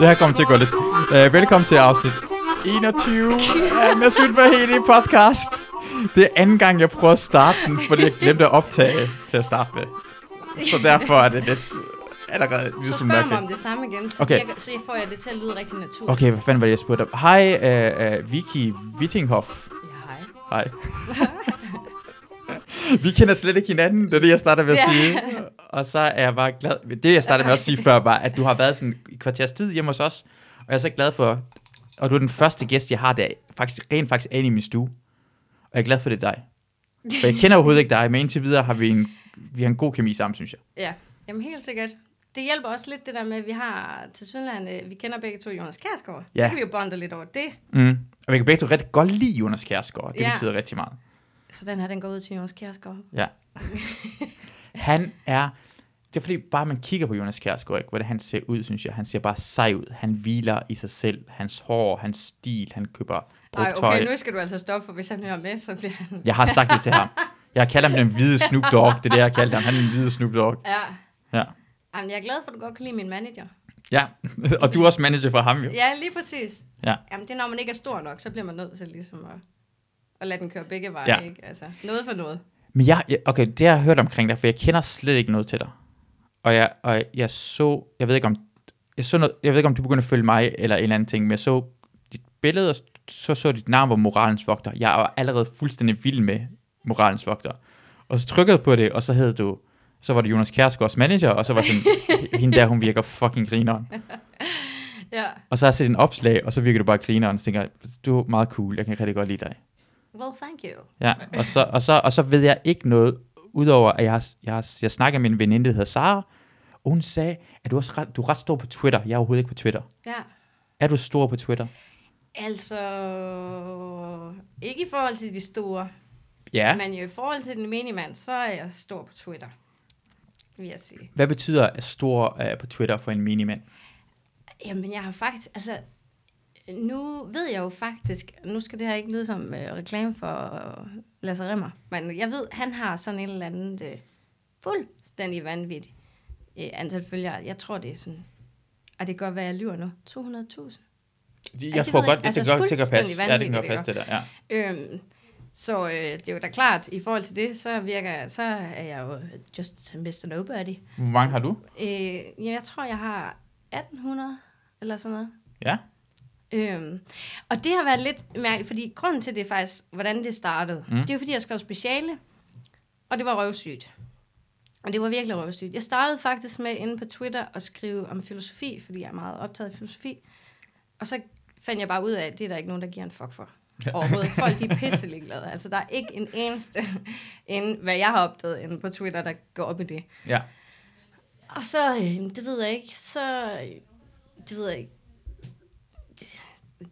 Det her kommer til at gå lidt. Uh, velkommen til afsnit 21 af Masud Vahedi podcast. Det er anden gang, jeg prøver at starte den, fordi jeg glemte at optage til at starte med. Så derfor er det lidt allerede Så lidt spørger mig mærkeligt. om det samme igen, så, Okay. okay. virker, så får jeg det til at lyde rigtig naturligt. Okay, hvad fanden var det, jeg spurgte om? Hej, uh, uh, Vicky Wittinghoff. Ja, hej. Hej. Vi kender slet ikke hinanden, det er det, jeg starter med at Ja. sige. Og så er jeg bare glad. Det, jeg startede med at sige før, var, at du har været sådan i kvarters tid hjemme hos os. Og jeg er så glad for, og du er den første gæst, jeg har, der faktisk, rent faktisk er inde i min stue. Og jeg er glad for, det er dig. For jeg kender overhovedet ikke dig, men indtil videre har vi en, vi har en god kemi sammen, synes jeg. Ja, jamen helt sikkert. Det hjælper også lidt det der med, at vi har til vi kender begge to Jonas Kærsgaard. Ja. Ja. Så kan vi jo bonde lidt over det. Mm. Og vi kan begge to rigtig godt lide Jonas Kjærsgaard. Det ja. Ja. betyder rigtig meget. Så den her, den går ud til Jonas Kærsgaard. Ja. Han er... Det er fordi, bare man kigger på Jonas Kjærsgaard, ikke, hvordan han ser ud, synes jeg. Han ser bare sej ud. Han hviler i sig selv. Hans hår, hans stil, han køber brugt Nej, okay, tøj. okay, nu skal du altså stoppe, for hvis han hører med, så bliver han... Jeg har sagt det til ham. Jeg kalder ham den hvide Snoop Dogg. Det er det, jeg kalder ham. Han er den hvide Snoop Dogg. Ja. Ja. Jamen, jeg er glad for, at du godt kan lide min manager. Ja, og du er også manager for ham jo. Ja, lige præcis. Ja. Jamen, det er, når man ikke er stor nok, så bliver man nødt til ligesom at, at lade den køre begge veje, Ja. ja. ikke? Altså, noget for noget. Men jeg, jeg- okay, det har jeg hørt omkring dig, for jeg kender slet ikke noget til dig. Og jeg, og jeg så, jeg ved ikke om, jeg, så noget, jeg ved ikke om du begyndte at følge mig eller en eller anden ting, men jeg så dit billede, og så så dit navn var moralens vogter. Jeg var allerede fuldstændig vild med moralens vogter. Og så trykkede jeg på det, og så hed du, så var det Jonas Kjærsgaards manager, og så var sådan, hende der, hun virker fucking grineren. Ja. Og så har jeg set en opslag, og så virker du bare grineren, og så tænker jeg, du er meget cool, jeg kan rigtig godt lide dig. Well, thank you. Ja, og så, og, så, og så ved jeg ikke noget, udover at jeg, har, jeg, har, jeg snakker med en veninde, der hedder Sara, og hun sagde, at du, er også ret, du er ret stor på Twitter. Jeg er overhovedet ikke på Twitter. Ja. Er du stor på Twitter? Altså, ikke i forhold til de store, Ja. ja. Men... men jo i forhold til den menige mand, så er jeg stor på Twitter, vil jeg sige. Hvad betyder at stor uh, på Twitter for en minimand? Jamen, jeg har faktisk, altså, nu ved jeg jo faktisk, nu skal det her ikke lyde som øh, reklame for øh, Lasse Rimmer, men jeg ved, han har sådan en eller anden øh, fuldstændig vanvittig øh, antal følgere. Jeg tror, det er sådan, og det kan godt være, jeg lyver nu, 200.000. Jeg det tror ved jeg godt, ikke. det kan Altså, godt til at passe. fuldstændig Ja, det kan godt vanvittigt, passe det der. Ja. Øhm, så øh, det er jo da klart, i forhold til det, så virker jeg, så er jeg jo just Mr. Nobody. Hvor mange har du? Øh, ja, jeg tror, jeg har 1800 eller sådan noget. Ja. Øhm, og det har været lidt mærkeligt, fordi grunden til det er faktisk, hvordan det startede. Mm. Mm. Det er jo fordi, jeg skrev speciale, og det var røvsygt. Og det var virkelig røvsygt. Jeg startede faktisk med inde på Twitter at skrive om filosofi, fordi jeg er meget optaget af filosofi. Og så fandt jeg bare ud af, at det er der ikke nogen, der giver en fuck for. Overhovedet. Folk de er pisselig glade. Altså, der er ikke en eneste, inde, hvad jeg har opdaget inde på Twitter, der går op i det. Ja. Og så, øh, det ved jeg ikke, så, øh, det ved jeg ikke. Det,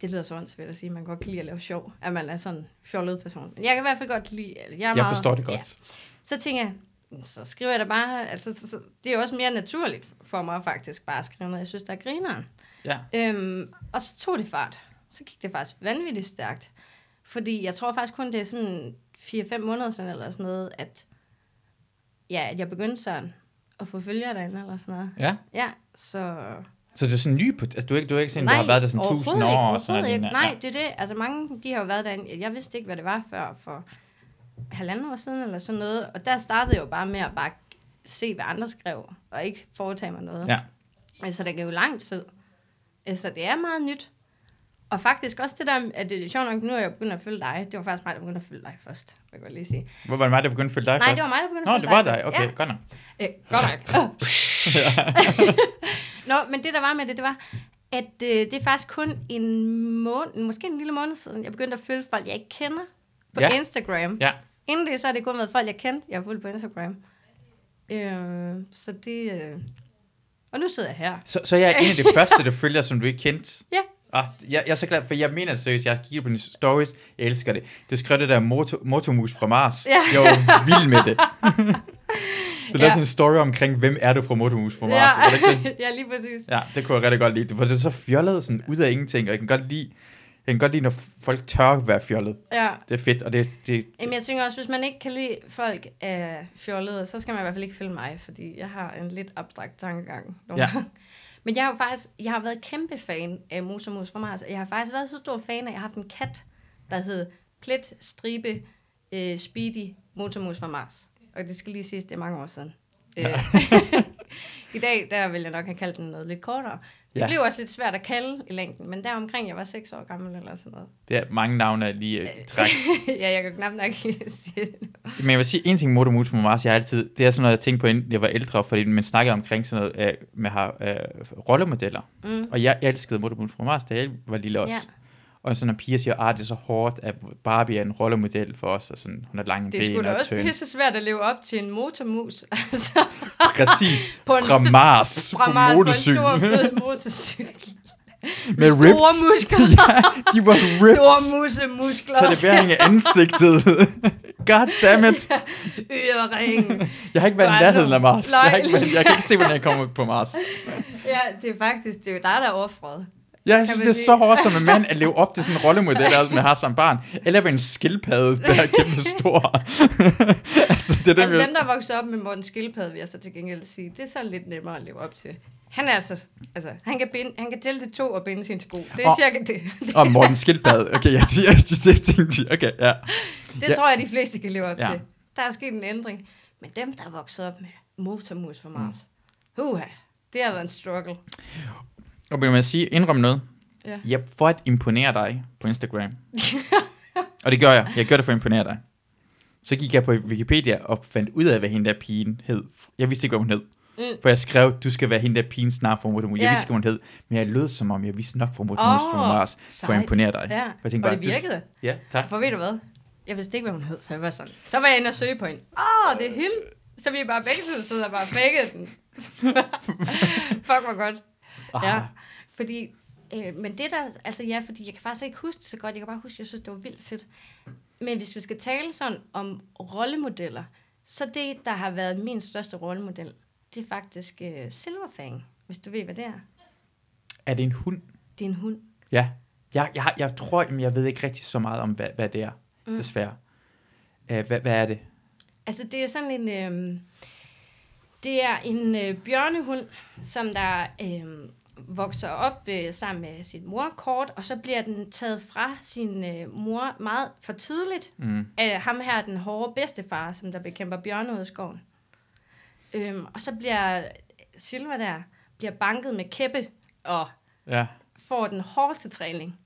det lyder så åndssvagt at sige, at man godt kan lide at lave sjov, at man er sådan en fjollet person. Men jeg kan i hvert fald godt lide, altså, jeg, er Jeg meget, forstår det Ja. godt. Så tænker jeg, så skriver jeg da bare, altså, så, så, det er jo også mere naturligt for mig faktisk, bare at skrive noget, jeg synes, der er grineren. Ja. Øhm, og så tog det fart. Så gik det faktisk vanvittigt stærkt. Fordi jeg tror faktisk kun, det er sådan 4-5 måneder siden eller sådan noget, at, ja, at jeg begyndte sådan at få følgere derinde eller sådan noget. ja. Ja, så... Så du er sådan ny på... Altså, du er ikke, du er ikke sådan, du har været der sådan overhovedet 1000 år og sådan overhovedet noget. ikke. lignende. Nej, det er det. Altså mange, de har jo været derinde. Jeg vidste ikke, hvad det var før for halvanden år siden eller sådan noget. Og der startede jeg jo bare med at bare se, hvad andre skrev, og ikke foretage mig noget. Ja. Altså, der gik jo lang tid. Altså, det er meget nyt. Og faktisk også det der, at det er sjovt nok, nu er jeg begyndt at følge dig. Det var faktisk mig, der begyndte at følge dig først, vil jeg godt lige sige. Hvor var det mig, der begyndte at følge dig Nej, først? det var mig, der begyndte Nå, at det følge var dig dig. først. Okay, godt nok. Øh, godt nok. Nå, men det der var med det, det var, at øh, det er faktisk kun en måned, måske en lille måned siden, jeg begyndte at følge folk, jeg ikke kender på Ja. ja. Instagram. Ja. Inden det, så har det kun været folk, jeg kendte, jeg har fulgt på Instagram. Øh, så det... Øh... Og nu sidder jeg her. Så, så jeg er en af de første, der følger, som du ikke kendte. Ja. Ah, jeg, jeg er så glad, for jeg mener det seriøst, jeg kigger på dine stories, jeg elsker det. Du skrev det der moto, motomus fra Mars. Ja. Jeg var vild med det. Du lavede Ja. sådan en story omkring, hvem er du fra motomus fra Mars? Ja. Det, ikke det? ja, lige præcis. ja, det kunne jeg rigtig godt lide. For det er så fjollet sådan ud af ingenting, og jeg kan godt lide, Jeg kan godt lide, når folk tør være fjollet. Ja. Det er fedt, og det, det, Jamen, jeg tænker også, hvis man ikke kan lide folk er fjollede, så skal man i hvert fald ikke følge mig, fordi jeg har en lidt abstrakt tankegang. nogle Ja. gange. Men jeg har jo faktisk, jeg har været kæmpe fan af Mus og Mus fra Mars, og jeg har faktisk været så stor fan af, at jeg har haft en kat, der hed Plet, Stribe, øh, Speedy, Mus og Mus fra Mars. Og det skal lige siges, det er mange år siden. Ja. I dag, der vil jeg nok have kaldt den noget lidt kortere. Det Ja. ja. blev også lidt svært at kalde i længden, men deromkring, jeg var 6 år gammel eller sådan noget. det er mange navne er lige øh, i træk. ja, jeg kan knap nok sige det. Men jeg vil sige en ting, Motor Mutant for Mars, jeg har altid, det er sådan noget, jeg tænkte på, inden jeg var ældre, fordi man snakkede omkring sådan noget øh, med har, øh, rollemodeller. Mm. Og jeg elskede Motor Mutant for Mars, da jeg var lille også. Ja. Og sådan, når piger siger, at det er så hårdt, at Barbie er en rollemodel for os, og sådan, hun har lange Det ben skulle da og også tynde. pisse svært at leve op til en motormus. Altså, Præcis, På en- fra Mars, fra på Mars på en motorcykel. stor, fed motorcykel. med Store rips. muskler. ja, de var Store rips. musemuskler. Tatovering af ansigtet. God damn it. Øreringen. Jeg har ikke været i Du er nærheden aldrig- af Mars. Jeg, har ikke Nej. været, jeg kan ikke se, hvordan jeg kommer på Mars. Ja, det er faktisk, det er jo dig, der er offret. Jeg synes, man det er sige. så hårdt som en mand at leve op til sådan en rollemodel, man har som barn. Eller være en skildpadde, der er kæmpe stor. altså, det er den, Altså altså, dem, der voksede op med Morten Skildpadde, vil jeg så til gengæld sige, det er så lidt nemmere at leve op til. Han er altså, altså han kan, binde, han kan tælle til to og binde sin sko. Det er Og- cirka det. Det, Og Morten Skildpadde. Okay, ja, de, de, de, de, de, okay, ja. det ja. tror jeg, de fleste kan leve op Ja. til. Der er sket en ændring. Men dem, der voksede op med motormus fra Mars, Mm. huha, det har været en struggle. Og vil man sige, indrøm noget. Ja. Jeg for at imponere dig på Instagram. og det gør jeg. Jeg gør det for at imponere dig. Så gik jeg på Wikipedia og fandt ud af, hvad hende der pigen hed. Jeg vidste ikke, hvad hun hed. Mm. For jeg skrev, du skal være hende der pigen snart for Motormus. Jeg Ja. vidste ikke, hvad hun hed. Men jeg lød som om, jeg vidste nok for Motormus oh, Åh, fra Mars. For at sejt. imponere dig. Ja, For jeg tænkte og bare, det du skal- virkede. Ja, tak. For ved du hvad? Jeg vidste ikke, hvad hun hed, så jeg var sådan. Så var jeg inde og søge på hende. Åh, oh, det er hende. Så vi er bare begge to sidder og bare fækkede den. Fuck mig godt. Ja, Ah. fordi... Øh, men det der... Altså ja, fordi jeg kan faktisk ikke huske det så godt. Jeg kan bare huske, at jeg synes, det var vildt fedt. Men hvis vi skal tale sådan om rollemodeller, så det, der har været min største rollemodel, det er faktisk øh, Silverfang, hvis du ved, hvad det er. Er det en hund? Det er en hund. Ja. Jeg, jeg, har- jeg tror, jamen, jeg ved ikke rigtig så meget om, hvad, hvad det er. Mm. Desværre. Uh, hvad, hvad er det? Altså, det er sådan en... Øh, det er en øh, bjørnehund, som der øh, vokser op øh, sammen med sin mor kort, og så bliver den taget fra sin øh, mor meget for tidligt. Mm. Af ham her, den hårde bedstefar, som der bekæmper bjørne ud i skoven. Øhm, og så bliver Silva der bliver banket med kæppe og Ja. får den hårdeste træning,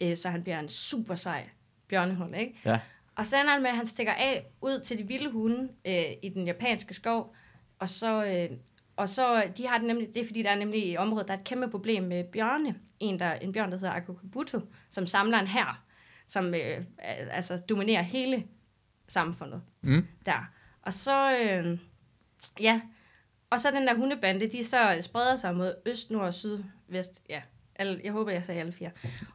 øh, så han bliver en super sej bjørnehund, ikke? Ja. Og så ender han med, at han stikker af ud til de vilde hunde øh, i den japanske skov, og så, øh, og så de har det nemlig, det er fordi, der er nemlig i området, der er et kæmpe problem med bjørne. En, der, en bjørn, der hedder Akukabuto, som samler en her, som øh, al- altså dominerer hele samfundet Mm. der. Og så, øh, ja, og så den der hundebande, de så spreder sig mod øst, nord og syd, vest, ja. Alle, jeg håber, jeg sagde alle fire.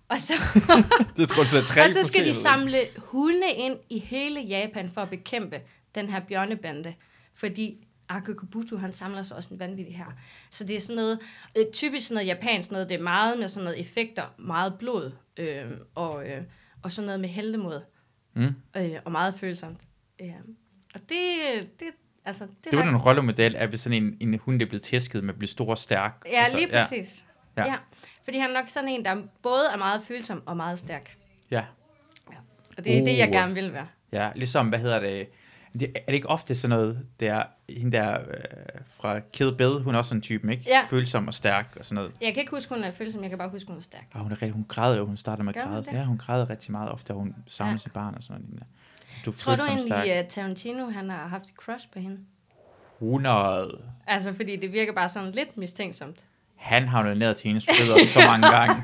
Og så, Det tror jeg, det er tre og så skal forskellige. de samle hunde ind i hele Japan for at bekæmpe den her bjørnebande, fordi Akakubuto, han samler sig også en vanvittig her. Så det er sådan noget, øh, typisk sådan noget japansk noget, det er meget med sådan noget effekter, meget blod, øh, og, øh, og sådan noget med heldemod, Mm. øh, og meget følsomt. Ja. Og det, det, altså, det, Det var har- den rollemodel, at hvis sådan en, en hund der blev tæsket med at blive stor og stærk. Ja, Altså, lige præcis. Ja. Ja. ja. Fordi han er nok sådan en, der både er meget følsom og meget stærk. Ja, Og det er uh. det, jeg Uh. gerne vil være. ja, ja. Ligesom, hvad hedder det? det? Er det ikke ofte sådan noget, der hende der øh, fra Kid Bill, hun er også sådan en type, ikke? Ja. Følsom og stærk og sådan noget. Jeg kan ikke huske, hun er følsom, jeg kan bare huske, hun er stærk. Og hun, er rigtig, hun græder jo, hun starter med Gør at hun græde. det? Ja, hun græder rigtig meget ofte, og hun samler ja. Ja. sit barn og sådan noget. lignende. Du er Tror du følsom stærk. egentlig, at Tarantino han har haft et crush på hende? 100. Altså, fordi det virker bare sådan lidt mistænksomt. Han har jo ned til hendes fødder så mange gange,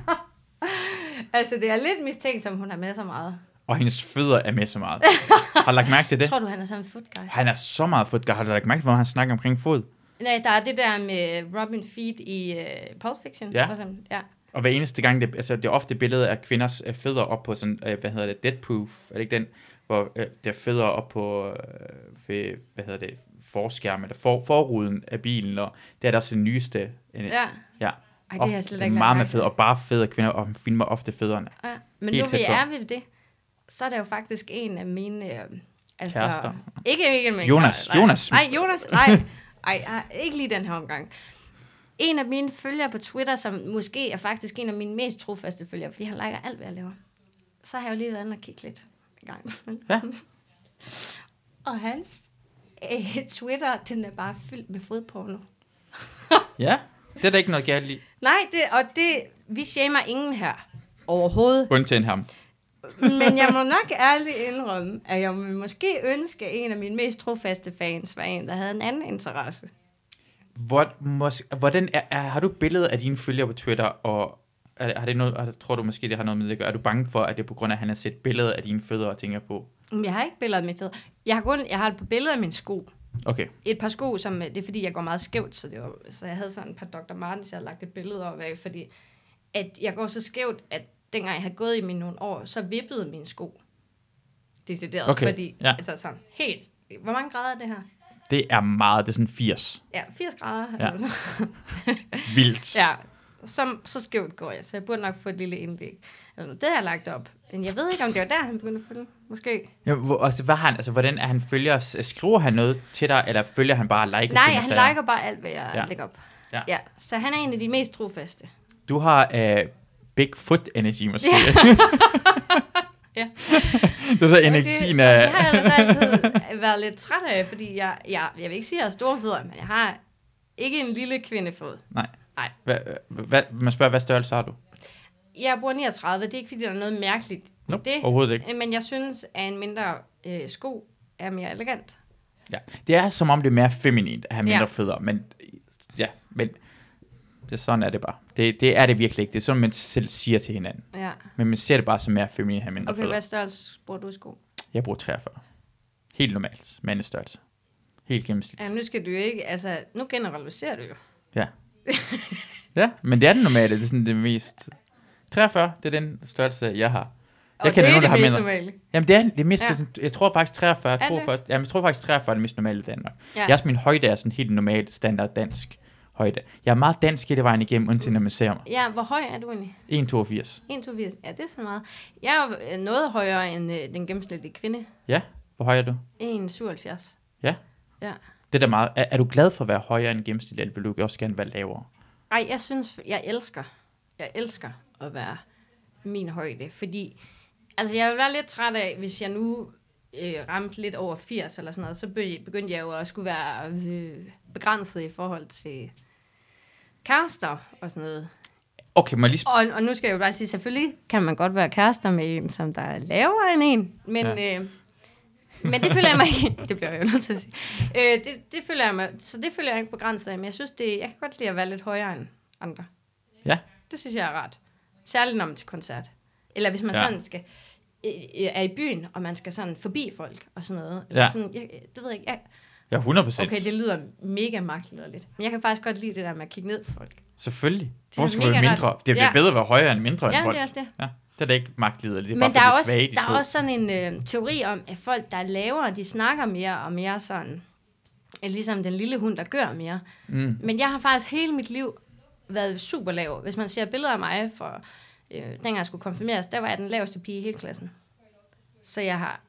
Altså, det er lidt mistænksomt, hun har med så meget. og hendes fødder er med så meget. Har du lagt mærke til det? Tror du, han er sådan en foot guy? Han er så meget fodgænger. Har du lagt mærke til, hvor han snakker omkring fod? Nej, der er det der med Robin Feed i uh, Pulp Fiction. Ja. for eksempel. ja. Og hver eneste gang, det, altså, det er ofte billeder af kvinders øh, fødder op på sådan, øh, hvad hedder det, deadproof, er det ikke den, hvor øh, der er fødder op på, øh, ved, hvad hedder det, forskærmen, eller for, forruden af bilen, og det er der også den nyeste. øh, ja. ja. Ej, det Ofte, har jeg slet ikke meget med lagt fede, mærke og bare fede kvinder, og filmer ofte federne. til. Ja. Men Helt nu vi tæt på. er ved det, så er der jo faktisk en af mine... Øh, altså, Kærester. Ikke, ikke min Jonas, nej, Jonas. Nej, Jonas, nej. Ej, ej, ikke lige den her omgang. En af mine følgere på Twitter, som måske er faktisk en af mine mest trofaste følgere, fordi han liker alt, hvad jeg laver. Så har jeg jo lige været inde og kigge lidt en gang. Ja. og hans øh, Twitter, den er bare fyldt med fodporno. Ja, det er da ikke noget galt i. Nej, det, og det, vi shamer ingen her. Overhovedet. Undtagen ham. Men jeg må nok ærligt indrømme, at jeg ville måske ønske, at en af mine mest trofaste fans var en, der havde en anden interesse. Hvor, mås, hvordan er, er, har du et billede af dine følgere på Twitter, og er, har det noget, er, tror du måske, det har noget med det at gøre? Er du bange for, at det er på grund af, at han har set billeder af dine fødder og tænker på, Men Jeg har ikke billeder af mine fødder. Jeg har kun jeg har et par billeder af mine sko. okay, Et par sko, som det er fordi, jeg går meget skævt, så, det var, så jeg havde sådan et par Dr. Martens, jeg havde lagt et billede op af, fordi at jeg går så skævt, at dengang jeg havde gået i mine nogle år, så vippede mine sko. Decideret, Okay, fordi ja. altså sådan helt. Hvor mange grader er det her? det er meget, det er sådan 80. Ja, 80 grader. Ja. eller sådan noget. Vildt. Ja, så, så skævt går jeg, så jeg burde nok få et lille indlæg. Eller noget. Det har jeg lagt op. Men jeg ved ikke, om det var der, han begyndte at følge. Måske. Ja, hvor, også, hvad har han, altså, hvordan er han følger, skriver han noget til dig, eller følger han bare like Nej, han liker bare alt, hvad jeg Ja. ja. lægger op. Ja. Ja. ja. Så han er en af de mest trofaste. Du har øh, Bigfoot energy måske. Ja. det er der Og energien det, af... og det har jeg ellers altid været lidt træt af, fordi jeg, jeg, jeg vil ikke sige, at jeg har store fødder, men jeg har ikke en lille kvindefod. Nej. Nej. Hvad, hvad, man spørger, hvad størrelse har du? Jeg bor 39, det er ikke, fordi der er noget mærkeligt i Nope, det. overhovedet ikke. Men jeg synes, at en mindre øh, sko er mere elegant. Ja. Det er som om det er mere feminint at have mindre ja. Ja. fødder, men ja, men det, sådan er det bare. Det, det er det virkelig ikke. Det er sådan, man selv siger til hinanden. Ja. Men man ser det bare som mere feminin at have mindre okay, Okay, fødder. hvad størrelse bruger du i sko? Jeg bruger 43. Helt normalt. Mandestørrelse. Helt gennemsnit. Ja, nu skal du jo ikke, altså, nu generaliserer du jo. Ja. ja, men det er den normale. Det er sådan det mest... 43, det er den størrelse, jeg har. Og det kender er nogen, der har det mest mindre. normale. Jamen, det er det mest, Ja. ja. jeg tror faktisk 43, det? 42, jamen, jeg tror faktisk 43 er det mest normale i Danmark. Ja. Ja. Jeg er min højde er sådan helt normal, standard dansk højde. Jeg er meget dansk hele vejen igennem, Mm. indtil når man ser mig. Ja, hvor høj er du egentlig? 1,82. 1,82. Ja, det er så meget. Jeg er jo øh, noget højere end øh, den gennemsnitlige kvinde. Ja, hvor høj er du? 1,77. Ja. Ja. Det er da meget. Er, er, du glad for at være højere end gennemsnittet, eller vil du også gerne være lavere? Ej, jeg synes, jeg elsker, jeg elsker at være min højde, fordi, altså jeg ville være lidt træt af, hvis jeg nu øh, ramte lidt over 80 eller sådan noget, så be- begyndte jeg jo at skulle være øh, begrænset i forhold til kærester og sådan noget. Okay, må jeg lige spørge? Og, og nu skal jeg jo bare sige, selvfølgelig kan man godt være kærester med en, som der er lavere end en, men, ja. øh, men det føler jeg mig ikke, det bliver jeg jo nødt til at sige, øh, det, det føler jeg mig, så det føler jeg ikke begrænset af, men jeg synes, det, jeg kan godt lide at være lidt højere end andre. Ja. Det synes jeg er rart. Særligt når man er til koncert. Eller hvis man Ja. ja. sådan skal, øh, øh, er i byen, og man skal sådan forbi folk og sådan noget. Ja. Eller Sådan, jeg, det ved jeg ikke. Jeg, Ja, 100 procent. okay, det lyder mega magtliderligt. Men jeg kan faktisk godt lide det der med at kigge ned på folk. Selvfølgelig. er Hvor skal vi mega mindre? rart. Det bliver Ja. bedre at være højere end mindre end Ja, folk. det er også det. Ja, det er da ikke magtlider. Det er Men der bare er, for de også, svage, de der små. er også sådan en øh, teori om, at folk, der er lavere, de snakker mere og mere sådan, øh, ligesom den lille hund, der gør mere. Mm. Men jeg har faktisk hele mit liv været super lav. Hvis man ser billeder af mig for, øh, dengang jeg skulle konfirmeres, der var jeg den laveste pige i hele klassen. Så jeg har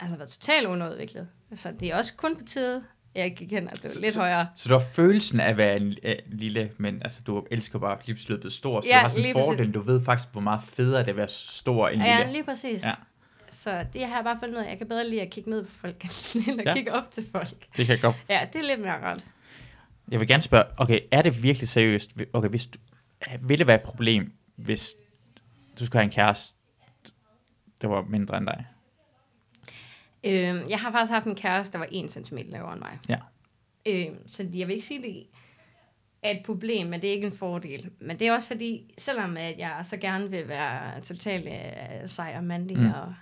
altså været totalt underudviklet. Så det er også kun på tide, jeg gik hen og blev lidt højere. Så du har følelsen af at være en øh, lille, men altså, du elsker bare livsløbet stor, så Ja, du har sådan en lige præcis. fordel. Du ved faktisk, hvor meget federe det er at være stor end lille. Ja, lige præcis. Ja. Så det har jeg bare fundet ud af. Jeg kan bedre lide at kigge ned på folk, end at Ja. ja. kigge op til folk. Det kan jeg godt. Ja, det er lidt mere rart. Jeg vil gerne spørge, okay, er det virkelig seriøst? Okay, hvis du, vil det være et problem, hvis du skulle have en kæreste, der var mindre end dig? Øh, jeg har faktisk haft en kæreste, der var 1 cm lavere end mig. Ja. Øh, så jeg vil ikke sige, det er et problem, men det er ikke en fordel. Men det er også fordi, selvom at jeg så gerne vil være totalt øh, sej og mandlig, Mm. mm. og,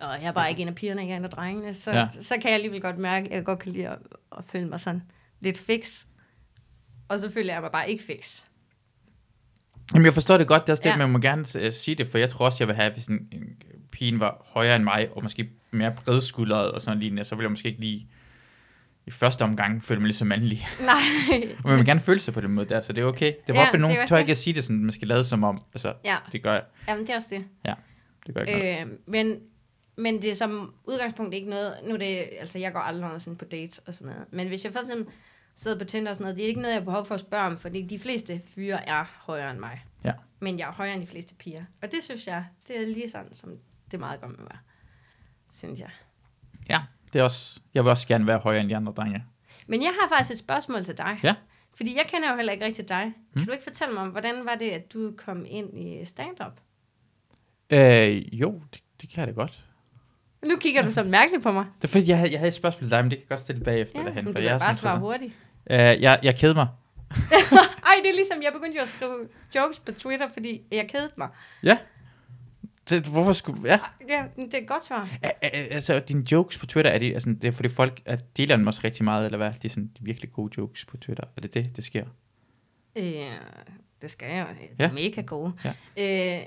og jeg er bare ikke en af pigerne, jeg er en af drengene, så, Ja. ja. så kan jeg alligevel godt mærke, at jeg godt kan lide at, at føle mig sådan lidt fix. Og så føler jeg mig bare ikke fix. Jamen, jeg forstår det godt, det er også det, Ja. men jeg må gerne øh, sige det, for jeg tror også, jeg vil have, hvis en, en pige var højere end mig, og måske mere bredskuldret og sådan lignende, så ville jeg måske ikke lige, i første omgang føler man ligesom mandlig. Nej. Men man vil gerne føle sig på den måde der, så det er okay. Det var Ja, ja, for det er nogen, også tør det. ikke at sige det sådan, man skal lade som om. Altså, Ja, det gør, jamen det er også det. det gør ikke noget. Øh, men, men det er som udgangspunkt ikke noget, nu er det, altså jeg går aldrig noget sådan på dates og sådan noget, men hvis jeg for eksempel sidder på Tinder og sådan noget, det er ikke noget, jeg har behov for at spørge om, fordi de fleste fyre er højere end mig. Ja. Men jeg er højere end de fleste piger. Og det synes jeg, det er lige sådan, som det meget godt med mig. Synes jeg. Ja, det er også, jeg vil også gerne være højere end de andre drenge. Men jeg har faktisk et spørgsmål til dig. Ja. Fordi jeg kender jo heller ikke rigtig dig. Kan Mm. du ikke fortælle mig om, hvordan var det, at du kom ind i stand-up? Øh, jo, det, det kan jeg da godt. Nu kigger du sådan mærkeligt på mig. Det er fordi, jeg havde, jeg havde et spørgsmål til dig, men det kan jeg godt stille bagefter Ja, derhen. men for du jeg kan er bare sådan svare lidt- hurtigt. Øh, jeg, jeg keder mig. Ej, det er ligesom, jeg begyndte jo at skrive jokes på Twitter, fordi jeg kedede mig. Det, hvorfor skulle... Ja. Ja, men det er et godt svar. Æ, æ, altså, dine jokes på Twitter, er de, altså, det er fordi folk at deler dem også rigtig meget, eller hvad? De er sådan de virkelig gode jokes på Twitter. Er det det, det sker? Øh, det skal jeg. Det er Ja. mega gode. Ja. Øh,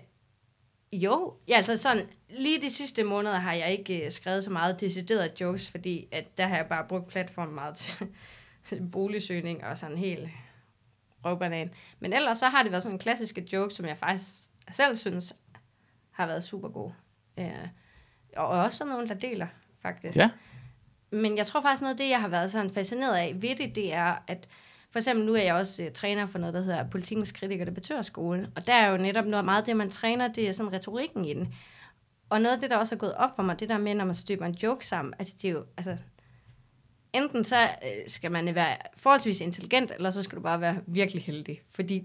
jo, ja, altså sådan, lige de sidste måneder har jeg ikke øh, skrevet så meget deciderede jokes, fordi at der har jeg bare brugt platformen meget til, til boligsøgning og sådan helt røvbanan. Men ellers så har det været sådan klassiske jokes, som jeg faktisk selv synes har været super gode. Øh, og også sådan nogle, der deler, faktisk. Ja. Men jeg tror faktisk noget af det, jeg har været sådan fascineret af ved det, det er, at for eksempel nu er jeg også øh, træner for noget, der hedder Politikens Kritik- og Debattørskole. Og der er jo netop noget meget af det, man træner, det er sådan retorikken i den. Og noget af det, der også er gået op for mig, det der med, når man støber en joke sammen, altså det er jo, altså, enten så øh, skal man være forholdsvis intelligent, eller så skal du bare være virkelig heldig. Fordi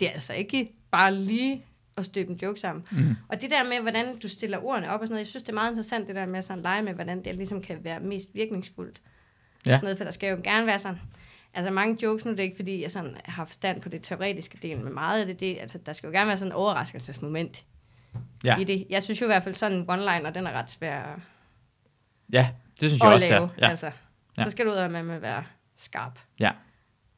det er altså ikke bare lige at støbe en joke sammen. Mm. Og det der med, hvordan du stiller ordene op og sådan noget, jeg synes, det er meget interessant, det der med at sådan lege med, hvordan det ligesom kan være mest virkningsfuldt. Ja. Ja. Sådan noget, for der skal jo gerne være sådan, altså mange jokes nu, det er ikke fordi, jeg sådan har forstand på det teoretiske del, men meget af det, det altså der skal jo gerne være sådan en overraskelsesmoment Ja. ja. i det. Jeg synes jo i hvert fald sådan en one-liner, den er ret svær at Ja, det synes jeg lave. også, det er. ja. Ja. Altså, Ja. Så skal du ud af med, med at være skarp.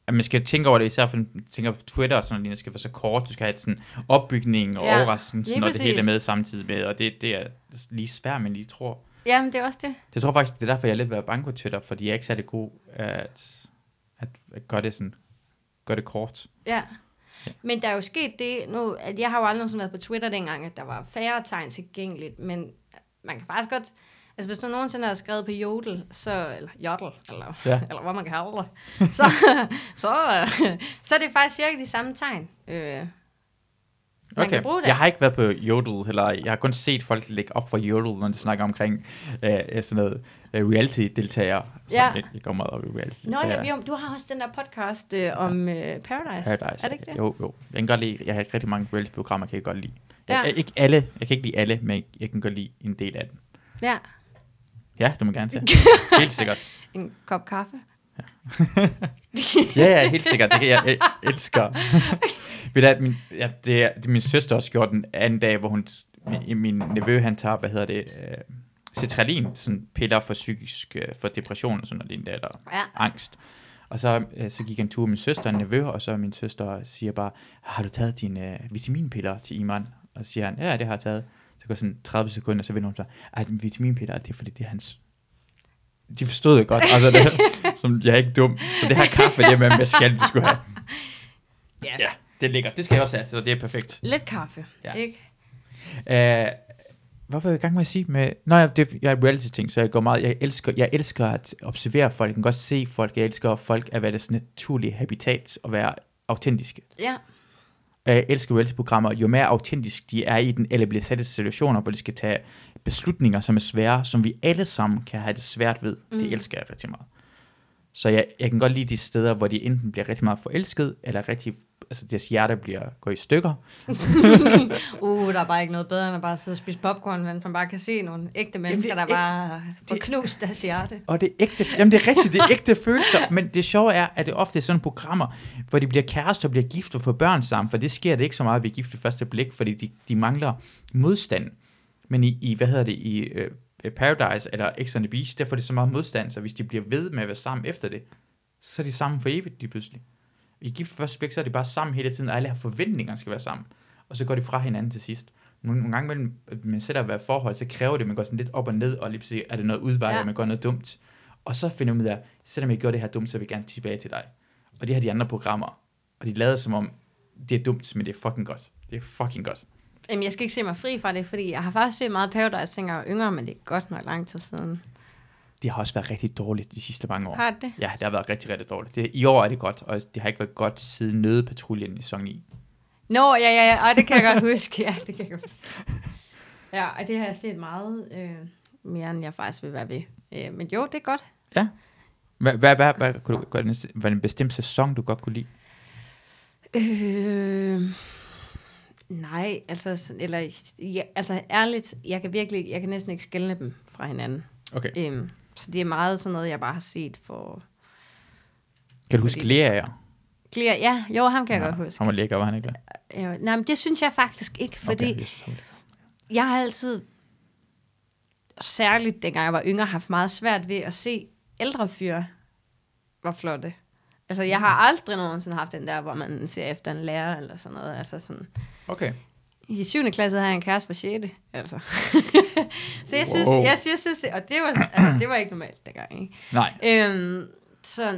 At man skal tænke over det, især for man tænker på Twitter og sådan noget, lignende, skal være så kort, du skal have sådan opbygning og Ja, ja, overraskelsen, lige når det hele er præcis. med samtidig med, og det, det er lige svært, man lige tror. Jamen, det er også det. Det tror jeg faktisk, det er derfor, jeg er lidt ved at være bange på Twitter, fordi jeg er ikke særlig god at, at, at gøre det sådan, gøre det kort. Ja. Men der er jo sket det nu, at jeg har jo aldrig sådan været på Twitter dengang, at der var færre tegn tilgængeligt, men man kan faktisk godt, altså hvis du nogensinde har skrevet på Jodel, så, eller Jodel, eller, ja. Ja. eller hvor man kan havle, så, så, øh, så er det faktisk cirka de samme tegn. Øh, man Okay. kan bruge det. Jeg har ikke været på Jodel, eller jeg har kun set folk lægge op for Jodel, når de snakker omkring øh, sådan noget øh, reality-deltagere. Så Ja. Jeg, jeg går meget op i reality-deltagere. Nå, ja, jo, du har også den der podcast øh, om øh, Paradise. Paradise. Er det ikke det? Jo, jo. Jeg kan godt lide, jeg har rigtig mange reality-programmer, kan jeg godt lide. Ja. Jeg, jeg, ikke alle, jeg kan ikke lide alle, men jeg kan godt lide en del af dem. Ja, Ja, det må jeg gerne tage. helt sikkert. en kop kaffe. Ja, ja, helt sikkert. Det kan jeg, jeg elsker. Ved du, hvad, min, ja, det, er, det er min søster også gjorde den anden dag, hvor hun, min, min nevø, han tager, hvad hedder det, øh, citralin, sådan piller for psykisk, øh, for depression og sådan noget, lignende, eller Ja. angst. Og så, øh, så gik jeg en tur med min søster og en nevø, og så min søster siger bare, har du taget dine øh, vitaminpiller til Iman? Og så siger han, ja, det har jeg taget. Så går sådan 30 sekunder, så vender hun sig, at vitaminpiller, det er fordi, det er hans... De forstod det godt, altså det, som jeg er ikke dum. Så det her kaffe, det er med, med skal, du skulle have. Ja. Ja, det ligger. Det skal jeg også have, så det er perfekt. Lidt kaffe, ja. Ja. ikke? Uh, hvad var jeg i gang med at sige med... Nå, jeg, det, jeg er reality ting, så jeg går meget... Jeg elsker, jeg elsker at observere folk. Jeg kan godt se folk. Jeg elsker at folk at være deres naturlige habitat og være autentiske. Ja, Og Jeg elsker reality-programmer. Jo mere autentisk de er i den, eller bliver sat i situationer, hvor de skal tage beslutninger, som er svære, som vi alle sammen kan have det svært ved. Mm. Mm. Det elsker jeg rigtig meget. Så jeg, jeg kan godt lide de steder, hvor de enten bliver rigtig meget forelsket, eller rigtig, altså deres hjerte bliver, går i stykker. Uh, der er bare ikke noget bedre, end at bare sidde og spise popcorn, men man bare kan se nogle ægte mennesker, der æg- bare får knust deres hjerte. Og det er ægte, jamen det er rigtigt, det er ægte følelser, men det sjove er, at det ofte er sådan programmer, hvor de bliver kærester og bliver gift og får børn sammen, for det sker det ikke så meget ved gift ved første blik, fordi de, de mangler modstand. Men i, i hvad hedder det, i øh, Paradise eller X on the Beach, der får de så meget modstand, så hvis de bliver ved med at være sammen efter det, så er de sammen for evigt lige pludselig. I gift ved første blik, så er de bare sammen hele tiden, og alle har forventninger skal være sammen. Og så går de fra hinanden til sidst. Nogle, nogle gange mellem man selv at være i forhold, så kræver det, at man går sådan lidt op og ned, og lige pludselig er det noget udvej, Ja. ja. man gør noget dumt. Og så finder hun ud af, selvom jeg gjorde det her dumt, så vil jeg gerne tilbage til dig. Og det har de andre programmer. Og de lader som om, det er dumt, men det er fucking godt. Det er fucking godt. Jamen, jeg skal ikke se mig fri fra det, fordi jeg har faktisk set meget Paradise, dengang jeg var yngre, men det er godt nok lang tid siden. Det har også været rigtig dårligt de sidste mange år. Har det det? Ja, det har været rigtig, rigtig dårligt. Det, I år er det godt, og det har ikke været godt siden nødepatruljen i sæson 9. Nå, ja, ja, ja, Ej, det kan jeg godt huske. Ja, det kan jeg godt huske. Ja, og det har jeg set meget øh, mere, end jeg faktisk vil være ved. Øh, men jo, det er godt. Hvad, hvad, hvad, hvad kunne du gøre den, var det en bestemt sæson, du godt kunne lide? Øh, nej, altså, sådan- eller, ja, altså ærligt, jeg kan virkelig, jeg kan næsten ikke skelne dem fra hinanden. Okay. Øhm, så det er meget sådan noget, jeg bare har set for... Kan du huske fordi- Lea? Ja. Clear, ja, jo, ham kan jeg ja, godt huske. Han var lækker, var han ikke det? Jo, nej, men det synes jeg faktisk ikke, fordi Okay, jeg synes, han var lækker. jeg har altid, særligt dengang jeg var yngre, haft meget svært ved at se ældre fyre var flotte. Altså, jeg har aldrig nogensinde haft den der, hvor man ser efter en lærer eller sådan noget. Altså sådan, okay. I 7. klasse havde jeg en kæreste på 6. Altså. så jeg synes, Wow. jeg, jeg synes, og det var, altså, det var ikke normalt dengang, ikke? Nej. Øhm, så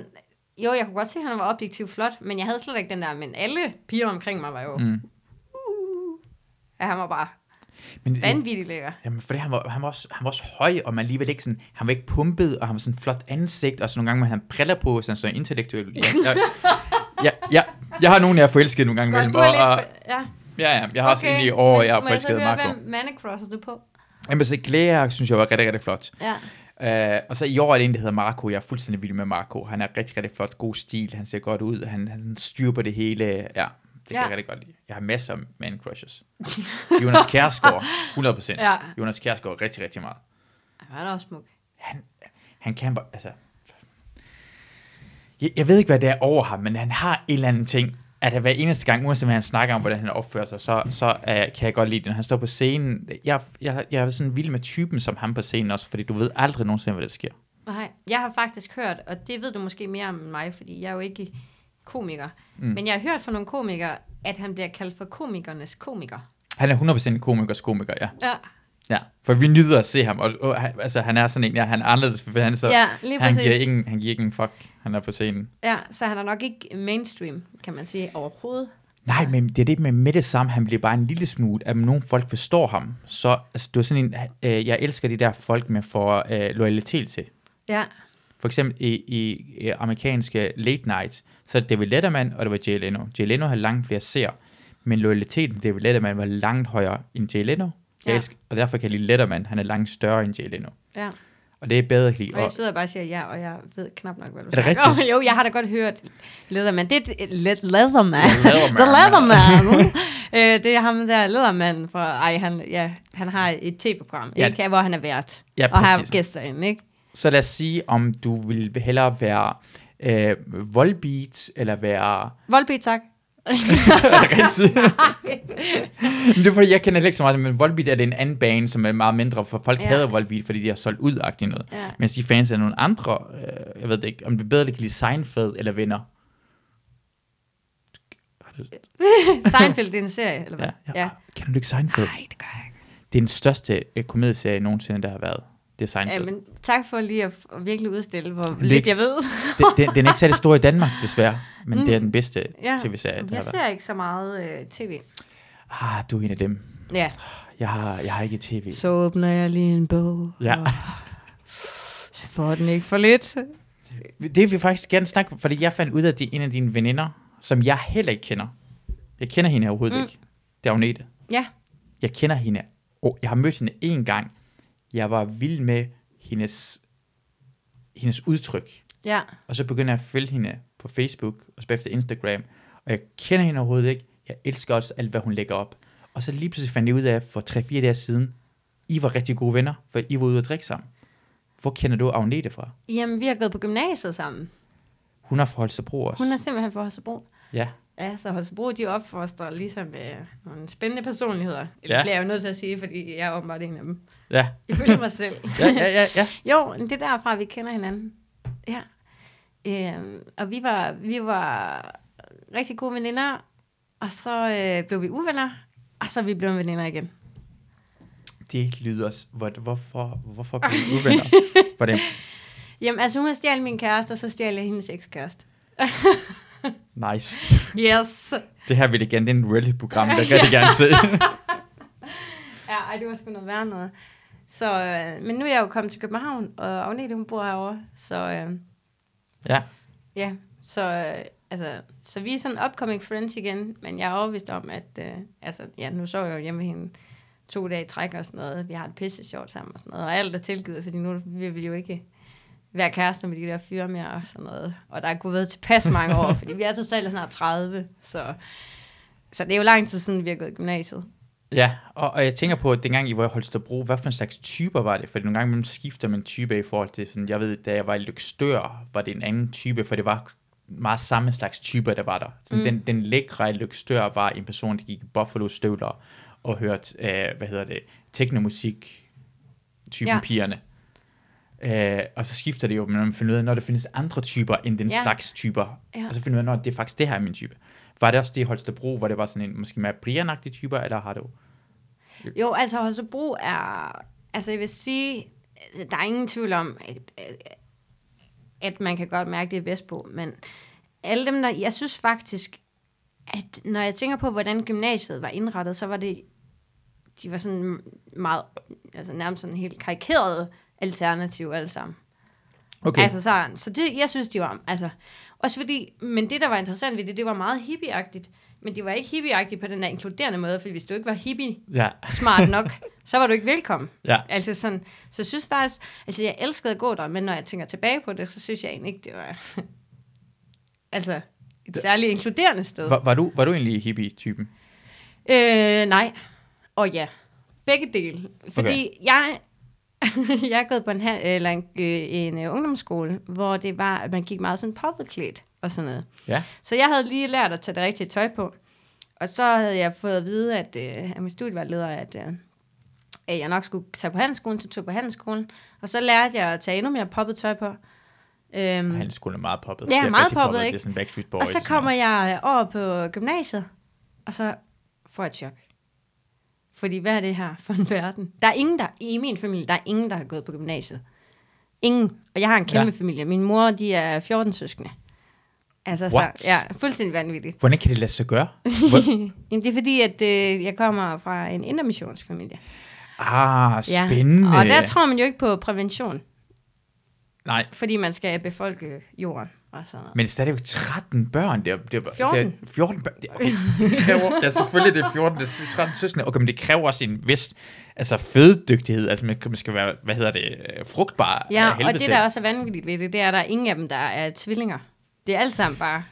jo, jeg kunne godt se, at han var objektivt flot, men jeg havde slet ikke den der, men alle piger omkring mig var jo, Mm. at han var bare Men, det- vanvittig lækker. Jamen, fordi han var, han, var også, han var også høj, og man alligevel ikke sådan, han var ikke pumpet, og han var sådan en flot ansigt, og så nogle gange, man han briller på, sådan så intellektuel. Jeg, jeg, jeg, jeg, jeg har nogen, jeg er forelsket nogle gange Godt, imellem, du er og, og, lidt... For, ja, ja, ja, jeg har også okay, egentlig år, men jeg er må så forelsket i høre, Marco. Hvem mandecrosser du på? Jamen, så Glea, synes jeg var rigtig, rigtig flot. Ja. Uh, og så i år er det en, der hedder Marco. Jeg er fuldstændig vild med Marco. Han er rigtig, rigtig flot. God stil. Han ser godt ud. Han, han styrer på det hele. Ja, det kan Ja. jeg rigtig godt lide. Jeg har masser af man crushes. Jonas Kjærsgaard, 100%. Ja. Jonas Kjærsgaard, rigtig, rigtig meget. Han er også smuk. Han, han kan bare, altså... Jeg, jeg ved ikke, hvad det er over ham, men han har en eller anden ting, at hver eneste gang, uanset hvad han snakker om, hvordan han opfører sig, så, så uh, kan jeg godt lide det. Når han står på scenen, jeg, jeg, jeg er sådan vild med typen som ham på scenen også, fordi du ved aldrig nogensinde, hvad der sker. Nej, jeg har faktisk hørt, og det ved du måske mere om end mig, fordi jeg er jo ikke komiker, mm. men jeg har hørt fra nogle komikere, at han bliver kaldt for komikernes komiker. Han er 100% en komikers komiker, ja. Ja, ja. For vi nyder at se ham, og, og han- altså, han er sådan en, ja, han er anderledes, for han er så, ja lige han, præcis. giver ingen, han giver ikke en fuck, han er på scenen. Ja, så han er nok ikke mainstream, kan man sige, overhovedet. Nej, men det er det med, med det samme, han bliver bare en lille smule, at nogle folk forstår ham. Så altså, du er sådan en, øh, jeg elsker de der folk, man får øh, loyalitet til. Ja, For eksempel i, i, i amerikanske late nights, så er det David Letterman, og det var Jay Leno. Jay Leno havde langt flere seere, men loyaliteten til David Letterman var langt højere end Jay Leno. Jeg Ja. ja. elsker, og derfor kan jeg lide Letterman, han er langt større end Jay Leno. ja. Og det er bedre at lide. Og jeg Og, sidder bare og siger ja, og jeg ved knap nok, hvad du Er det snakker om. rigtigt? Jo, jeg har da godt hørt Leatherman. Det er et- Le- Leatherman. Leatherman. The Leatherman. øh, det er ham der Leatherman fra, ej, han, ja, han har et tv-program, Ja. ja. ikke, hvor han er vært. Ja, og har præcis. gæster ind, ikke? så lad os sige, om du vil hellere være øh, Volbeat, eller være... Volby, tak. er det rigtigt? Men det er fordi, jeg kender heller ikke så meget, men Volbeat er det en anden bane, som er meget mindre, for folk Ja. ja. hader Volbeat, fordi de har solgt ud agtigt noget. Ja. Mens de fans af nogle andre, øh, jeg ved det ikke, om det er bedre, at de kan lide Seinfeld eller Venner. Seinfeld, det er en serie, eller hvad? Ja, ja. ja. Kender du ikke Seinfeld? Nej, det gør jeg ikke. Det er den største øh, komedieserie nogensinde, der har været. Det er Seinfeld. Ja, men tak for lige at, at virkelig udstille, hvor er lidt ikke- jeg ved. den, den, den er ikke særlig stor i Danmark, desværre, men mm. det er den bedste Ja. tv-serie, der Jeg har været. ser ikke så meget øh, tv. Ah, du er en af dem. Ja, Jeg har, jeg har ikke tv. så åbner jeg lige en bog. Ja. og Så får den ikke for lidt. Det vil jeg faktisk gerne snakke om, fordi jeg fandt ud af, at det er en af dine veninder, som jeg heller ikke kender. Jeg kender hende overhovedet Mm. mm. ikke. Det er Agnete. Ja. Jeg kender hende. Og jeg har mødt hende én gang. Jeg var vild med hendes, hendes udtryk. Ja. Og så begynder jeg at følge hende på Facebook, og så bagefter Instagram. Og jeg kender hende overhovedet ikke. Jeg elsker også alt, hvad hun lægger op. Og så lige pludselig fandt jeg ud af, for 3-4 dage siden, I var rigtig gode venner, for I var ude at drikke sammen. Hvor kender du Agnete fra? Jamen, vi har gået på gymnasiet sammen. Hun er fra Holstebro også. Hun er simpelthen fra Holstebro. Ja. Ja, så Holstebro, de opfoster ligesom øh, nogle spændende personligheder. Det Ja. bliver jeg jo nødt til at sige, fordi jeg er åbenbart en af dem. Ja, Jeg føler mig selv. ja, ja, ja. ja. Jo, men det er derfra, vi kender hinanden. Ja. Øhm, og vi var, vi var rigtig gode veninder, og så øh, blev vi uvenner, og så er vi blevet veninder igen. Det lyder... s- Hvor, hvorfor, hvorfor blev I uvenner? Hvordan? Jamen, altså hun har stjålet min kæreste, og så stjal jeg hendes ekskæreste. Nice. Yes. Det her vil igen, det er en reality-program, der kan jeg gerne se. Ja, ej, det var sgu noget værre noget. Så, øh, men nu er jeg jo kommet til København, og Agnete, hun bor herovre, så øh, ja. ja, så, øh, altså, så vi er sådan upcoming friends igen, men jeg er overbevist om, at, øh, altså, ja, nu så jeg jo hjemme ved hende to dage i træk og sådan noget, vi har et pisse sjovt sammen og sådan noget, og alt er tilgivet, fordi nu vil vi jo ikke være kærester med de der fyre mere og sådan noget, og der er gået været tilpas mange år, fordi vi er totalt snart 30, så, så det er jo lang tid siden, vi har gået i gymnasiet. Ja, og, og jeg tænker på, at dengang I var i Holstebro, hvad for en slags typer var det? For nogle gange imellem skifter man type i forhold til sådan, jeg ved, da jeg var i Lykstør, var det en anden type, for det var meget samme slags typer, der var der. Sådan, mm. den, den lækre i Lykstør var en person, der gik i Buffalo-støvler og hørte, øh, hvad hedder det, teknomusik typen ja. Ja. pigerne. Øh, og så skifter det jo, når man finder ud af, når der findes andre typer end den ja. Ja. slags typer. Ja. Ja. Og så finder man ud af, at det er faktisk det her er min type. Var det også det i Holstebro, hvor det var sådan en måske mere brian typer, eller har du... Jo, altså Holstebro er... Altså jeg vil sige, der er ingen tvivl om, at, at man kan godt mærke det i Vestpå, men alle dem, der... Jeg synes faktisk, at når jeg tænker på, hvordan gymnasiet var indrettet, så var det... De var sådan meget... Altså nærmest sådan helt karikerede alternativ alle sammen. Okay. Okay. Altså sådan. Så det, jeg synes, de var... Altså, også fordi, men det, der var interessant ved det, det var meget hippieagtigt. Men det var ikke hippieagtigt på den der inkluderende måde, fordi hvis du ikke var hippie, Ja, smart nok, så var du ikke velkommen. ja. Altså sådan, så jeg synes faktisk, altså jeg elskede at gå der, men når jeg tænker tilbage på det, så synes jeg egentlig ikke, det var altså et særligt inkluderende sted. Var, var, du, var du egentlig hippie-typen? Øh, nej. Og ja, begge dele. Fordi okay. jeg, jeg er gået på en, ha- eller en, øh, en øh, ungdomsskole, hvor det var, at man gik meget sådan poppet og sådan noget. Ja. Så jeg havde lige lært at tage det rigtige tøj på. Og så havde jeg fået at vide at, øh, af min studievejleder, at, øh, at jeg nok skulle tage på handelsskolen, så tog jeg på handelsskolen. Og så lærte jeg at tage endnu mere poppet tøj på. Øhm, Han skulle meget poppet. Ja, Det er meget rigtig poppet, Det ikke? er sådan Backstreet Boys. og så og sådan kommer jeg øh, over på gymnasiet, og så får jeg et chok. Fordi hvad er det her for en verden? Der er ingen, der, i min familie, der er ingen, der har gået på gymnasiet. Ingen. Og jeg har en kæmpe ja. familie. Min mor, de er 14 søskende. Altså, What? så, ja, fuldstændig vanvittigt. noget. Hvordan kan det lade sig gøre? Hvor, Jamen, det er fordi, at øh, jeg kommer fra en intermissionsfamilie. ah, spændende. Og der tror man jo ikke på prævention, Nej, fordi man skal befolke jorden og sådan noget. men det er stadigvæk 13 børn. Det er, det er, 14. Det er 14 børn. Det, okay, det kræver, ja, selvfølgelig det er 14, det er 13 søskende. Okay, men det kræver også en vis altså, fødedygtighed. Altså, man man skal være, hvad hedder det, øh, frugtbar af Ja, helvede og det, til. der også er vanvittigt ved det, det er, at der er ingen af dem, der er tvillinger. Det er alt sammen bare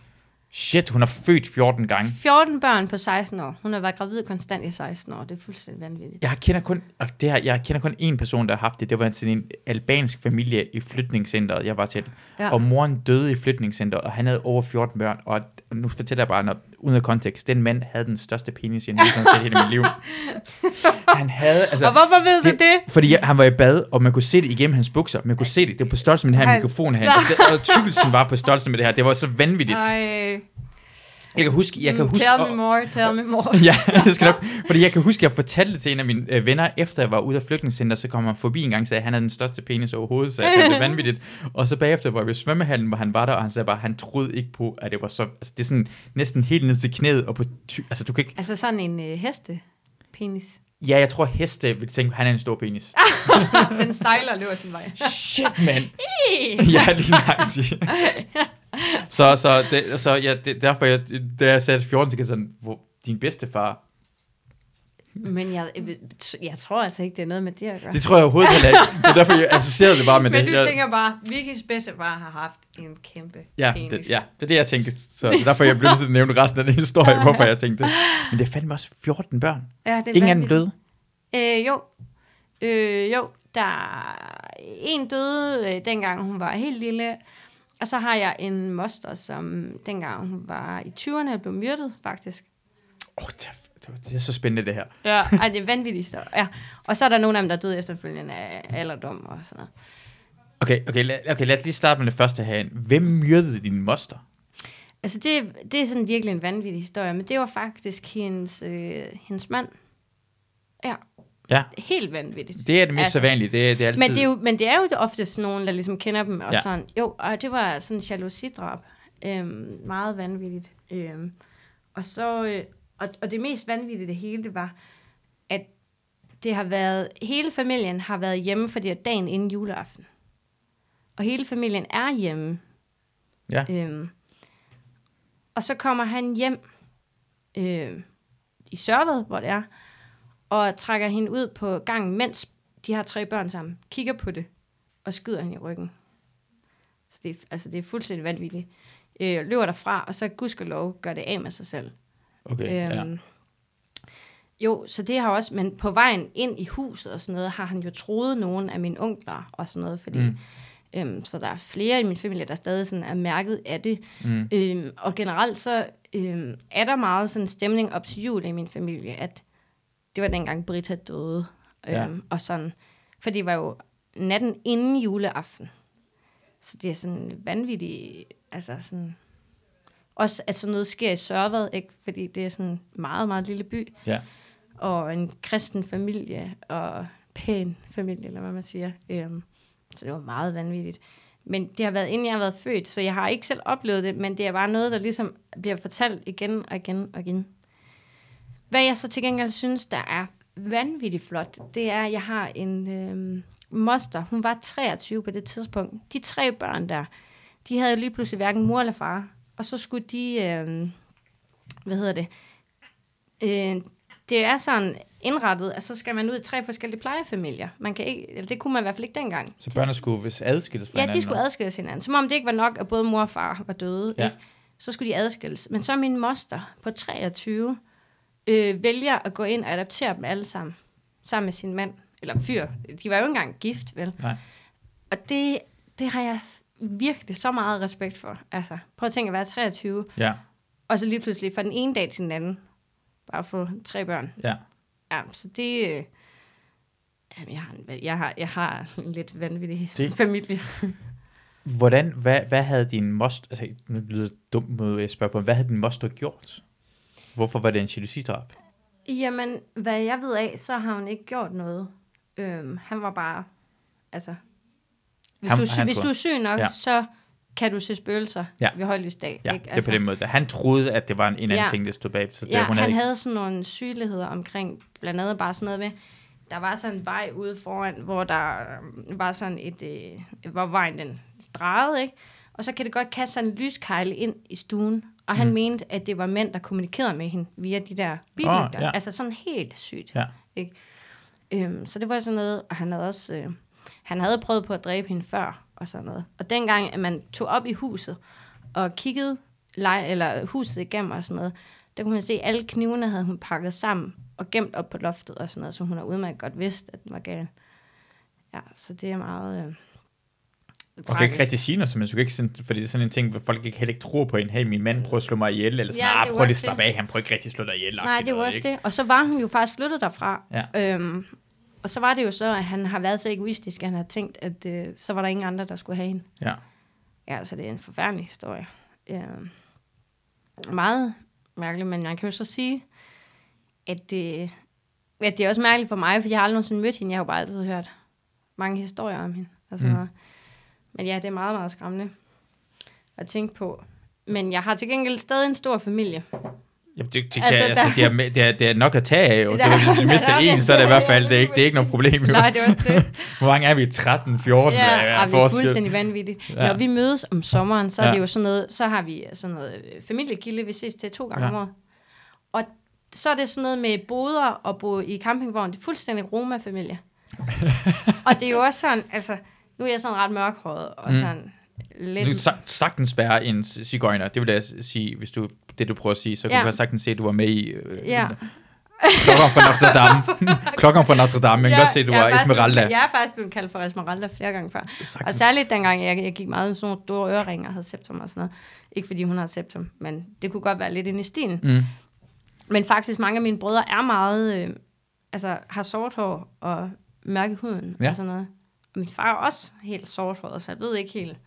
Shit, hun har født 14 gange. 14 børn på 16 år. Hun har været gravid konstant i 16 år. Det er fuldstændig vanvittigt. Jeg kender kun, og det her, jeg kender kun én person, der har haft det. Det var sådan en albansk familie i flytningscenteret, jeg var til. Ja. Ja. Og moren døde i flytningscenteret, og han havde over 14 børn. Og nu fortæller jeg bare noget uden af kontekst. Den mand havde den største penis, jeg nogensinde har set i hele mit liv. Han havde, altså... Og hvorfor ved du det? Fordi jeg, han var i bad, og man kunne se det igennem hans bukser. Man kunne se det. Det var på størrelse med den her Han- mikrofon her. Og tykkelsen var på størrelse med det her. Det var så vanvittigt. Ej, Jeg kan huske... Jeg kan mm, huske tell og- me more, tell me more. Ja, det skal nok. Fordi jeg kan huske, at jeg fortalte det til en af mine øh, venner, efter jeg var ude af flygtningscenter, så kom han forbi en gang og sagde, at han er den største penis overhovedet, så det er vanvittigt. Og så bagefter var vi i svømmehallen, hvor han var der, og han sagde bare, at han troede ikke på, at det var så... Altså, det er sådan næsten helt ned til knæet, og på... Ty- altså, du kan ikke... Altså sådan en øh, heste penis. Ja, jeg tror, heste vil tænke, han er en stor penis. Den stejler og løber sin vej. Shit, mand! ja, lige nøjagtigt. så så, det, så ja, det, derfor, jeg, da jeg sagde 14, så kan jeg sådan, hvor, din bedstefar, Men jeg, jeg tror altså ikke, det er noget med det at gøre. det tror jeg overhovedet heller ikke. Det er derfor, jeg associerede det bare med Men det. du jeg, tænker bare, Vickys bedstefar har haft en kæmpe Ja, penis. det, ja, det er det, jeg tænkte. Så derfor jeg blev nødt til at nævne resten af den historie, hvorfor jeg tænkte det. Men det fandt også 14 børn. ja det er Ingen af dem vanvittigt. døde. Øh, jo. Øh, jo, der er en døde, øh, dengang hun var helt lille. Og så har jeg en moster, som dengang hun var i 20'erne, blev myrdet, faktisk. Åh, oh, det, er- det, er- det er så spændende det her. Ja. Ej, det er vanvittigt. Så. Ja. Og så er der nogle af dem, der er døde efterfølgende af alderdom og sådan noget. Okay, okay, lad, okay, lad os lige starte med det første herhen. Hvem myrdede din moster? Altså, det, det er sådan virkelig en vanvittig historie, men det var faktisk hendes, øh, hendes mand. Ja, Ja. Helt vanvittigt. Det er det mest Altså. altså, sædvanlige. Det, er- det er altid... Men det, er jo, men det er jo oftest nogen, der ligesom kender dem, og ja. Ja. sådan, jo, og det var sådan en jalousidrab. Øhm, meget vanvittigt. Øhm, og så, øh, og, og det mest vanvittige i det hele, det var, at det har været, hele familien har været hjemme, fordi at dagen inden juleaften. Og hele familien er hjemme. Ja. Øhm, og så kommer han hjem øh, i Sørved, hvor det er, og trækker hende ud på gangen, mens de har tre børn sammen, kigger på det, og skyder hende i ryggen. Så det er, altså, det er fuldstændig vanvittigt. Øh, løber derfra, og så gudskelov gør det af med sig selv. Okay, øhm, ja. Øhm, Jo, så det har også, men på vejen ind i huset og sådan noget, har han jo troet nogen af mine onkler og sådan noget, fordi, mm. Mm. øhm, så der er flere i min familie, der stadig sådan er mærket af det. Mm. Øhm, og generelt så øhm, er der meget sådan en stemning op til jul i min familie, at det var dengang Britta døde, øhm, Ja. og sådan, for det var jo natten inden juleaften. Så det er sådan vanvittigt, altså sådan, også at sådan noget sker i Sørvad, ikke? fordi det er sådan en meget, meget lille by, ja. og en kristen familie, og pæn familie, eller hvad man siger. Øhm, så det var meget vanvittigt. Men det har været, inden jeg har været født, så jeg har ikke selv oplevet det, men det er bare noget, der ligesom bliver fortalt igen og igen og igen. Hvad jeg så til gengæld synes, der er vanvittigt flot, det er, at jeg har en øhm, moster. Hun var 23 på det tidspunkt. De tre børn der, de havde jo lige pludselig hverken mor eller far. Og så skulle de, øhm, hvad hedder det, øh, det er sådan indrettet, at så skal man ud i tre forskellige plejefamilier. Man kan ikke, eller det kunne man i hvert fald ikke dengang. Så børnene skulle hvis adskilles fra Ja, hinanden. de skulle adskilles hinanden. Som om det ikke var nok, at både mor og far var døde. Ja. Ja. Ikke? Så skulle de adskilles. Men så min moster på 23 øh, vælger at gå ind og adoptere dem alle sammen. Sammen med sin mand. Eller fyr. De var jo ikke engang gift, vel? Nej. Og det, det har jeg virkelig så meget respekt for. Altså, prøv at tænke at være 23, Ja, og så lige pludselig fra den ene dag til den anden, bare få tre børn. ja. Ja, så det... øh, Jamen, jeg har, en, jeg, har, jeg har en lidt vanvittig det. Det- familie. Hvordan, hvad, hvad havde din moster, altså nu lyder det dumt måde at spørge på, men hvad havde din moster gjort? Hvorfor var det en jalousidrab? Jamen, hvad jeg ved af, så har hun ikke gjort noget. Øhm, han var bare, altså... Hvis, Han- du, er sy- han hvis troede- du er syg nok, ja. Ja. så kan du se spøgelser ja. Ja. ved højlysdag. Ja, ikke? Altså, det er på den måde. Han troede, at det var en, en anden Ja. ting, der stod bag. Så det, ja, hun han havde, ikke- havde sådan nogle sygeligheder omkring, blandt andet bare sådan noget med, der var sådan en vej ude foran, hvor der øhm, var sådan et, øh, hvor vejen den drejede, ikke? Og så kan det godt kaste sådan en lyskejle ind i stuen, og han mm. mente, at det var mænd, der kommunikerede med hende via de der billygter. Oh, ja. ja. Altså sådan helt sygt. Ja. Ikke? Øhm, så det var sådan noget, og han havde også, øh, han havde prøvet på at dræbe hende før, og sådan noget. Og dengang, at man tog op i huset, og kiggede lej- eller huset igennem og sådan noget, der kunne man se, at alle knivene havde hun pakket sammen og gemt op på loftet og sådan noget, så hun har udmærket godt vidst, at den var gal. Ja, så det er meget... Øh, Og kan ikke rigtig sige noget, så man skulle ikke sådan, fordi det er sådan en ting, hvor folk ikke heller ikke tror på en, hey, min mand prøver at slå mig ihjel, eller sådan, Ja, det er ja, jo prøv lige at også slappe af, han prøver ikke rigtig at slå dig ihjel. Nej, det var også det. Og så var hun jo faktisk flyttet derfra. Ja. Øhm, og så var det jo så, at han har været så egoistisk, at han har tænkt, at øh, så var der ingen andre, der skulle have hende. Ja. Ja, altså det er en forfærdelig historie. Ja. Meget mærkeligt, men man kan jo så sige, at det, at det er også mærkeligt for mig, for jeg har aldrig nogensinde mødt hende. Jeg har jo bare altid hørt mange historier om hende. Og sådan Mm. noget. Men ja, det er meget, meget skræmmende at tænke på. Men jeg har til gengæld stadig en stor familie. Jamen, det, det, altså, Altså, altså, der- det, er, med- det, er, det er nok at tage af, og så Der- hvis vi mister der er nok en, at så er det i tage hvert fald, af, det er ikke, det er ikke noget problem. Jo. Nej, det var også det. Hvor mange er vi? 13, 14? Ja, hvad ja er det er forskel? fuldstændig vanvittigt. Ja. Ja. Når vi mødes om sommeren, så er Ja. det jo sådan noget, så har vi sådan noget øh, familiegilde, vi ses til to gange Ja. om året. Og så er det sådan noget med boder og bo i campingvogn. Det er fuldstændig Roma-familie. og det er jo også sådan, altså, nu er jeg sådan ret mørkhåret og Mm. sådan lidt... Du kan sag- sagtens være en cigøjner. Det vil jeg s- sige, hvis du det du prøver at sige, så Ja. kunne du sagtens se, at du var med i øh, Ja. klokken fra Notre Dame. klokken fra Notre Dame. Man kan godt se, at du jeg var er faktisk blevet- Esmeralda. Jeg er faktisk blevet kaldt for Esmeralda flere gange før. Og Sagtens. særligt dengang, jeg, jeg gik meget med sådan nogle store øreringer og havde septum og sådan noget. Ikke fordi hun har septum, men det kunne godt være lidt inde i stilen. Mm. Men faktisk mange af mine brødre er meget, øh, altså har sort hår og mørke huden ja. Ja. og sådan noget. Og min far er også helt sort hår, så jeg ved ikke helt,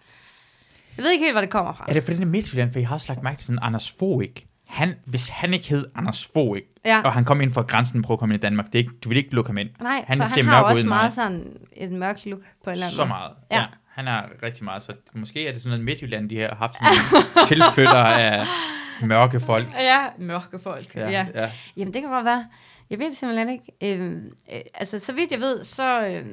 jeg ved ikke helt, hvor det kommer fra. Er det fordi, det er Midtjylland? For jeg har også lagt mærke til sådan Anders Fogh, ikke? han, hvis han ikke hed Anders Fogh, ikke? Ja. og han kom ind fra grænsen og prøvede at komme ind i Danmark, det er ikke, du vil ikke lukke ham ind. Nej, Han han for ser han har mørk jo ud også end meget mig. sådan et mørkt look på en eller anden Så måde. meget. Ja. Han er rigtig meget, så måske er det sådan noget Midtjylland, de har haft sådan nogle tilflytter af mørke folk. Ja, mørke folk. Ja. ja. ja. Jamen, det kan godt være. Jeg ved det simpelthen ikke. Øhm, øh, altså, så vidt jeg ved, så, øh,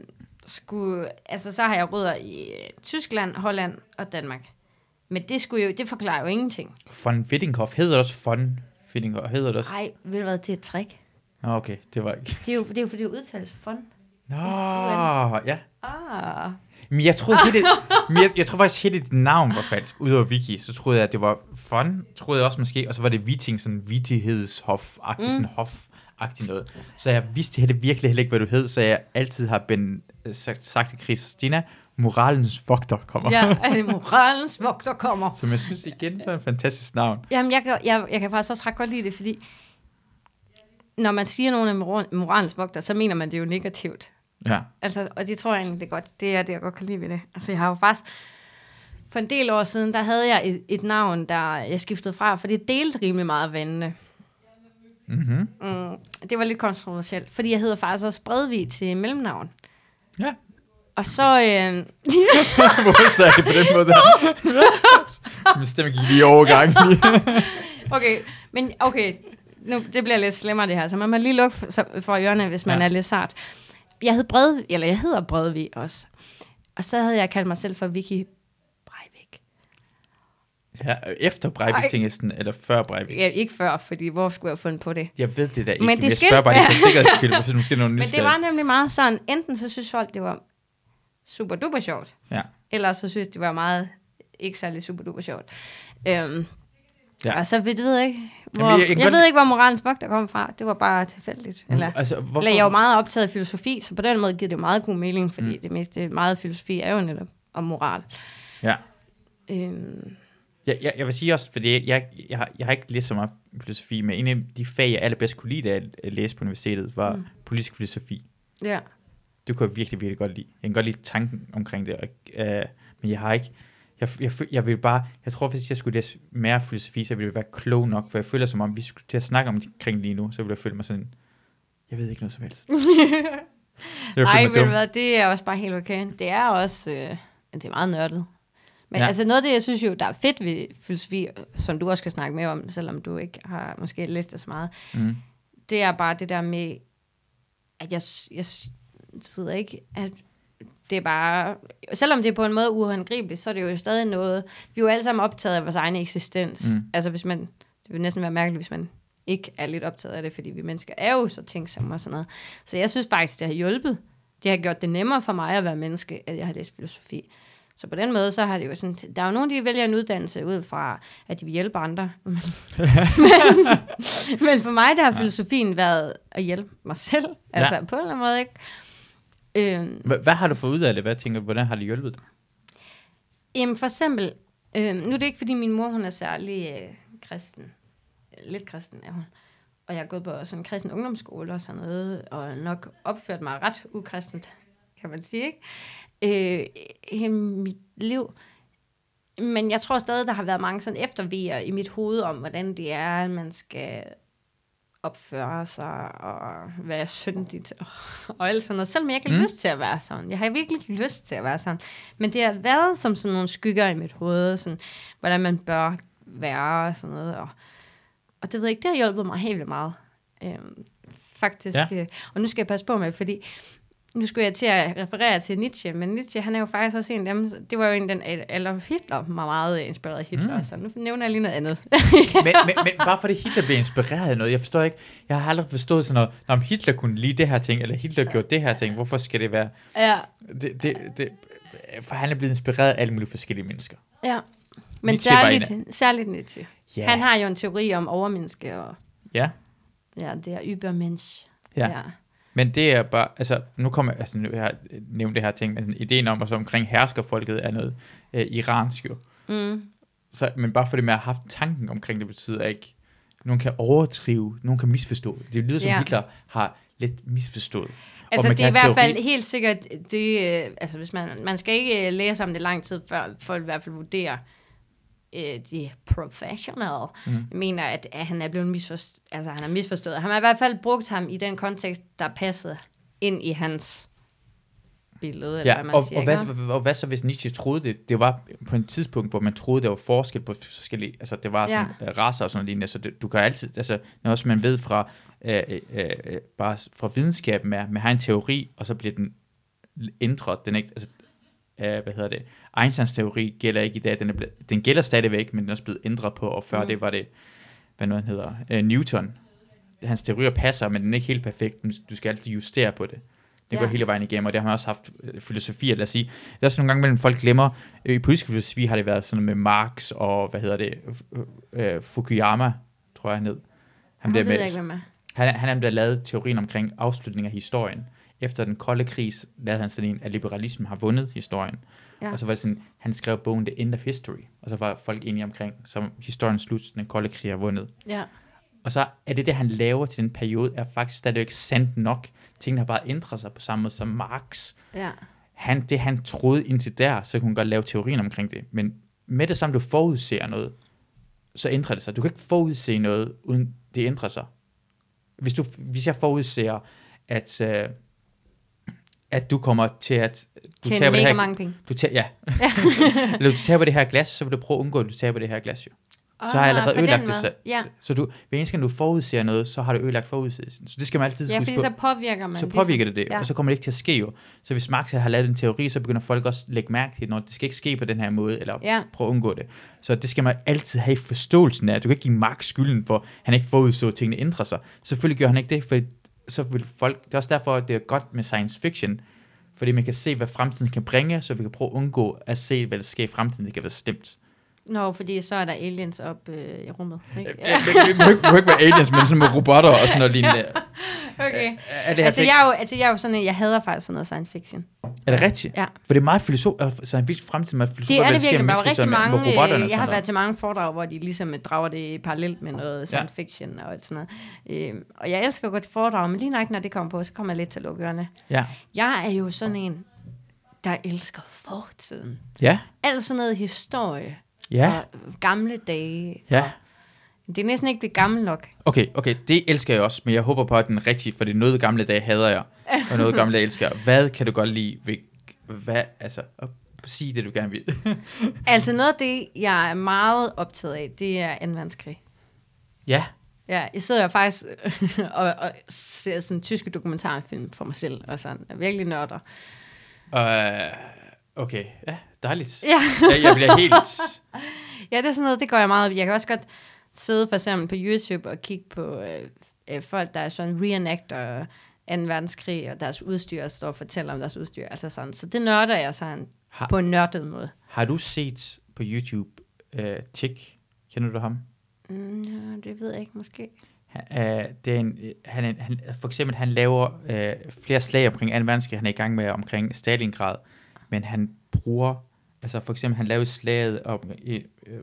skulle, altså, så har jeg rødder i øh, Tyskland, Holland og Danmark. Men det, skulle jo, det forklarer jo ingenting. Von Wittinghoff hedder det også Von Wittinghoff, hedder det også. Nej, ved du hvad, det er et trick. Nå, okay, det var ikke. Det er jo, det er jo fordi, det udtales fun. Nå, ja. Ah. Men jeg troede, hele, men jeg, jeg troede faktisk, hele dit navn var falsk. Udover Vicky, så troede jeg, at det var Von, troede jeg også måske. Og så var det Viting, sådan Vittighedshof-agtig, mm. sådan hof-agtig noget. Så jeg vidste heller virkelig heller ikke, hvad du hed, så jeg altid har ben, øh, sagt, sagt til Christina, moralens vogter kommer. Ja, øh, moralens vogter kommer. Som jeg synes igen, så er en fantastisk navn. Jamen, jeg kan, jeg, jeg kan faktisk også ret godt lide det, fordi når man siger nogen af moral, moralens vogter, så mener man det jo negativt. Ja. Altså, og det tror jeg egentlig, det er godt. Det er det, jeg godt kan lide ved det. Altså, jeg har jo faktisk... For en del år siden, der havde jeg et, et navn, der jeg skiftede fra, for det delte rimelig meget vandene. Mm-hmm. Mm, det var lidt kontroversielt, fordi jeg hedder faktisk også Bredvig til mellemnavn. Ja. Og så... Øh, Hvorfor sagde jeg på den måde? Min stemme gik lige i overgang. Okay, men okay, nu, det bliver lidt slemmere det her, så man må lige lukke for, så- for ørerne, hvis man Ja. ja. er lidt sart. Jeg hed Bred, eller jeg hedder Bredvig også. Og så havde jeg kaldt mig selv for Vicky Breivik. ja, efter Breivik, Ej. tænkte jeg sådan, eller før Breivik. Ja, ikke før, fordi hvor skulle jeg have fundet på det? Jeg ved det da ikke, Men men, det jeg skal- spørger bare lige for sikkerheds skyld, hvis måske nogen Men det nysgerrige. var nemlig meget sådan, enten så synes folk, det var super duper sjovt, Ja. eller så synes det var meget ikke særlig super duper sjovt. Øhm, Ja. ja. Og så ved, ved jeg ikke, hvor, jeg- jeg jeg, kan jeg godt ved lide- ikke, hvor moralens vogter kom fra. Det var bare tilfældigt. Eller? Altså, hvorfor, Eller jeg er jo meget optaget af filosofi, så på den måde giver det jo meget god mening, fordi mm. det meste meget af filosofi er jo netop om moral. Ja. Øhm, Jeg, jeg, jeg vil sige også, fordi jeg, jeg, har- jeg har ikke læst så meget filosofi, men en af de fag, jeg allerbedst kunne lide, da jeg øh, læste på universitetet, var mm. politisk filosofi. ja. Det kunne jeg virkelig, virkelig godt lide. Jeg kan godt lide tanken omkring det, og, øh, men jeg har ikke... Jeg, jeg, jeg, jeg vil bare... Jeg tror, hvis jeg skulle læse mere filosofi, så ville jeg være klog nok, for jeg føler som om, vi skulle til at snakke om det- omkring lige nu, så ville jeg føle mig sådan... Jeg ved ikke noget som helst. jeg vil Ej, føle mig ved du dum. hvad, det er også bare helt okay. Det er også, øh, det er meget nørdet. Men Ja. ja. altså noget af det, jeg synes jo, der er fedt ved filosofi, som du også skal snakke mere om, selvom du ikke har måske læst det så meget, Mm. det er bare det der med, at jeg, jeg sidder ikke, at det er bare, selvom det er på en måde uangribeligt, så er det jo stadig noget, vi er jo alle sammen optaget af vores egen eksistens. Mm. Mm. Altså hvis man, det vil næsten være mærkeligt, hvis man ikke er lidt optaget af det, fordi vi mennesker er jo så tænksomme og sådan noget. Så jeg synes faktisk, det har hjulpet. Det har gjort det nemmere for mig at være menneske, at jeg har læst filosofi. Så på den måde, så har det jo sådan, der er jo nogen, der vælger en uddannelse ud fra, at de vil hjælpe andre. men, men for mig, der har filosofien været at hjælpe mig selv. Altså ja. på en eller anden måde, ikke? Øhm, Hva- Hvad har du fået ud af det? Hvad tænker du, hvordan har det hjulpet dig? Jamen for eksempel, øh, nu er det ikke fordi min mor hun er særlig øh, kristen. Lidt kristen er hun. Og jeg har gået på sådan en kristen ungdomsskole og sådan noget, og nok opført mig ret ukristent, kan man sige, ikke? Øh, hele mit liv. Men jeg tror stadig, der har været mange sådan eftervejer i mit hoved om, hvordan det er, at man skal opføre sig og være syndigt og, og alt sådan noget. Selvom jeg ikke har Mm. mm. lyst til at være sådan. Jeg har virkelig ikke lyst til at være sådan. Men det har været som sådan nogle skygger i mit hoved, sådan, hvordan man bør være og sådan noget. Og, og det ved jeg ikke, det har hjulpet mig helt vildt meget. Øhm, faktisk. Ja. Ja. Og nu skal jeg passe på med, fordi nu skulle jeg til at referere til Nietzsche, men Nietzsche, han er jo faktisk også en af dem, det var jo en, den Adolf Hitler var meget øh, inspireret af Hitler, Mm. mm. så nu nævner jeg lige noget andet. Men, men, men bare fordi Hitler blev inspireret af noget, jeg forstår ikke, jeg har aldrig forstået sådan noget, Nå, om Hitler kunne lide det her ting, eller Hitler gjorde det her ting, hvorfor skal det være? ja, Det, det, det, for han er blevet inspireret af alle mulige forskellige mennesker. ja. Men Nietzsche var en særligt, særligt Nietzsche. Ja, Han har jo en teori om overmenneske og ja. ja, det er übermensch. Ja. men det er bare, altså nu kommer jeg, altså nu har jeg nævnt det her ting, men sådan ideen om, at så omkring herskerfolket er noget øh, iransk jo. Mm. Så, men bare fordi man har haft tanken omkring det, betyder ikke, nogen kan overdrive, nogen kan misforstå. Det lyder som, Ja. Hitler har lidt misforstået. Og Altså, man det er i kan have hvert fald teori- helt sikkert, det, øh, altså, hvis man, man skal ikke øh, læse om det lang tid, før folk i hvert fald vurderer, øh, de professional, Mhm. mm. mener, at, at han er blevet misforstået. Altså, han er misforstået. Han har i hvert fald brugt ham i den kontekst, der passede ind i hans billede, eller Ja, hvad man og, siger. og, ikke? hvad, og, og hvad så, hvis Nietzsche troede det? Det var på et tidspunkt, hvor man troede, der var forskel på forskellige, altså det var sådan ja. raser og sådan noget lignende, så det, du kan altid, altså når også man ved fra, øh, øh, øh, bare fra videnskaben, at man har en teori, og så bliver den ændret, den er ikke, altså, øh, hvad hedder det, Einsteins teori gælder ikke i dag, den, er blevet, den gælder stadigvæk, men den er også blevet ændret på, og før mm. Mm. det var det, hvad nu han hedder, øh, Newton. Hans teorier passer, men den er ikke helt perfekt, men du skal altid justere på det. Det går Ja. hele vejen igennem, og det har man også haft øh, filosofier, lad os sige. Det er også nogle gange, mellem folk glemmer, øh, i politisk filosofi har det været sådan med Marx og, hvad hedder det, øh, øh, Fukuyama, tror jeg han hed. Han der ved med- jeg ikke, hvem er. han, han er ham, der lavede teorien omkring afslutning af historien. Efter den kolde krig lavede han sådan en, at liberalismen har vundet historien. Ja. Ja. Og så var det sådan, han skrev bogen The End of History. Og så var folk enige omkring, som historien slut, den kolde krig har vundet. Ja. Og så er det, det han laver til den periode, er faktisk stadigvæk sandt nok. Tingene har bare ændret sig på samme måde som Marx. Ja. Han, det han troede indtil der, så kunne han godt lave teorien omkring det. Men med det samme, du forudser noget, så ændrer det sig. Du kan ikke forudse noget, uden det ændrer sig. Hvis, du, hvis jeg forudser, at, øh, at du kommer til at... Du Tjener taber det mega her, mange penge. Du tager, ja. Eller du taber det her glas, så vil du prøve at undgå, at du taber det her glas. Jo. Oh, har jeg allerede ødelagt det selv. Ja, Så du, hver eneste gang du forudser noget, så har du ødelagt forudsigelsen. Så det skal man altid ja huske fordi på så påvirker man. ligesom- så påvirker det det, ja. og så kommer det ikke til at ske jo. Så hvis Marx har lavet en teori, så begynder folk også at lægge mærke til, når det skal ikke ske på den her måde, eller Ja. prøve at undgå det. Så det skal man altid have i forståelsen af. Du kan ikke give Marx skylden for, at han ikke forudså, at tingene ændrer sig. Selvfølgelig gør han ikke det, for så vil folk... Det er også derfor, at det er godt med science fiction, fordi man kan se, hvad fremtiden kan bringe, så vi kan prøve at undgå at se, hvad der sker i fremtiden. Det kan være slemt. ligesom- Nå, fordi så er der aliens op øh, i rummet. Ikke? Ja. Det må ikke, må ikke være aliens, men sådan med robotter og sådan noget lignende. Ja. Okay. Er, det, Altså, altså, jeg er jo, altså, jeg er jo sådan en, jeg hader faktisk sådan noget science fiction. er det rigtigt? Ja. For det er meget filosof, og så er en virkelig fremtid med filosof, Det er det sker virkelig. med Der var rigtig menneskesønnen, med mange, robotterne øh, og jeg sådan har været noget. til mange foredrag, hvor de ligesom øh, drager det parallelt med noget science fiction og sådan noget. Øh, og jeg elsker at gå til foredrag, men lige nok når det kommer på, så kommer jeg lidt til at lukke ørerne. Ja. Jeg er jo sådan en, der elsker fortiden. Ja. Alt sådan noget historie Ja. og gamle dage. Ja. Og det er næsten ikke det gamle nok. Okay, okay, det elsker jeg også, men jeg håber på, at den er rigtig, for det er noget gamle dage hader jeg, og noget gamle dage elsker jeg. Hvad kan du godt lide ved, hvad, altså, og sig det, du gerne vil. Altså noget af det, jeg er meget optaget af, det er 2. verdenskrig. ja, Ja, jeg sidder jo faktisk øh, og, og ser sådan tyske dokumentarfilm for mig selv, og sådan er virkelig nørder. øh, okay, ja, dejligt. Ja. ja jeg bliver helt, Ja, det er sådan noget, det går jeg meget op i. Jeg kan også godt sidde for eksempel på YouTube og kigge på øh, øh, folk, der er sådan reenactor 2. verdenskrig, og deres udstyr, og står og fortæller om deres udstyr. Altså sådan. Så det nørder jeg sådan Har- på en nørdet måde. har du set på YouTube, uh, Tick, kender du ham? Mm, ja, det ved jeg ikke, måske. Han, øh, det er en, øh, han, er en- han, for eksempel, han laver øh, flere slag omkring 2. verdenskrig, han er i gang med omkring Stalingrad, men han bruger, altså for eksempel, han laver slaget om, øh, øh,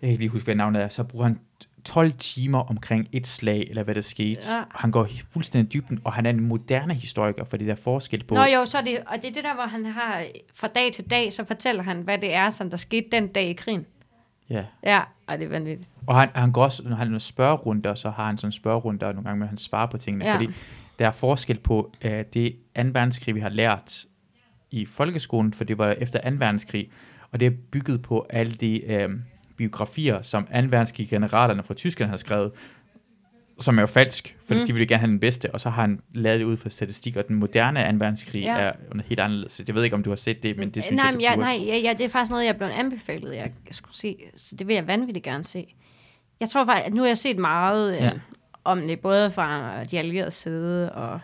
jeg kan ikke lige huske, hvad navnet er, så bruger han 12 timer omkring et slag, eller hvad der skete. Ja. Og Han går fuldstændig i dybden, og han er en moderne historiker, fordi der er forskel på... Nå jo, så er det, og det er det der, hvor han har fra dag til dag, så fortæller han, hvad det er, som der skete den dag i krigen. Ja. Ja, og det er vanvittigt. Og han, han går også, når han har spørgerunder, så har han sådan en spørgerunde, og nogle gange, hvor han svarer på tingene, ja. Ja. fordi der er forskel på uh, det 2. verdenskrig, vi har lært i folkeskolen, for det var efter 2. verdenskrig, og det er bygget på alle de uh, biografier, som 2. verdenskrig generalerne fra Tyskland har skrevet, som er jo falsk, for mm. de ville gerne have den bedste, og så har han lavet det ud fra statistik, og den moderne 2. verdenskrig ja. Ja. er under helt anderledes. Jeg ved ikke, om du har set det, men det synes nej, jeg, men du jeg, burde. nej, ja, ja, det er faktisk noget, jeg er blevet anbefalet, jeg skulle se. Så det vil jeg vanvittigt gerne se. Jeg tror faktisk, at nu har jeg set meget øh, Ja. ja. om det, både fra de allierede side og...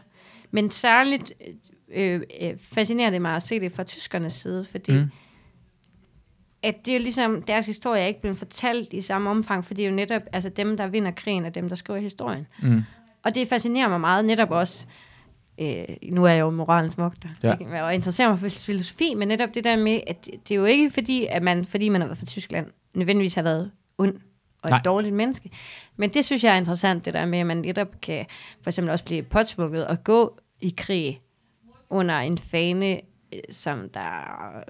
Men særligt øh, øh, fascinerer det mig at se det fra tyskernes side, fordi Mm. mm. at det er jo ligesom, deres historie er ikke blevet fortalt i samme omfang, for det er jo netop altså dem, der vinder krigen, og dem, der skriver historien. Mm. Og det fascinerer mig meget, netop også, øh, nu er jeg jo moralens vogter, Ja. ja. og interesserer mig for filosofi, men netop det der med, at det, det er jo ikke fordi, at man, fordi man har været fra Tyskland, nødvendigvis har været ond og Nej. et dårligt menneske. Men det synes jeg er interessant, det der med, at man netop kan for eksempel også blive påtvunget og gå i krig under en fane øh, som der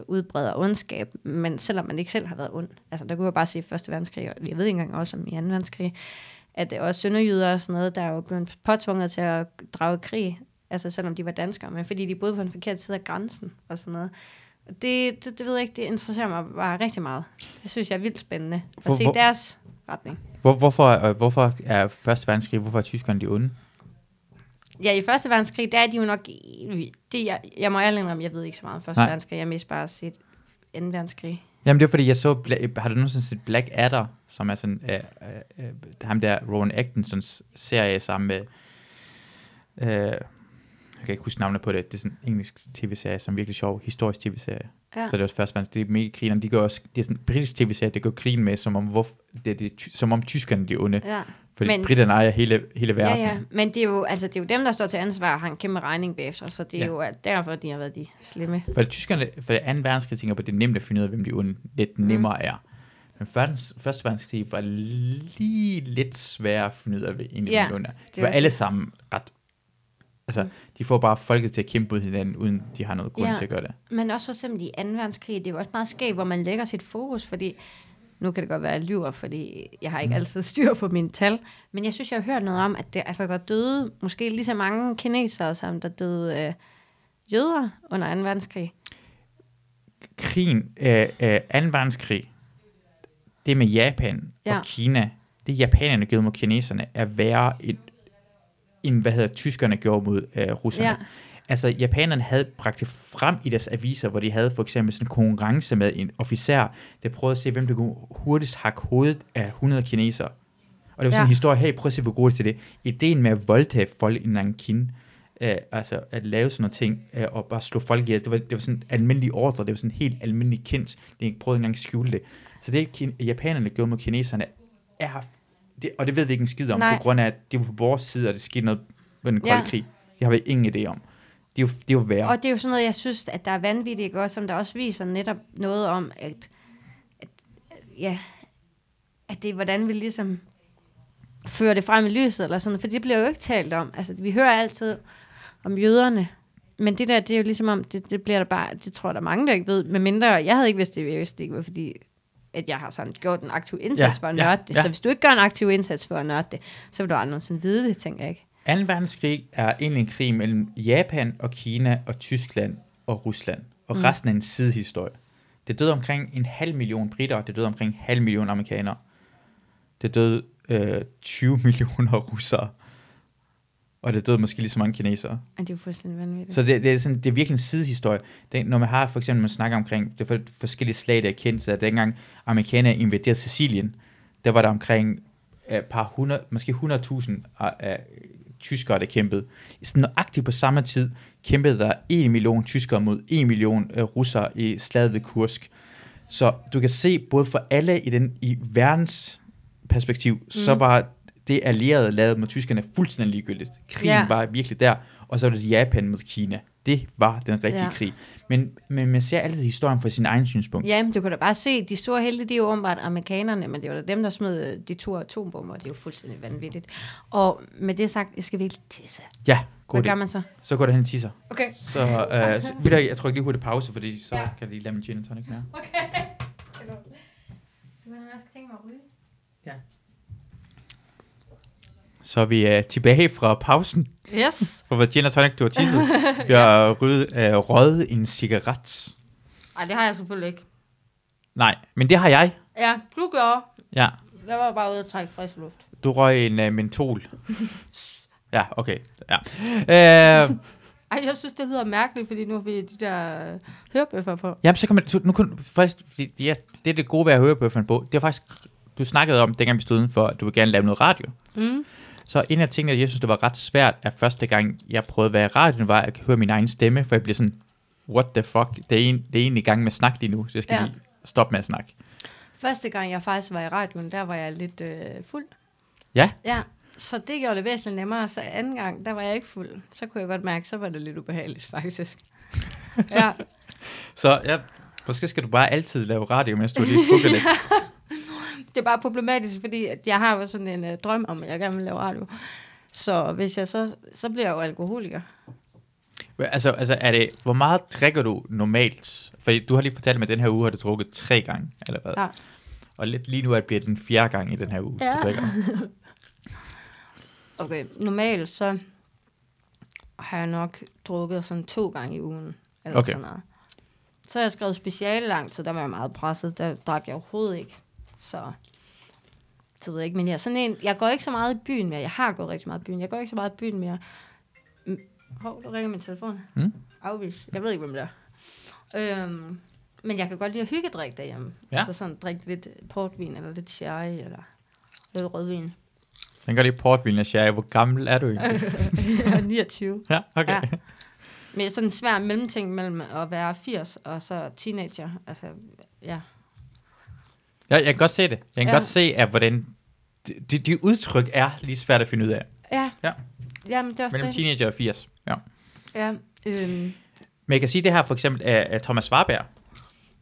udbreder ondskab, men selvom man ikke selv har været ond. Altså, der kunne jeg bare sige Første Verdenskrig, og jeg ved ikke engang også om i Anden Verdenskrig, at det også sønderjyder og sådan noget, der er jo blevet påtvunget til at drage i krig, altså selvom de var danskere, men fordi de boede på den forkerte side af grænsen og sådan noget. Og Det, det, det ved jeg ikke, det interesserer mig bare rigtig meget. Det synes jeg er vildt spændende at Hvor- se hvor- deres retning. Hvor, hvorfor, øh, hvorfor er Første Verdenskrig, hvorfor er tyskerne de onde? Ja, i Første Verdenskrig, der er de jo nok... Det, jeg, jeg må ærlig om, jeg ved ikke så meget om Første Nej. Nej. Verdenskrig. Jeg mest bare set Anden Verdenskrig. Jamen det er fordi, jeg så, Bla- har du nogensinde set Black Adder, som er sådan, øh, øh, øh, ham der Rowan Atkinsons serie sammen med, øh, jeg kan ikke huske navnet på det, det er sådan en engelsk tv-serie, som er virkelig sjov, historisk tv-serie. Ja. Så det er også først, det er mega grinerne, de gør også, det er sådan en britisk tv-serie, det går grin med, som om, hvor, det er det, ty- som om tyskerne de er onde, Ja. fordi men- britterne ejer hele, hele ja, verden. ja. Men det er, jo, altså, det er jo dem, der står til ansvar og har en kæmpe regning bagefter, så det er Ja. ja. jo at derfor, de har været de slemme. For det tyskerne, for det anden verdenskrig, tænker jeg på, det er nemt at finde ud af, hvem de onde Mm. lidt nemmere er. Men første, første verdenskrig var lige lidt sværere at finde ud af, hvem de Ja, ja, onde er. det De er var også alle det. sammen ret... Altså, de får bare folket til at kæmpe mod hinanden, uden de har noget grund ja. Ja. til at gøre det. Men også for eksempel i 2. verdenskrig, det er jo også meget skægt, hvor man lægger sit fokus, fordi nu kan det godt være, at jeg lyver, fordi jeg Mhm. har ikke altid styr på mine tal, men jeg synes, jeg har hørt noget om, at det, altså, der døde måske lige så mange kinesere, som der døde øh, jøder under 2. verdenskrig. Krigen, øh, øh, anden verdenskrig, det med Japan ja. Ja. og Kina, det japanerne gjorde mod kineserne, er værre end, end hvad hedder tyskerne gjorde mod øh, russerne. Ja. Ja. Altså, japanerne havde bragt det frem i deres aviser, hvor de havde for eksempel sådan en konkurrence med en officer, der prøvede at se, hvem der kunne hurtigst hakke hovedet af 100 kinesere. Og det var sådan Ja. en historie, hey, prøv at se, hvor gode til det. Ideen med at voldtage folk i Nankin, øh, altså at lave sådan nogle ting, øh, og bare slå folk ihjel, det var, det var sådan almindelig ordre, det var sådan helt almindelig kendt, de ikke prøvede ikke engang at skjule det. Så det, kin- japanerne gjorde mod kineserne, er, det, og det ved vi ikke en skid om, Nej. Nej. på grund af, at de var på vores side, og det skete noget med den kolde ja. Ja. krig. Det har vi ingen idé om. Det er jo, det er jo værre. Og det er jo sådan noget, jeg synes, at der er vanvittigt, ikke? også, som der også viser netop noget om, at, at, ja, at det er, hvordan vi ligesom fører det frem i lyset, eller sådan, for det bliver jo ikke talt om. Altså, vi hører altid om jøderne, men det der, det er jo ligesom om, det, det bliver der bare, det tror jeg, der er mange, der ikke ved, med mindre, jeg havde ikke vidst det, jeg vidste det ikke, var fordi at jeg har sådan gjort en aktiv indsats Ja, for at ja, nørde det. ja. Så hvis du ikke gør en aktiv indsats for at nørde det, så vil du aldrig nogensinde vide det, tænker jeg ikke. 2. verdenskrig er egentlig en krig mellem Japan og Kina og Tyskland og Rusland. Og mm. resten er en sidehistorie. Det døde omkring en halv million britter, det døde omkring en halv million amerikanere. Det døde øh, 20 millioner russere. Og det døde måske lige så mange kinesere. Og det er jo fuldstændig vanvittigt. Så det, det, er sådan, det er virkelig en sidehistorie. Det, når man har for eksempel, man snakker omkring det for, forskellige slag, der er kendt, så at dengang amerikanerne invaderede Sicilien, der var der omkring øh, et par hundrede, måske 100.000 af, af tyskere, der kæmpede. Sådan nøjagtigt på samme tid kæmpede der 1 million tyskere mod 1 million øh, russere i slaget ved Kursk. Så du kan se, både for alle i, den, i verdens perspektiv, mm. så var det allierede lavet mod tyskerne fuldstændig ligegyldigt. Krigen Ja. yeah. var virkelig der, og så var det Japan mod Kina. Det var den rigtige Ja. krig. Men, men man ser altid historien fra sin egen synspunkt. Ja, men du kan da bare se, de store helte, de er jo åbenbart amerikanerne, men det var da dem, der smed øh, de to atombomber, det er jo fuldstændig vanvittigt. Og med det sagt, jeg skal virkelig tisse. Ja, god Hvad gør idé. man så? Så går det hen og tisser. Okay. Så, øh, så vil jeg, jeg tror ikke lige hurtigt pause, fordi så Ja. kan jeg lige lade min gin and tonic mere. Så man også tænke mig at ryge. Så er vi øh, tilbage fra pausen, Yes. hvor var gin and tonic, du har tisset. Vi har ryddet, øh, røget en cigaret. Ej, det har jeg selvfølgelig ikke. Nej, men det har jeg. Ja, du gjorde. Ja, Jeg var bare ude og trække frisk luft. du røg en øh, mentol. Ja, okay. Ja. Øh, Ej, jeg synes, det lyder mærkeligt, fordi nu har vi de der øh, hørebøffer på. jamen, så kan man, så nu kun, faktisk, fordi, ja, det er det gode ved at høre bøfferne på. Det er faktisk, du snakkede om, dengang vi stod udenfor, at du ville gerne lave noget radio. Mm. Så en af tingene, jeg synes, det var ret svært, at første gang, jeg prøvede at være i radioen, var at høre min egen stemme, for jeg blev sådan, what the fuck, det er, en, det er egentlig i gang med at snakke lige nu, så jeg skal ja. Ja. lige stoppe med at snakke. Første gang, jeg faktisk var i radioen, der var jeg lidt øh, fuld. Ja. Ja, så det gjorde det væsentligt nemmere. Så anden gang, der var jeg ikke fuld. Så kunne jeg godt mærke, så var det lidt ubehageligt faktisk. ja, Så ja, måske skal du bare altid lave radio, mens du lige pukker lidt. det er bare problematisk, fordi at jeg har jo sådan en øh, drøm om, at jeg gerne vil lave radio. Så hvis jeg så, så bliver jeg jo alkoholiker. Men Altså, altså er det, hvor meget drikker du normalt? For du har lige fortalt mig, at den her uge har du drukket tre gange, eller hvad? Ja. Og lidt lige nu er det bliver den fjerde gang i den her uge, ja. du Ja. drikker. Okay, normalt så har jeg nok drukket sådan to gange i ugen. Okay. Eller okay. sådan noget. Så har jeg skrevet speciale langt, så der var jeg meget presset. Der drak jeg overhovedet ikke. Så det ved jeg ikke, men jeg er sådan en... Jeg går ikke så meget i byen mere. Jeg har gået rigtig meget i byen. Jeg går ikke så meget i byen mere. Mm, Hov, der ringer min telefon. Mm. Afvis. Jeg ved ikke, hvem det er. Øhm, men jeg kan godt lide at hygge drikke derhjemme. Ja. Ja. Altså sådan drikke lidt portvin, eller lidt sherry, eller lidt rødvin. Den gør lige portvin og sherry. Hvor gammel er du egentlig? Jeg er 29. ja, okay. Ja. Ja. Men jeg er sådan en svær mellemting mellem at være 80 og så teenager. Altså, ja. Jeg, jeg kan godt se det. Jeg kan ja. Ja. godt se, at hvordan... Dit de, de udtryk er lige svært at finde ud af. Ja. Ja. Jamen, det er også Mellem det. teenager og 80. Ja. Ja. Øhm, Men jeg kan sige det her for eksempel af, af Thomas Warberg.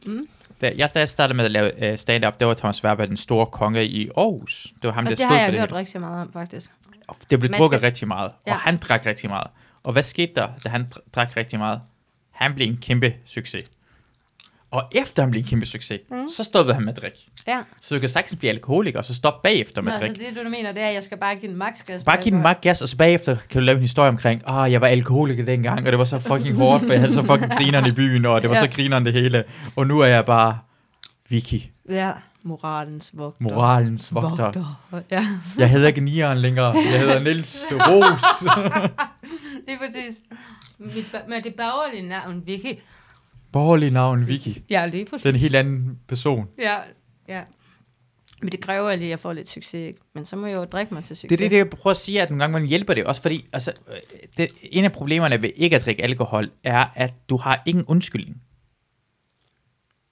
Mm. Da jeg, da jeg startede med at lave øh, stand-up, der var Thomas Warberg den store konge i Aarhus. Det var ham, og der det stod har for jeg det. hørt rigtig meget om, faktisk. Og Det blev Man drukket skal- rigtig meget, ja. Ja. og han drak rigtig meget. Og hvad skete der, da han dr- drak rigtig meget? Han blev en kæmpe succes. Og efter han blev en kæmpe succes, mm. så stoppede han med at drikke. Ja. Så du kan sagtens blive alkoholiker, og så stoppe bagefter Nå, med at så drikke. det, du mener, det er, at jeg skal bare give en maksgas. Bare give den meget gas, og så bagefter kan du lave en historie omkring, ah, jeg var alkoholiker dengang, og det var så fucking hårdt, for jeg havde så fucking grineren i byen, og det var Ja. så grineren det hele. Og nu er jeg bare Vicky, Ja. Moralens vogter. moralens vogter. Ja, Jeg hedder ikke Nieren længere, jeg hedder Nils Ros. det er præcis. Mit, ba- men det borgerlige navn, Vicky. Borgerlig navn Vicky. Ja, lige præcis. Det er en helt anden person. Ja, ja. Men det kræver lige, at jeg får lidt succes, ikke? Men så må jeg jo drikke mig til succes. Det er det, det, jeg prøver at sige, at nogle gange man hjælper det. Også fordi, altså, øh, det, en af problemerne ved ikke at drikke alkohol, er, at du har ingen undskyldning.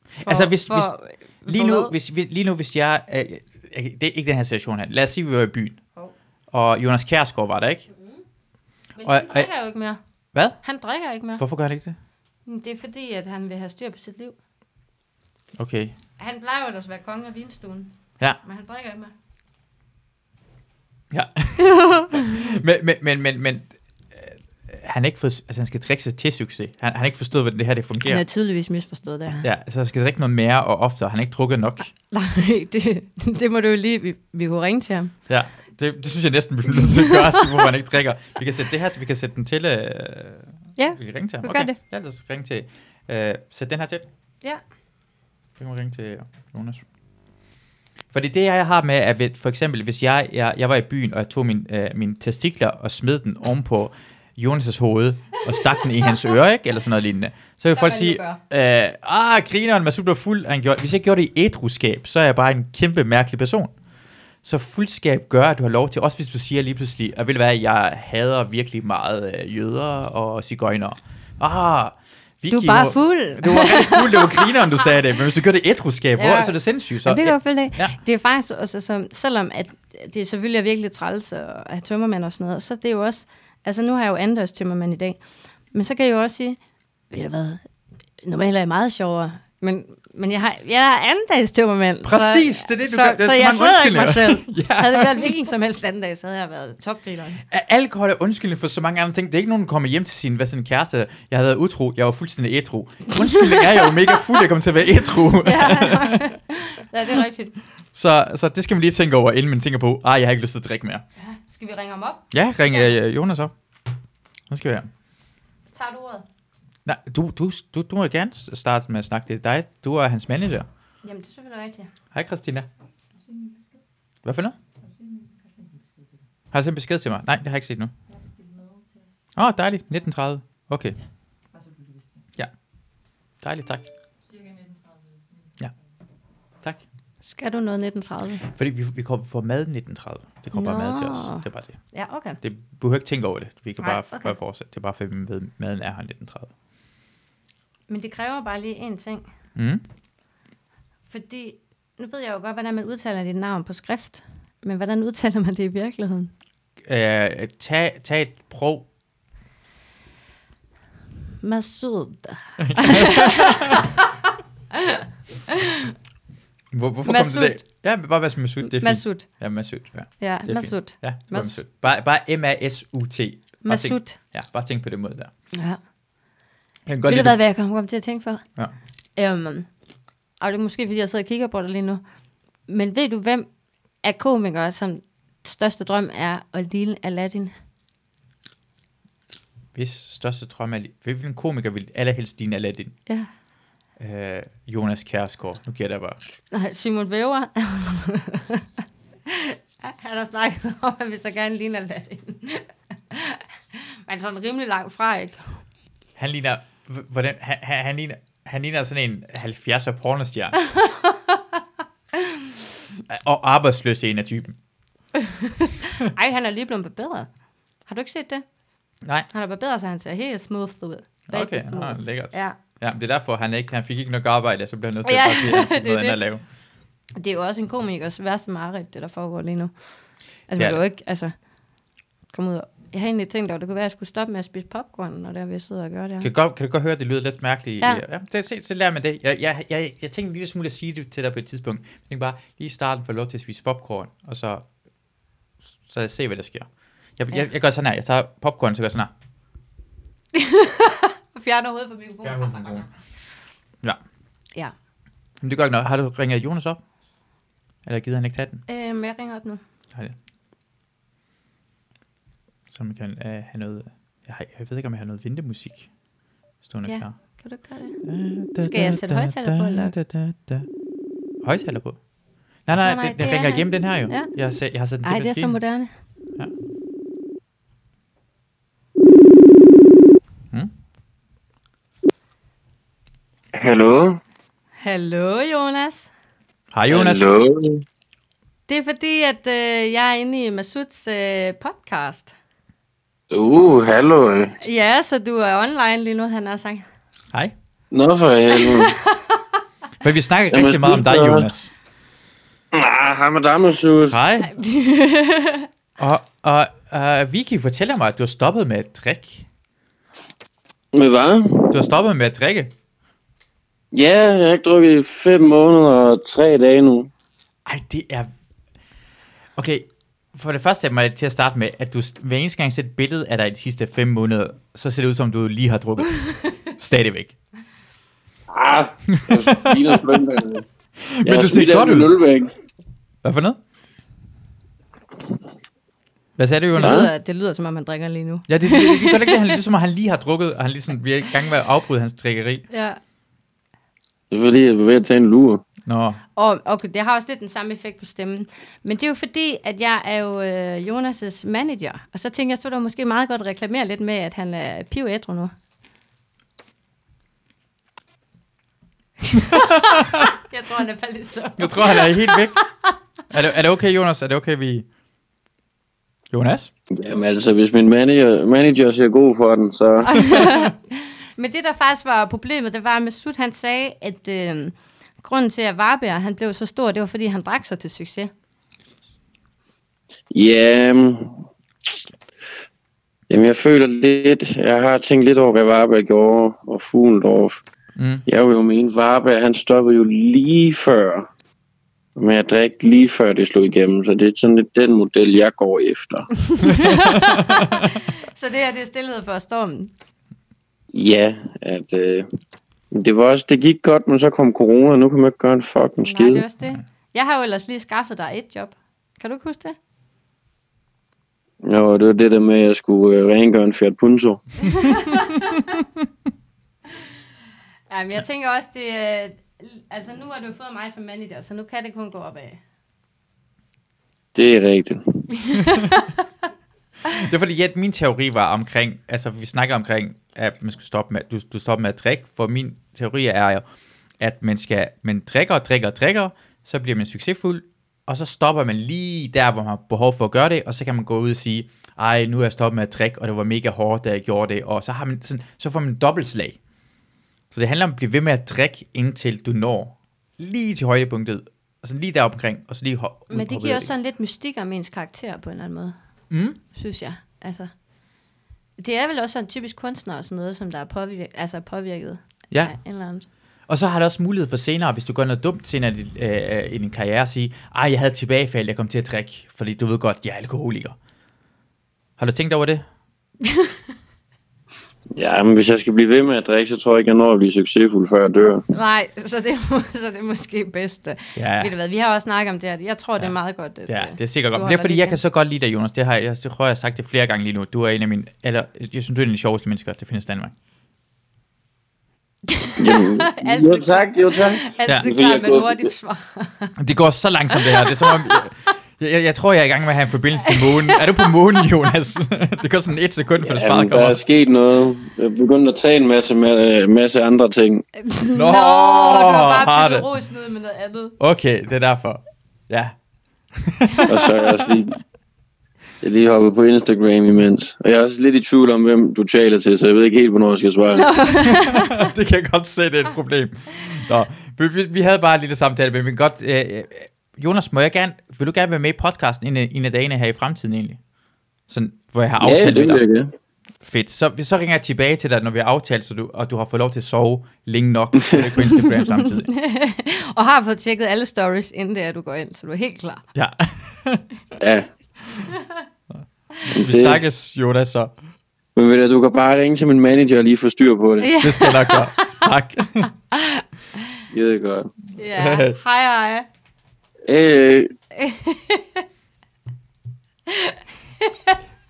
For, altså, hvis- hvis, Lige nu, hvis, vi- lige nu, hvis jeg... Øh, øh, det er ikke den her situation her. Lad os sige, at vi var i byen. Hov. Og Jonas Kjærsgaard var der, ikke? Men Og- han drikker jo ikke mere. Hvad? Han drikker ikke mere. Hvorfor gør han ikke det? Det er fordi, at han vil have styr på sit liv. Okay. Han plejer jo ellers at være konge af vinstuen. Ja. Men han drikker ikke mere. Men, men, men, men, men øh, han, er ikke for, altså, han skal drikke sig til succes. Han, han har ikke forstået, hvordan det her det fungerer. Han har tydeligvis misforstået det her. Ja, så han skal drikke noget mere og oftere. Han har ikke drukket nok. Nej, det, det må du jo lige... Vi, vi kunne ringe til ham. Ja, det, det synes jeg næsten, vi bliver nødt til at gøre, Simon, hvor man ikke drikker. Vi kan sætte det her, vi kan sætte den til... Øh, Ja, vi kan ringe til ham. vi gør det. Ja, lad os ringe til... Øh, sæt den her til. Ja. Vi kan ringe til Jonas. Fordi det, jeg har med, er ved, for eksempel, hvis jeg, jeg, jeg var i byen, og jeg tog min, øh, mine testikler og smed den ovenpå Jonas' hoved, og stak den i hans øre, ikke? Eller sådan noget lignende. Så vil Som folk man jo sige, øh, ah, grineren, Masu blev fuld, han gjorde. Hvis jeg gjorde det i ædruskab, så er jeg bare en kæmpe mærkelig person. Så fuldskab gør, at du har lov til, også hvis du siger lige pludselig, at vil være, jeg hader virkelig meget øh, jøder og cigøjner. Ah, Du Vicky, er bare hvor- fuld. det var rigtig fuld, det var grineren, du sagde det. Men hvis du gør det ædruskab, Ja. ja. så er det sindssygt. Så, Så, det kan jeg følge af. Ja. Ja. Det er faktisk også, som, selvom at det selvfølgelig er virkelig træls at have tømmermænd og sådan noget, så det er jo også, altså nu har jeg jo andres tømmermænd i dag, men så kan jeg jo også sige, ved du hvad, normalt er jeg meget sjovere, men, men jeg, har, jeg er andendags tømmermand. Præcis, så, det er det, du så, gør. Det er så, så jeg mange sidder ikke mig selv. Ja. ja. Havde det været hvilken som helst anden dag, så havde jeg været topgrineren. Er alkohol er undskyldning for så mange andre ting. Det er ikke nogen, der kommer hjem til sin, hvad sin kæreste. Jeg havde været utro, jeg var fuldstændig ædru. Undskyldning er, jeg var mega fuld, jeg kom til at være ædru. Ja. ja, det er rigtigt. Så, så det skal man lige tænke over, inden man tænker på, ah, jeg har ikke lyst til at drikke mere. Ja. Skal vi ringe ham op? Ja, ring øh, Jonas op. Nu skal vi her. Tager du ordet? Nej, du, du, du, du må gerne starte med at snakke. Det er dig. Du er hans manager. Jamen, det er selvfølgelig rigtigt. Hej Christina. Hvad for noget? Har du sendt en besked til mig? Nej, det har jeg ikke set nu. Åh, oh, dejligt. 1930. Okay. Ja. Dejligt, tak. Ja. Tak. Skal du noget 1930? Fordi vi, vi kom, får mad 1930. Det kommer bare mad til os. Nå. Det er bare det. Ja, okay. det du behøver ikke tænke over det. Vi kan Nej, bare, okay. bare fortsætte. Det er bare, fordi vi ved, maden er her 1930. Men det kræver bare lige én ting. Mm. Fordi, nu ved jeg jo godt, hvordan man udtaler dit navn på skrift, men hvordan udtaler man det i virkeligheden? Øh, tag, tag et prov. Masud. Hvor, hvorfor Masud. kom det der? Ja, men bare vær som Masud. Det er fint. Masud. Ja, Masud. Ja. Ja, fint. Masud. Ja, det var Mas- Masud. Bare, bare M-A-S-U-T. Bare tænk, Masud. ja, bare tænk på det måde der. Ja. Jeg kan godt Godt Ved du lide hvad, det. hvad jeg kom kom til at tænke på? Ja. Øhm, og det er måske, fordi jeg sidder og kigger på dig lige nu. Men ved du, hvem er komikere, som største drøm er at lille Aladdin? Hvis største drøm er... li- Hvilken komiker vil allerhelst ligne Aladdin? Ja. Øh, Jonas Kjærsgaard. Nu giver jeg bare. Nej, Simon Væver. Han har snakket om, at vi så gerne ligner Aladdin. Men sådan rimelig langt fra, ikke? Han ligner... h- Hvordan, han, han, han, ligner, han ligner sådan en 70'er pornostjerne. og arbejdsløs er en af typen. Ej, han er lige blevet barberet. Har du ikke set det? Nej. Han har barberet sig, han ser helt smooth ud. Baby Okay, smooth. ah, lækkert. Ja. Ja, men det er derfor, han, ikke, han fik ikke nok arbejde, så blev han nødt til Ja, ja, at sige, at det han er noget det. andet at lave. Det er jo også en komikers værste mareridt, det der foregår lige nu. Altså, er man kan det. jo ikke, altså, komme ud og... Jeg har egentlig tænkt over, det kunne være, at jeg skulle stoppe med at spise popcorn, når det er, vi sidder og gør det her. Kan du godt, kan du godt høre, at det lyder lidt mærkeligt? Ja. Ja. ja det, se, så lærer man det. Jeg, jeg, jeg, jeg tænkte en lille smule at sige det til dig på et tidspunkt. Jeg tænkte bare, lige i starten får jeg lov til at spise popcorn, og så, så jeg se, hvad der sker. Jeg, Ja. jeg, jeg gør sådan her, jeg tager popcorn, så gør jeg sådan her. Fjerner hovedet fra mikrofonen. Ja. Men det gør ikke noget. Har du ringet Jonas op? Eller gider han ikke tage den? Øhm, jeg ringer op nu. Nej, det. Så man kan øh, have noget... Jeg, har, jeg ved ikke, om jeg har noget vintermusik stående Ja. Øh, klar. Kan du ikke gøre det? Skal jeg sætte højtaler på, eller? Højtaler på? Nej, nej, Nej, nej, den, den det er ringer han. igennem den her jo. Ja. Jeg har, sat, jeg har sat den Ej, til det er så maskinen. moderne. Ja. Hallo? Hallo, Jonas. Hej Jonas. Hallo? Det er fordi, at øh, jeg er inde i Masuds øh, podcast. Uh, hallo. Ja, så du er online lige nu, han har sagt. Hej. Nå for helvede. For vi snakker Jamen, rigtig meget om dig, super. Jonas. ah, ham og dig, Masud. Hej. Og, og uh, Vicky fortæller mig, at du har stoppet med at drikke. Med hvad? Du har stoppet med at drikke. Ja, jeg har ikke drukket i fem måneder og tre dage nu. Ej, det er... Okay, for det første må jeg til at starte med, at du hver eneste gang ser et billede af dig i de sidste fem måneder, så ser det ud som, du lige har drukket. Stadigvæk. Ah, jeg ligner sgu ikke, mand. Jeg Men har du smidt ser alt godt min ud. øl væk. Hvad for noget? Hvad sagde du, Det Jonas? lyder, det lyder, som om han drikker lige nu. Ja, det, det, det, det, det, det, han, ligesom, at han lige har drukket, og han ligesom vi er i gang med at afbryde hans drikkeri. Ja. Det er fordi, jeg var ved at tage en lur. Nå, Og okay, det har også lidt den samme effekt på stemmen. Men det er jo fordi, at jeg er jo øh, Jonas' manager. Og så tænker jeg, så er det måske meget godt at reklamere lidt med, at han er pivædru nu. jeg tror, han er faldet i søvn. jeg tror, han er helt væk. Er det, er det okay, Jonas? Er det okay, vi... Jonas? Jamen altså, hvis min manager, manager ser god for den, så... Men det, der faktisk var problemet, det var, at Masud, han sagde, at øh, grunden til, at Varberg, han blev så stor, det var, fordi han drak sig til succes. Jamen... Jamen, jeg føler lidt... Jeg har tænkt lidt over, hvad Varberg gjorde, og Fuglendorf. Mm. Jeg vil jo mene, Varberg, han stoppede jo lige før med at drikke, lige før det slog igennem. Så det er sådan lidt den model, jeg går efter. Så det her, det er stillhed for stormen. ja, at... Øh, det var også, det gik godt, men så kom corona, og nu kan man ikke gøre en fucking Nej, det er skid. også det. Jeg har jo ellers lige skaffet dig et job. Kan du ikke huske det? Jo, det var det der med, at jeg skulle øh, rengøre en Fiat Punto. Ja, men jeg tænker også, det øh, Altså, nu har du fået mig som manager, så nu kan det kun gå opad. Det er rigtigt. Det er fordi, ja, min teori var omkring, altså vi snakker omkring, at man skal stoppe med, du, du stopper med at drikke, for min teori er jo, at man skal, man drikker og drikker og drikker, så bliver man succesfuld, og så stopper man lige der, hvor man har behov for at gøre det, og så kan man gå ud og sige, ej, nu er jeg stoppet med at drikke, og det var mega hårdt, da jeg gjorde det, og så, har man sådan, så får man en dobbeltslag. Så det handler om at blive ved med at drikke, indtil du når lige til højdepunktet, og sådan lige der omkring, og så lige hop, Men det giver også sådan lidt mystik om ens karakter på en eller anden måde, Mm? synes jeg. Altså, det er vel også sådan typisk kunstner og sådan noget, som der er påvirket, altså påvirket Ja, af en eller anden. Og så har det også mulighed for senere, hvis du gør noget dumt senere i, dit, øh, øh, i din karriere, at sige, ej, jeg havde tilbagefald, jeg kom til at drikke, fordi du ved godt, jeg er alkoholiker. Har du tænkt over det? Ja, men hvis jeg skal blive ved med at drikke, så tror jeg ikke, jeg når at blive succesfuld, før jeg dør. Nej, så det, er må- så det er måske bedst. Ja. Ja, Ved du hvad, vi har også snakket om det her. Jeg tror, ja. det er meget godt. At, ja øh, det er sikkert du godt. Men Det holder er fordi, det jeg der. kan så godt lide dig, Jonas. Det har jeg, jeg tror, jeg har sagt det flere gange lige nu. Du er en af mine, eller jeg synes, du er en af de sjoveste mennesker, der findes i Danmark. Jamen, Altid. jo tak, jo tak. Altid ja. Ja. klar Jeg med går- et hurtigt svar. Det går så langsomt, det her. Det er som om, jeg, jeg, jeg tror, jeg er i gang med at have en forbindelse til månen. Er du på månen, Jonas? det går sådan et sekund, for det svaret Jamen, der kommer. er sket noget. Jeg begyndte at tage en masse, ma- øh, masse andre ting. Nå, du har har bare det. blevet rosen ud med noget andet. Okay, det er derfor. Ja. Og så er jeg også lige, jeg er lige hoppet på Instagram imens. Og jeg er også lidt i tvivl om, hvem du taler til, så jeg ved ikke helt, hvornår jeg skal svare. det kan jeg godt se, det er et problem. Nå, vi, vi, vi havde bare en lille samtale, men vi kan godt... Øh, øh, Jonas, må jeg gerne, vil du gerne være med i podcasten en af, en af dagene her i fremtiden egentlig? Sådan, hvor jeg har aftalt ja, det med vil dig. jeg gerne. Fedt. Så, så ringer jeg tilbage til dig, når vi har aftalt, så du, og du har fået lov til at sove længe nok så du er ikke på Instagram samtidig. Og har fået tjekket alle stories, inden det er, du går ind, så du er helt klar. Ja, Ja. vi snakkes, Jonas, så. Men ved du, du kan bare ringe til min manager og lige få styr på det. Ja. Det skal jeg nok gøre. Tak. Jeg ved godt. Ja, hej hej. Øh,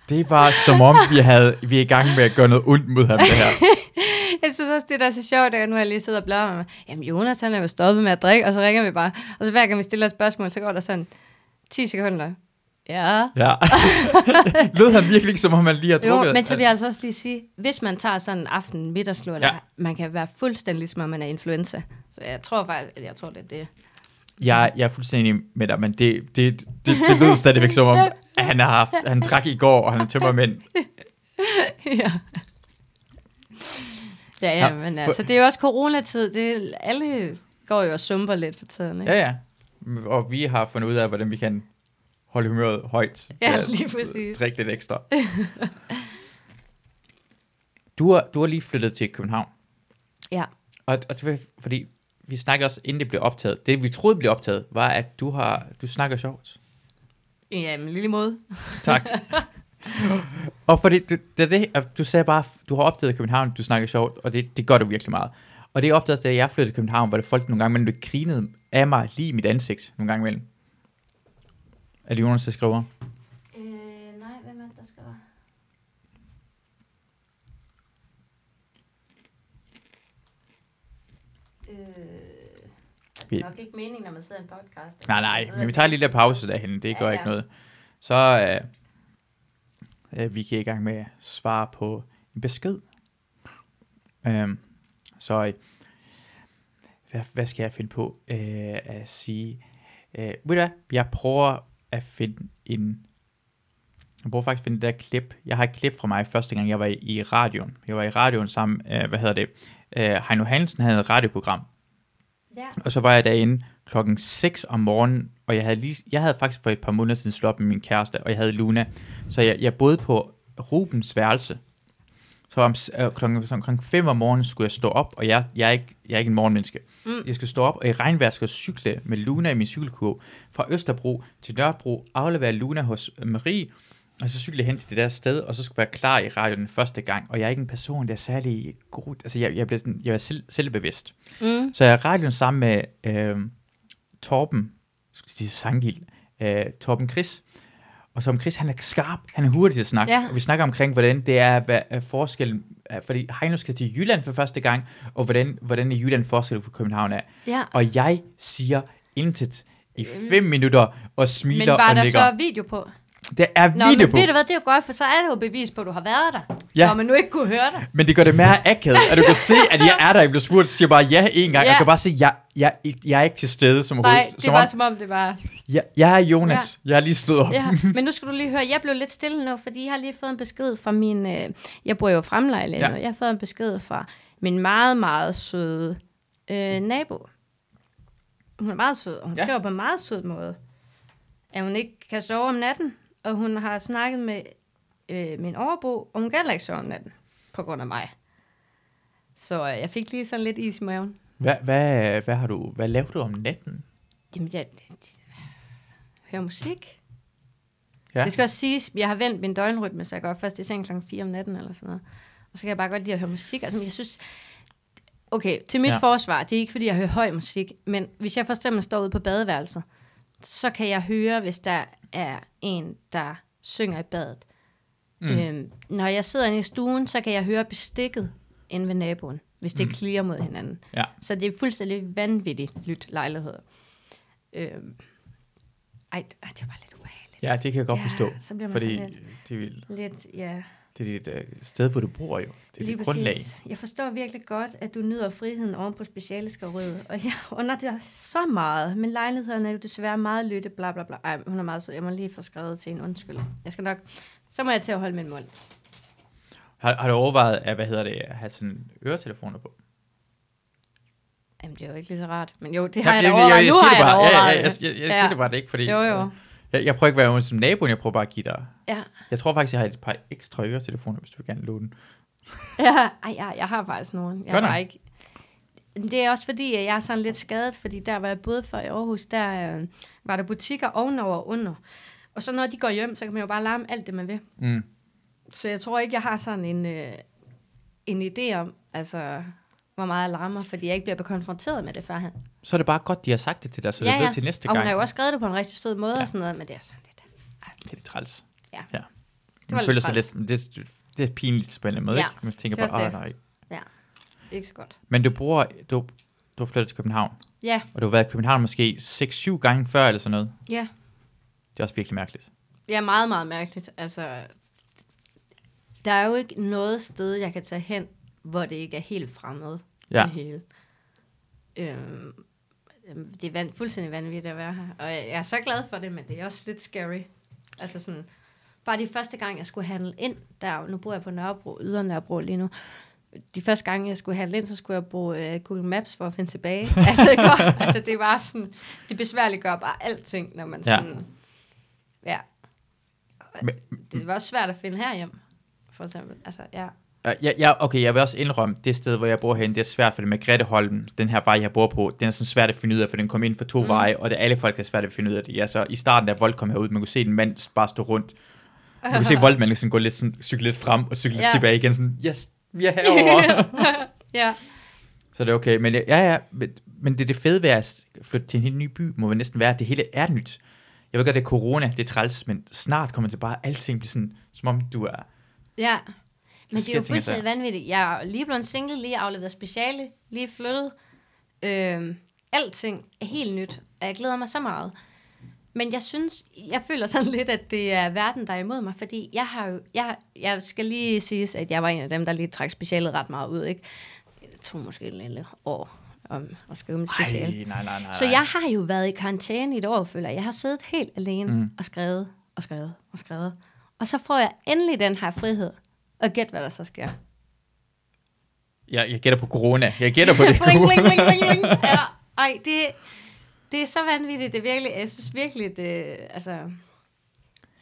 Det var som om, vi, havde, vi er i gang med at gøre noget ondt mod ham, det her. Jeg synes også, det der er så sjovt, at nu har jeg lige siddet og bladret med mig. Jamen Jonas, han er jo stoppet med at drikke, og så ringer vi bare. Og så hver gang vi stiller et spørgsmål, så går der sådan 10 sekunder. Ja. Ja. Lød han virkelig ikke, som om han lige har drukket? Jo, men så vil jeg altså også lige sige, hvis man tager sådan en aften middagslur, Ja. ja. man kan være fuldstændig som om man er influenza. Så jeg tror faktisk, at jeg tror, det er det. Jeg, jeg er fuldstændig enig med dig, men det, det, det, det lyder stadigvæk som om, at han har haft, han drak i går, og han er tømmermænd. ja. Ja, ja, Ja, men for- altså, det er jo også coronatid. Det, er- alle går jo og sumper lidt for tiden, ikke? Ja, ja. Og vi har fundet ud af, hvordan vi kan holde humøret højt. Ja, ved at lige præcis. Drikke lidt ekstra. Du har, du har lige flyttet til København. Ja. Og, og det var, fordi vi snakkede også, inden det blev optaget. Det, vi troede blev optaget, var, at du, har, du snakker sjovt. Ja, men lille måde. Tak. og fordi du, det, er det, at du sagde bare, du har opdaget København, du snakker sjovt, og det, det gør du virkelig meget. Og det opdagede jeg, da jeg flyttede til København, hvor det folk nogle gange mellem det grinede af mig lige i mit ansigt nogle gange mellem. Er det Jonas, der skriver? Øh, nej, hvem er det, der skriver? Øh, Vi- det er nok ikke meningen, når man sidder i en podcast. Nej, nej, men vi tager en lille pause derhen. Det Altså, Ja, gør ja. ikke noget. Så øh, øh, vi kan i gang med at svare på en besked. Øhm, så øh, hvad, hvad skal jeg finde på øh, at sige? Øh, ved du hvad? Jeg prøver at finde en... Jeg prøver faktisk at finde det der klip. Jeg har et klip fra mig første gang, jeg var i, i radioen. Jeg var i radioen sammen... Øh, hvad hedder det? Øh, Heino Hansen havde et radioprogram. Ja, Og så var jeg derinde klokken 6 om morgenen, og jeg havde, lige, jeg havde faktisk for et par måneder siden slået op med min kæreste, og jeg havde Luna. Så jeg, jeg boede på Rubens værelse. Så om, s- øh, klokken, så omkring 5 om morgenen skulle jeg stå op, og jeg, jeg, er, ikke, jeg er ikke en morgenmenneske. Mm. Jeg skulle stå op, og i regnvejr skulle jeg cykle med Luna i min cykelkurv fra Østerbro til Nørrebro, aflevere Luna hos øh, Marie, og så cykle hen til det der sted, og så skulle jeg være klar i radioen den første gang. Og jeg er ikke en person, der er særlig god. Altså, jeg, jeg, bliver sådan, jeg er selv, selvbevidst. Mm. Så jeg er i radioen sammen med øh, Torben, jeg skulle sige Sangil, øh, Torben Chris. Og som Chris, han er skarp, han er hurtig til at snakke. Ja. Og vi snakker omkring, hvordan det er, hvad er forskellen, er- fordi Heino skal til Jylland for første gang, og hvordan, hvordan er Jylland forskel fra København er. ja. Og jeg siger intet i fem minutter og smiler Øh. Men var og der nikker. så video på? Der er Nå, video men på, ved du hvad, det er jo godt, for så er det jo bevis på, at du har været der. Ja. Når man nu ikke kunne høre dig. men det gør det mere akavet, at du kan se, at jeg er der, jeg bliver spurgt, siger bare ja en gang, og Ja. jeg kan bare se, at jeg, jeg, jeg er ikke til stede som Nej, hovedet. det Som var om, som om, det var... jeg, jeg er Jonas, jeg er lige stået op. Ja, men nu skal du lige høre, jeg blev lidt stille nu, fordi jeg har lige fået en besked fra min, øh, jeg bor jo i fremleje lige Ja. nu, jeg har fået en besked fra min meget, meget søde øh, nabo. Hun er meget sød, og hun Ja. ja. skriver på en meget sød måde, at hun ikke kan sove om natten, og hun har snakket med øh, min overbo, og hun kan heller ikke sove om natten, på grund af mig. Så øh, jeg fik lige sådan lidt is i maven. Hvad, hvad, hvad, har du, hvad laver du om natten? Jamen, jeg, hører musik. Ja. Ja. Det skal også siges, jeg har vendt min døgnrytme, så jeg går først i seng kl. 4 om natten eller sådan noget. Og så kan jeg bare godt lide at høre musik. Altså, men jeg synes... Okay, til mit Ja. ja. forsvar, det er ikke, fordi jeg hører høj musik, men hvis jeg for eksempel står ude på badeværelset, så kan jeg høre, hvis der er en, der synger i badet. Mm. Øhm, når jeg sidder inde i stuen, så kan jeg høre bestikket inde ved naboen, hvis det mm. klirer mod hinanden. Ja. Så det er fuldstændig vanvittigt lyt lejligheder. Øhm, ej, ej, det var bare lidt ubehageligt. Ja, det kan jeg godt Ja, forstå. så bliver man fordi sådan det, er- Lidt, ja. det er dit øh, sted, hvor du bor jo. Det er dit grundlag. Jeg forstår virkelig godt, at du nyder friheden oven på specialeskeriet, og jeg under det så meget, men lejlighederne er jo desværre meget lytte, bla bla bla. Ej, hun er meget sød. Jeg må lige få skrevet til en undskyld. Jeg skal nok... Så må jeg til at holde min mund. Har, har du overvejet, at, hvad hedder det, at have sådan øretelefoner på? Jamen, det er jo ikke lige så rart. Men jo, det Nej, har jeg da jeg- overvejet. jeg- jeg Nu siger har det jeg da bare. Ja, ja, overvejet. jeg- jeg- jeg siger det bare, det er ikke fordi- Jo, jo. Jeg, jeg prøver ikke at være ond som naboen, jeg prøver bare at give dig. Ja. Jeg tror faktisk, jeg har et par ekstra øretelefoner, hvis du vil gerne låne den. Ja, ej, jeg, jeg har faktisk nogen. Jeg Godt har nok. ikke. Det er også fordi, at jeg er sådan lidt skadet, fordi der, hvor jeg boede for i Aarhus, der øh, var der butikker ovenover og under. Og så når de går hjem, så kan man jo bare larme alt det, man vil. Mm. Så jeg tror ikke, jeg har sådan en, øh, en idé om, altså, hvor meget jeg larmer, fordi jeg ikke bliver konfronteret med det førhen. Så er det bare godt, de har sagt det til dig, så det er ved til næste og gang. hun har jo også skrevet det på en rigtig sød måde ja. og sådan noget, men det er sådan lidt... Det er lidt træls. Ja. ja. Det Det var var lidt føler sig træls. lidt, det, det er pinligt på en eller anden måde, Ja, ikke? Man tænker det er bare, åh også nej. Ja, øh, ikke så godt. Men du bruger, du, du har flyttet til København, Ja, og du har været i København måske 6-7 gange før eller sådan noget. ja. Det er også virkelig mærkeligt. Ja, meget, meget mærkeligt. Altså, der er jo ikke noget sted, jeg kan tage hen, hvor det ikke er helt fremmed. Ja. Det hele. Øhm, øhm, det er van- fuldstændig vanvittigt at være her. Og jeg jeg er så glad for det, men det er også lidt scary. Altså sådan, bare de første gang, jeg skulle handle ind, der, nu bor jeg på Nørrebro, yder Nørrebro lige nu, de første gange, jeg skulle handle ind, så skulle jeg bruge øh, Google Maps for at finde tilbage. altså, det var, altså, det var sådan, det besværliggør bare alting, når man Ja. sådan, ja. Men- Det var også svært at finde herhjem, for eksempel. Altså, ja. Øh, Ja, ja, okay, jeg vil også indrømme, det sted, hvor jeg bor hen, det er svært for det med Greteholm, den her vej, jeg bor på, den er sådan svært at finde ud af, for den kom ind for to mm. veje, og det alle folk er svært at finde ud af det. Ja, så i starten, da Volt kom herud, man kunne se en mand bare stå rundt. Man kunne se Volt, man ligesom gå lidt, sådan, cykle lidt frem og cykle lidt Ja. tilbage igen, sådan, yes, vi er herovre. ja. Så det er okay, men ja, ja, men, men det, er det fede ved at flytte til en helt ny by, må vel næsten være, at det hele er nyt. Jeg ved godt, det er corona, det er træls, men snart kommer det bare, alting bliver sådan, som om du er... Ja. Men det er sker jo ting og sager. fuldstændig vanvittigt. Jeg er lige blevet single, lige afleveret speciale, lige flyttet. Øhm, alting er helt nyt, og jeg glæder mig så meget. Men jeg synes, jeg føler sådan lidt, at det er verden, der er imod mig, fordi jeg har jo, jeg, jeg skal lige sige, at jeg var en af dem, der lige trak specialet ret meget ud, ikke? Det tog måske et lille år om at skrive mit speciale. Ej, nej, nej, nej. Så jeg har jo været i karantæne i et år, føler jeg. Jeg har siddet helt alene mm. og skrevet og skrevet og skrevet. Og så får jeg endelig den her frihed. Og gæt, hvad der så sker. Jeg, jeg gætter på corona. Jeg gætter på det. bling, bling, bling, bling, bling. Ja, ej, det, det er så vanvittigt. Det er virkelig, jeg synes virkelig, det, altså...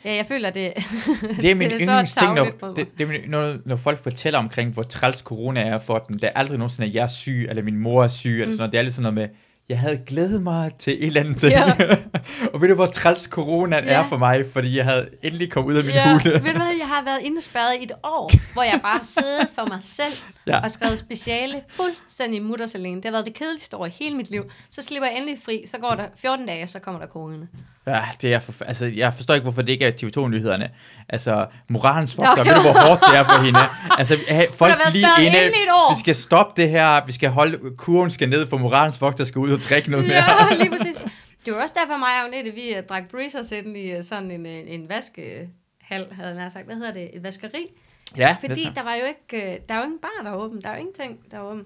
Ja, jeg føler det. det er min så yndlingsting, tarveligt for når, mig. det, det er min, når, når folk fortæller omkring, hvor træls corona er for dem. Der er aldrig nogensinde, at jeg er syg, eller min mor er syg, eller Mm. sådan noget. Det er altid sådan noget med, jeg havde glædet mig til et eller andet ting. Ja. og ved du, hvor træls corona Ja. er for mig? Fordi jeg havde endelig kommet ud af min ja, hule. Ved du hvad, jeg har været indespærret i et år, hvor jeg bare sidder for mig selv Ja. ja. og skrevet speciale fuldstændig mutters alene. Det har været det kedeligste år i hele mit liv. Så slipper jeg endelig fri, så går der 14 dage, så kommer der corona. Ja, det er for, altså, jeg forstår ikke, hvorfor det ikke er TV2-nyhederne. Altså, moralens vogter, Nå, det ved du, hvor var- hårdt det er for hende? Altså, hey, folk været lige spærret inde, inde i et år. vi skal stoppe det her, vi skal holde, kurven skal ned, for moralens vogter skal ud og drikke noget mere. Ja, lige præcis. Det var også derfor mig og Agnete, vi uh, drak breezers ind i uh, sådan en, en, en vaskehal, havde jeg nær sagt. Hvad hedder det? Et vaskeri. Ja, Fordi det er- der var jo ikke, uh, der er jo ingen bar, der er åben. Der er jo ingenting, der er åben.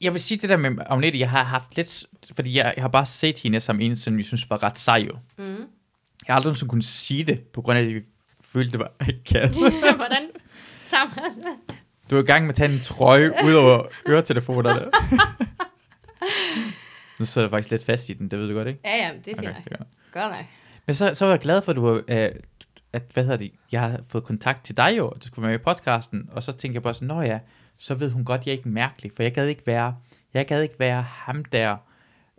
jeg vil sige det der med Agnete, jeg har haft lidt, s- fordi jeg, jeg har bare set hende som en, som jeg synes var ret sej jo. Mm. Jeg har aldrig sådan kunne sige det, på grund af, at jeg følte, det var akavet. Hvordan tager man Du er i gang med at tage en trøje ud over øretelefonerne. nu sidder jeg faktisk lidt fast i den, det ved du godt, ikke? Ja, ja, det er fint. Okay, Okay. ja. Godt nok. Men så, så var jeg glad for, at du var, øh, at, hvad hedder det, jeg har fået kontakt til dig jo, at du skulle være med i podcasten, og så tænkte jeg bare sådan, nå ja, så ved hun godt, jeg er ikke mærkelig, for jeg gad ikke være, jeg gad ikke være ham der,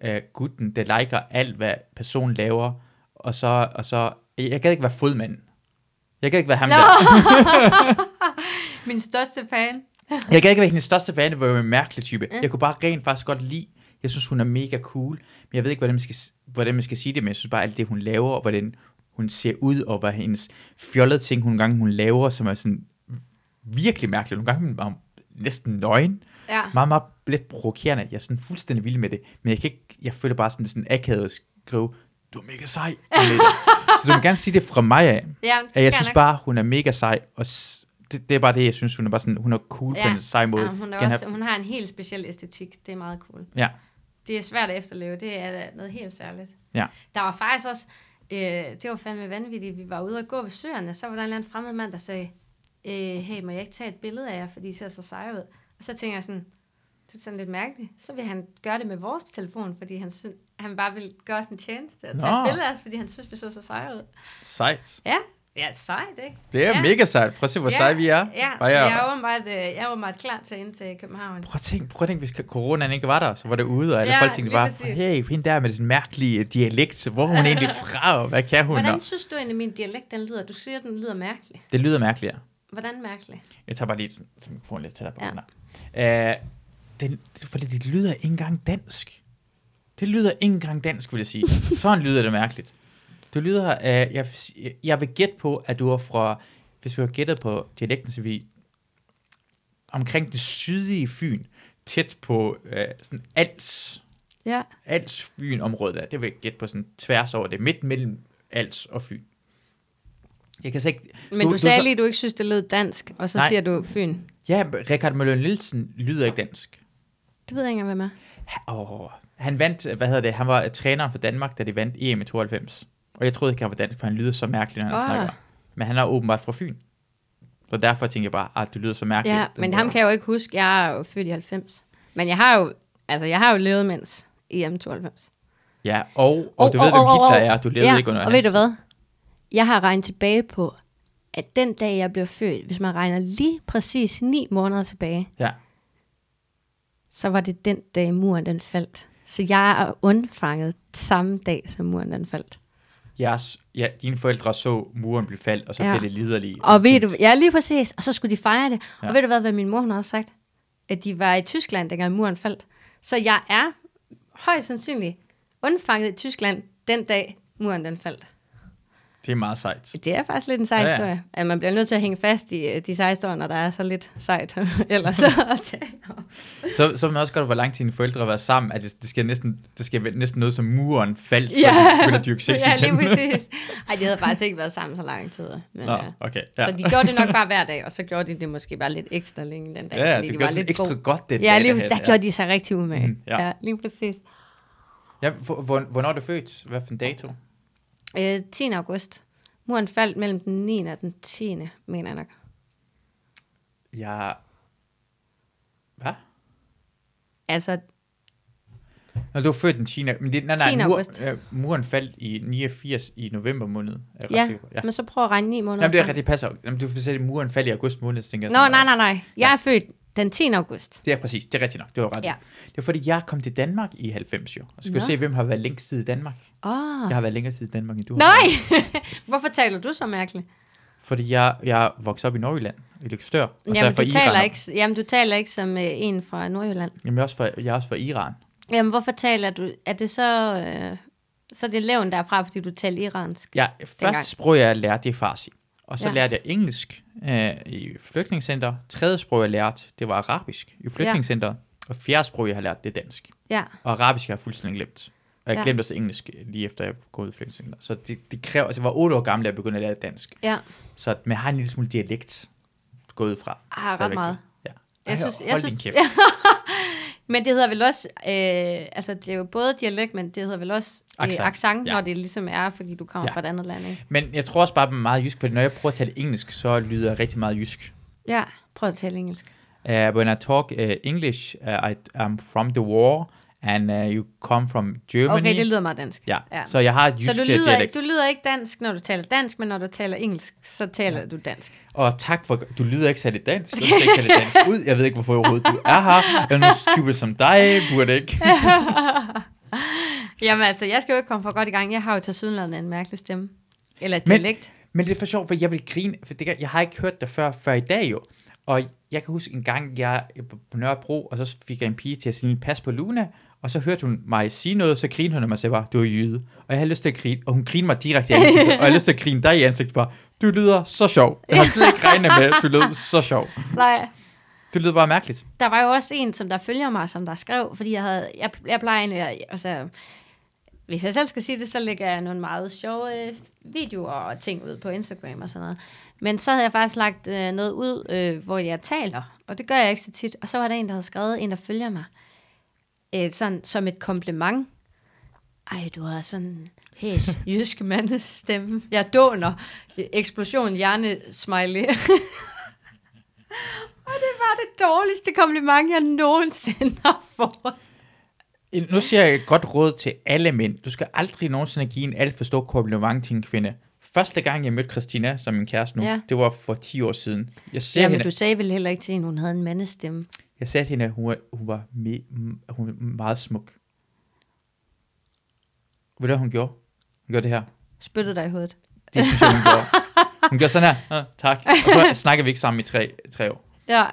øh, gutten, der liker alt, hvad personen laver, og så, og så, jeg gad ikke være fodmand. Jeg gad ikke være ham Nå. der. Min største fan. Jeg gad ikke være hendes største fan, hvor jeg var en mærkelig type. Ja. Jeg kunne bare rent faktisk godt lide. Jeg synes, hun er mega cool. Men jeg ved ikke, hvordan man skal, hvordan man skal sige det, men jeg synes bare, alt det, hun laver, og hvordan hun ser ud, og hvad hendes fjollede ting, hun gange hun laver, som er sådan virkelig mærkeligt. Nogle gange er hun bare næsten nøgen. Ja. Meget, meget lidt provokerende. Jeg er sådan fuldstændig vild med det. Men jeg, kan ikke, jeg føler bare sådan, sådan akavet at skrive, du er mega sej. Agnete." Så du må gerne sige det fra mig af. ja Ja, jeg skal synes nok. bare, hun er mega sej, og s- det, det er bare det, jeg synes, hun er bare sådan, hun er cool ja. på Ja. en sej måde. Ja, hun, Den er her- også, hun har en helt speciel æstetik. Det er meget cool. Ja, Det er svært at efterleve. Det er da noget helt særligt. Ja. Der var faktisk også... Øh, det var fandme vanvittigt. Vi var ude og gå ved søerne, og så var der en eller anden fremmed mand, der sagde, øh, hey, må jeg ikke tage et billede af jer, fordi I ser så seje ud? Og så tænker jeg sådan, det er sådan lidt mærkeligt. Så vil han gøre det med vores telefon, fordi han, synes, han bare vil gøre os en tjeneste og tage Nå. et billede af os, fordi han synes, vi så så seje ud. sejt. Ja, ja sejt, ikke? Det er ja. Ja. mega sejt. Prøv at se, hvor ja. seje vi er. Ja, så Bare jeg... jeg er åbenbart, øh, jeg er åbenbart klar til ind til København. Prøv at tænke, prøv at tænke, hvis coronaen ikke var der, så var det ude, og alle Ja, folk tænkte lige bare, præcis. hey, hende der med sin mærkelige dialekt, hvor er hun egentlig fra, og hvad kan hun? Hvordan Og- synes du egentlig, min dialekt den lyder? Du siger, den lyder mærkelig. Det lyder mærkeligere. Hvordan mærkelig? Jeg tager bare lige sådan- så mikrofonen lidt tættere på. Ja. Sådan her. Øh, den, fordi det lyder ikke engang dansk. Det lyder ikke engang dansk, vil jeg sige. Sådan lyder det mærkeligt. Du lyder, øh, jeg, jeg vil gætte på, at du er fra, hvis du har gættet på dialekten, så er vi omkring den sydlige Fyn, tæt på øh, sådan Als, Ja. Als Fyn området der. Det vil jeg gætte på sådan tværs over det, midt mellem Als og Fyn. Jeg kan så ikke, Men du, du er sagde så- lige, at du ikke synes, det lød dansk, og så Nej. Nej. siger du Fyn. Ja, Richard Møller Nielsen lyder ikke dansk. Det ved jeg ikke engang, hvad med. Oh, han vandt, hvad hedder det, han var træner for Danmark, da de vandt EM i 92. Og jeg troede ikke, han var dansk, for han lyder så mærkelig, når han Ah. snakker. Men han er åbenbart fra Fyn. Så derfor tænker jeg bare, at du lyder så mærkelig. Ja, men ham kan jeg jo ikke huske. Jeg er jo født i 90. Men jeg har jo, altså, jeg har jo levet mens EM 92. Ja, og, og du ved, hvem Hitler er. Du levede ikke under og hans ved du tid. hvad? Jeg har regnet tilbage på, at den dag, jeg blev født, hvis man regner lige præcis 9 måneder tilbage, Ja. så var det den dag, muren den faldt. Så jeg er undfanget samme dag, som muren den faldt. Jeres, ja, dine forældre så muren blive faldt, og så ja. Ja. blev det liderlige. Og ved du, ja. ja lige præcis, og så skulle de fejre det. Ja. Ja. Og ved du hvad, hvad min mor hun har også sagt? At de var i Tyskland, dengang muren faldt. Så jeg er højst sandsynligt undfanget i Tyskland den dag, muren den faldt. Det er meget sejt. Det er faktisk lidt en sej Ja, ja, ja. ja. historie. At man bliver nødt til at hænge fast i øh, de seje historier, når der er så lidt sejt. Ellers så at tage. Så, så vil man også godt, hvor lang tid dine forældre har været sammen, at det, det skal næsten, det skal være næsten noget som muren faldt, ja. Ja. før de begynder at dyrke sex ja, lige igen. præcis. Ej, de havde faktisk ikke været sammen så lang tid. Men, øh, Nå, ja. okay. Ja. Så de gjorde det nok bare hver dag, og så gjorde de det måske bare lidt ekstra længe den dag, ja, fordi det de gør var sådan lidt ekstra gode. godt den Ja, dag, lige, derhen. der gjorde de sig rigtig umage. Mm, ja. ja. ja, lige præcis. Ja, hvor- hvor- hvornår er du født? Hvad for en dato? Øh, 10. august. Muren faldt mellem den 9. og den 10. mener jeg nok. Jeg... Hvad? Altså, Nå, du var født den 10. Men det, nej, nej, 10. mur, august. øh, muren faldt i 89 i november måned. Er jeg ret ja, Mm, sikker på. ja. men så prøv at regne 9 måneder. Jamen, det er frem. rigtigt, det passer. jo. Jamen, du får set, at muren faldt i august måned, så tænker jeg Nå, sådan, nej, nej, nej. Jeg er født den 10. august. Det er præcis, det er rigtigt nok, det var ret. Ja. Det var fordi, jeg kom til Danmark i 90 jo. Og skulle Nå. se, hvem har været længst tid i Danmark. Åh, oh. Jeg har været længere tid i Danmark, end du har. nej! været. Hvorfor taler du så mærkeligt? Fordi jeg, jeg voksede op i Norgeland, i Lykstør. Og så er Jamen jeg fra du, taler Iran. ikke, jamen, du taler ikke som øh, en fra Nordjylland. Jamen, jeg er, også fra, jeg er også fra Iran. Jamen, hvorfor taler du... Er det så... Øh, så er det levn derfra, fordi du taler iransk? Ja, første sprog, jeg lærte, det er farsi. Og så ja. Ja. lærte jeg engelsk øh, i flygtningscenter. Tredje sprog, jeg lærte, det var arabisk i flygtningscenter. Ja. Og fjerde sprog, jeg har lært, det er dansk. Ja. Og arabisk har jeg fuldstændig glemt. Og jeg ja. Ja. glemte også engelsk øh, lige efter jeg kom ud af flygtningscenter. Så det, det kræver, altså jeg var otte år gammel, da jeg begyndte at lære dansk. Ja. Så man har en lille smule dialekt gået ud fra. Ah, ret Stadigvæk til. meget. Ja. Jeg synes- hold jeg din synes- kæft. Men det hedder vel også, øh, altså det er jo både dialekt, men det hedder vel også øh, Accent, accent, ja. når det ligesom er, fordi du kommer Ja. ja. fra et andet land, ikke? Men jeg tror også bare, at man er meget jysk, fordi når jeg prøver at tale engelsk, så lyder jeg rigtig meget jysk. Ja, prøv at tale engelsk. Uh, when I talk uh, English, uh, I, I'm from the war, and uh, you come from Germany. Okay, det lyder meget dansk. Ja, ja. Ja. så jeg har et jysk øh, Så du lyder, dialekt. ikke, du lyder ikke dansk, når du taler dansk, men når du taler engelsk, så taler ja. du dansk. Og tak for, du lyder ikke særlig dansk, du ser ikke særlig dansk ud, jeg ved ikke, hvorfor overhovedet du er her. Jeg er nu stupid som dig, burde ikke. Jamen altså, jeg skal jo ikke komme for godt i gang. Jeg har jo til sydenlandet en mærkelig stemme. Eller Men- dialekt. Men det er for sjovt, for jeg vil grine, for det, kan- jeg har ikke hørt det før, før i dag jo. Og jeg kan huske en gang, jeg var på Nørrebro, og så fik jeg en pige til at sige, pas på Luna, og så hørte hun mig sige noget, så grinede hun af mig og sagde bare, du er jyde. Og jeg havde lyst til at grine, og hun grinede mig direkte i ansigtet, og jeg havde lyst til at grine dig i ansigtet bare, du lyder så sjov. Jeg har slet ikke regnet med, du lyder så sjov. Nej. Det lyder bare mærkeligt. Der var jo også en, som der følger mig, som der skrev, fordi jeg, havde, jeg, jeg plejer egentlig, at- altså, hvis jeg selv skal sige det, så lægger jeg nogle meget sjove øh, videoer og ting ud på Instagram og sådan noget. Men så havde jeg faktisk lagt øh, noget ud, øh, hvor jeg taler, og det gør jeg ikke så tit. Og så var der en, der havde skrevet, en der følger mig, øh, sådan, som et kompliment. Ej, du har sådan hæs jysk mandestemme. Jeg dåner. Eksplosion, hjerne, smiley. Og det var det dårligste kompliment, jeg nogensinde har fået. Nu siger jeg et godt råd til alle mænd. Du skal aldrig nogensinde give en alt for stor kompliment til en kvinde. Første gang, jeg mødte Christina som min kæreste nu, Ja. det var for 10 år siden. Jeg ser Jamen, hende, du sagde vel heller ikke til hende, hun havde en mandestemme. jeg sagde til hende, at hun var, hun var, me, m- hun var meget smuk. Ved du, hvad hun gjorde? Hun gjorde det her. Spyttede dig i hovedet. Det synes jeg, hun gjorde. Hun gjorde sådan her. "Ah, tak. Og så snakkede vi ikke sammen i tre, tre år. Ja,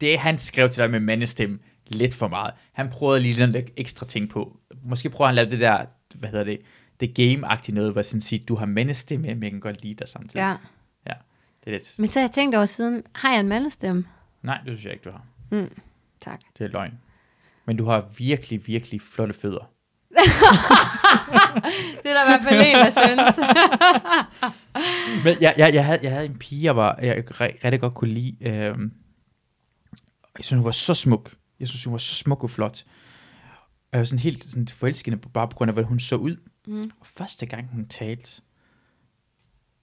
Det, han skrev til dig med mandestemme, lidt for meget. Han prøvede lige at lægge ekstra ting på. Måske prøver han at lave det der, hvad hedder det, det game-agtige noget, hvor sådan siger, du har mandestemme, men jeg kan godt lide dig samtidig. ja. ja det er lidt. Men så har jeg tænkt over siden, har jeg en mandestemme? Nej, det synes jeg ikke, du har. Tak. Det er løgn. Men du har virkelig, virkelig flotte fødder. Det er der i hvert fald en, der synes. Men jeg, jeg, jeg, havde, jeg havde en pige, jeg, var, jeg re- rigtig godt kunne lide. Øhm, jeg synes, hun var så smuk. Jeg synes, hun var så smuk og flot. Og jeg var sådan helt sådan forelskende, bare på grund af, hvordan hun så ud. Mm. Og første gang, hun talte,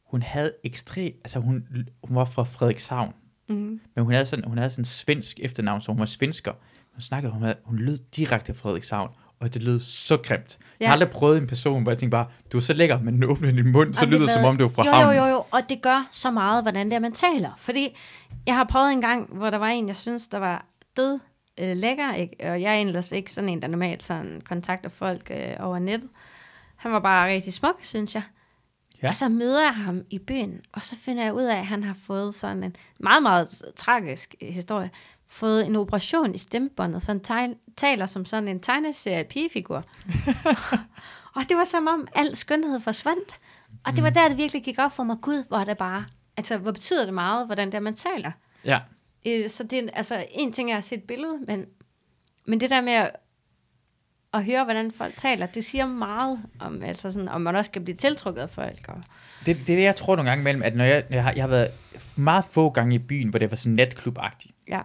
hun havde ekstrem... Altså, hun, hun var fra Frederikshavn. Mm. Men hun havde sådan, hun havde sådan en svensk efternavn, så hun var svensker. Hun snakkede, hun, havde, hun lød direkte fra Frederikshavn, og det lød så grimt. Ja. Jeg Ja. har aldrig prøvet en person, hvor jeg tænkte bare, du er så lækker, men nu åbner din mund, så Jamen, lyder det ved- som om, du er fra jo, havnen. Jo, jo, jo, og det gør så meget, hvordan det er, man taler. Fordi jeg har prøvet en gang, hvor der var en, jeg synes, der var død øh, lækker, ikke? og jeg er ellers ikke sådan en, der normalt sådan kontakter folk øh, over nettet. Han var bare rigtig smuk, synes jeg. Ja. Ja. Og så møder jeg ham i byen, og så finder jeg ud af, at han har fået sådan en meget, meget s- tragisk øh, historie, fået en operation i stemmebåndet, så han tegn- taler som sådan en tegneserie pigefigur. og det var som om, al skønhed forsvandt. Og det var Mm. der, det virkelig gik op for mig. Gud, hvor er det bare... Altså, hvor betyder det meget, hvordan det er, man taler? Ja. Øh, Så det er, en- altså, en ting er at se et billede, men, men det der med at, at høre, hvordan folk taler, det siger meget om, altså sådan, om man også kan blive tiltrukket af folk. Og, Det, det er det, jeg tror nogle gange imellem, at når jeg, når jeg, har, jeg har været meget få gange i byen, hvor det var sådan natklubagtigt. ja.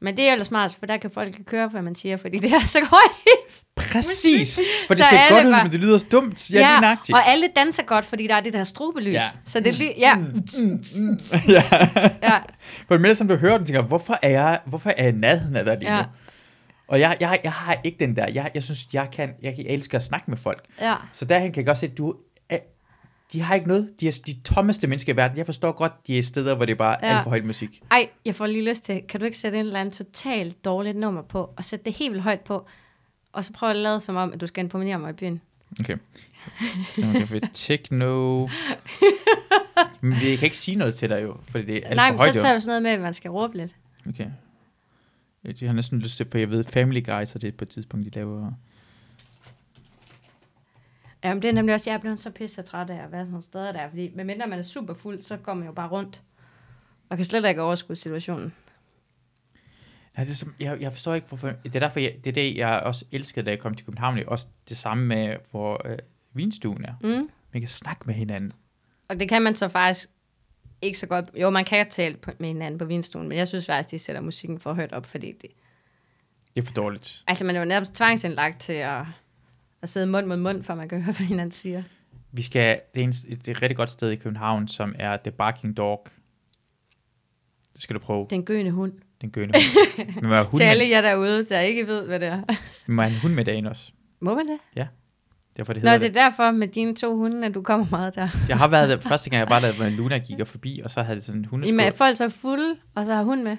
Men det er jo ellers smart, for der kan folk ikke køre, hvad man siger, fordi det er så højt. Præcis! For det Så ser alle godt ud, var- men det lyder dumt. Ja, lige nøjagtigt. og alle danser godt, fordi der er det der strobelys. Ja. Mm. Ja. Så det er lige, ja, ja. ja, For imens som du hører den, tænker jeg, hvorfor er jeg, hvorfor er jeg i nærheden af dig lige nu? Ja. Og jeg, jeg, jeg har ikke den der. Jeg, jeg synes, jeg kan, jeg, jeg elsker at snakke med folk. ja. Så derhen kan jeg godt se, at du, er- de har ikke noget. De er de tommeste mennesker i verden. Jeg forstår godt, de er steder, hvor det er bare ja. Ja. alt for højt musik. Ej, jeg får lige lyst til, kan du ikke sætte en eller anden totalt dårligt nummer på, og sætte det helt vildt højt på, og så prøve at lade som om, at du skal imponere mig i byen. Okay. Så man kan få techno. Men jeg kan ikke sige noget til dig jo, fordi det er alt Nej, Nej, men for højt så jo. tager du sådan noget med, at man skal råbe lidt. Okay. Jeg jeg har næsten lyst til, for jeg ved, Family Guy, så det er på et tidspunkt, de laver... Jamen, det er nemlig også, jeg er blevet så pisse træt af at være sådan nogle steder der, fordi medmindre man er super fuld, så går man jo bare rundt, og kan slet ikke overskue situationen. Nej, det er som, jeg, jeg forstår ikke, hvorfor... Det er derfor, jeg, det er det, jeg også elskede, da jeg kom til København. Det er også det samme med, hvor øh, vinstuen er. Mm. Man kan snakke med hinanden. Og det kan man så faktisk ikke så godt. Jo, man kan tale på, med hinanden på vinstuen, men jeg synes faktisk, de sætter musikken for højt op, fordi det, Det er for dårligt. altså man er jo nærmest tvangsindlagt til at, at sidde mund mod mund, for man kan høre, hvad hinanden siger. Vi skal, det er en, det er et rigtig godt sted i København, som er The Barking Dog. Det skal du prøve, Den gøende hund. den gøende hund. Men må jeg have hund Til alle med, jer derude, der ikke ved, hvad det er. vi må have en hund med dagen også. Må man det? Derfor det Nå, hedder det er derfor med dine to hunde, at du kommer meget der. det. Jeg har været der, første gang jeg var der, hvor Luna gik og forbi, og så havde det sådan en I hundeskål. med, folk så er fulde, og så har hun med.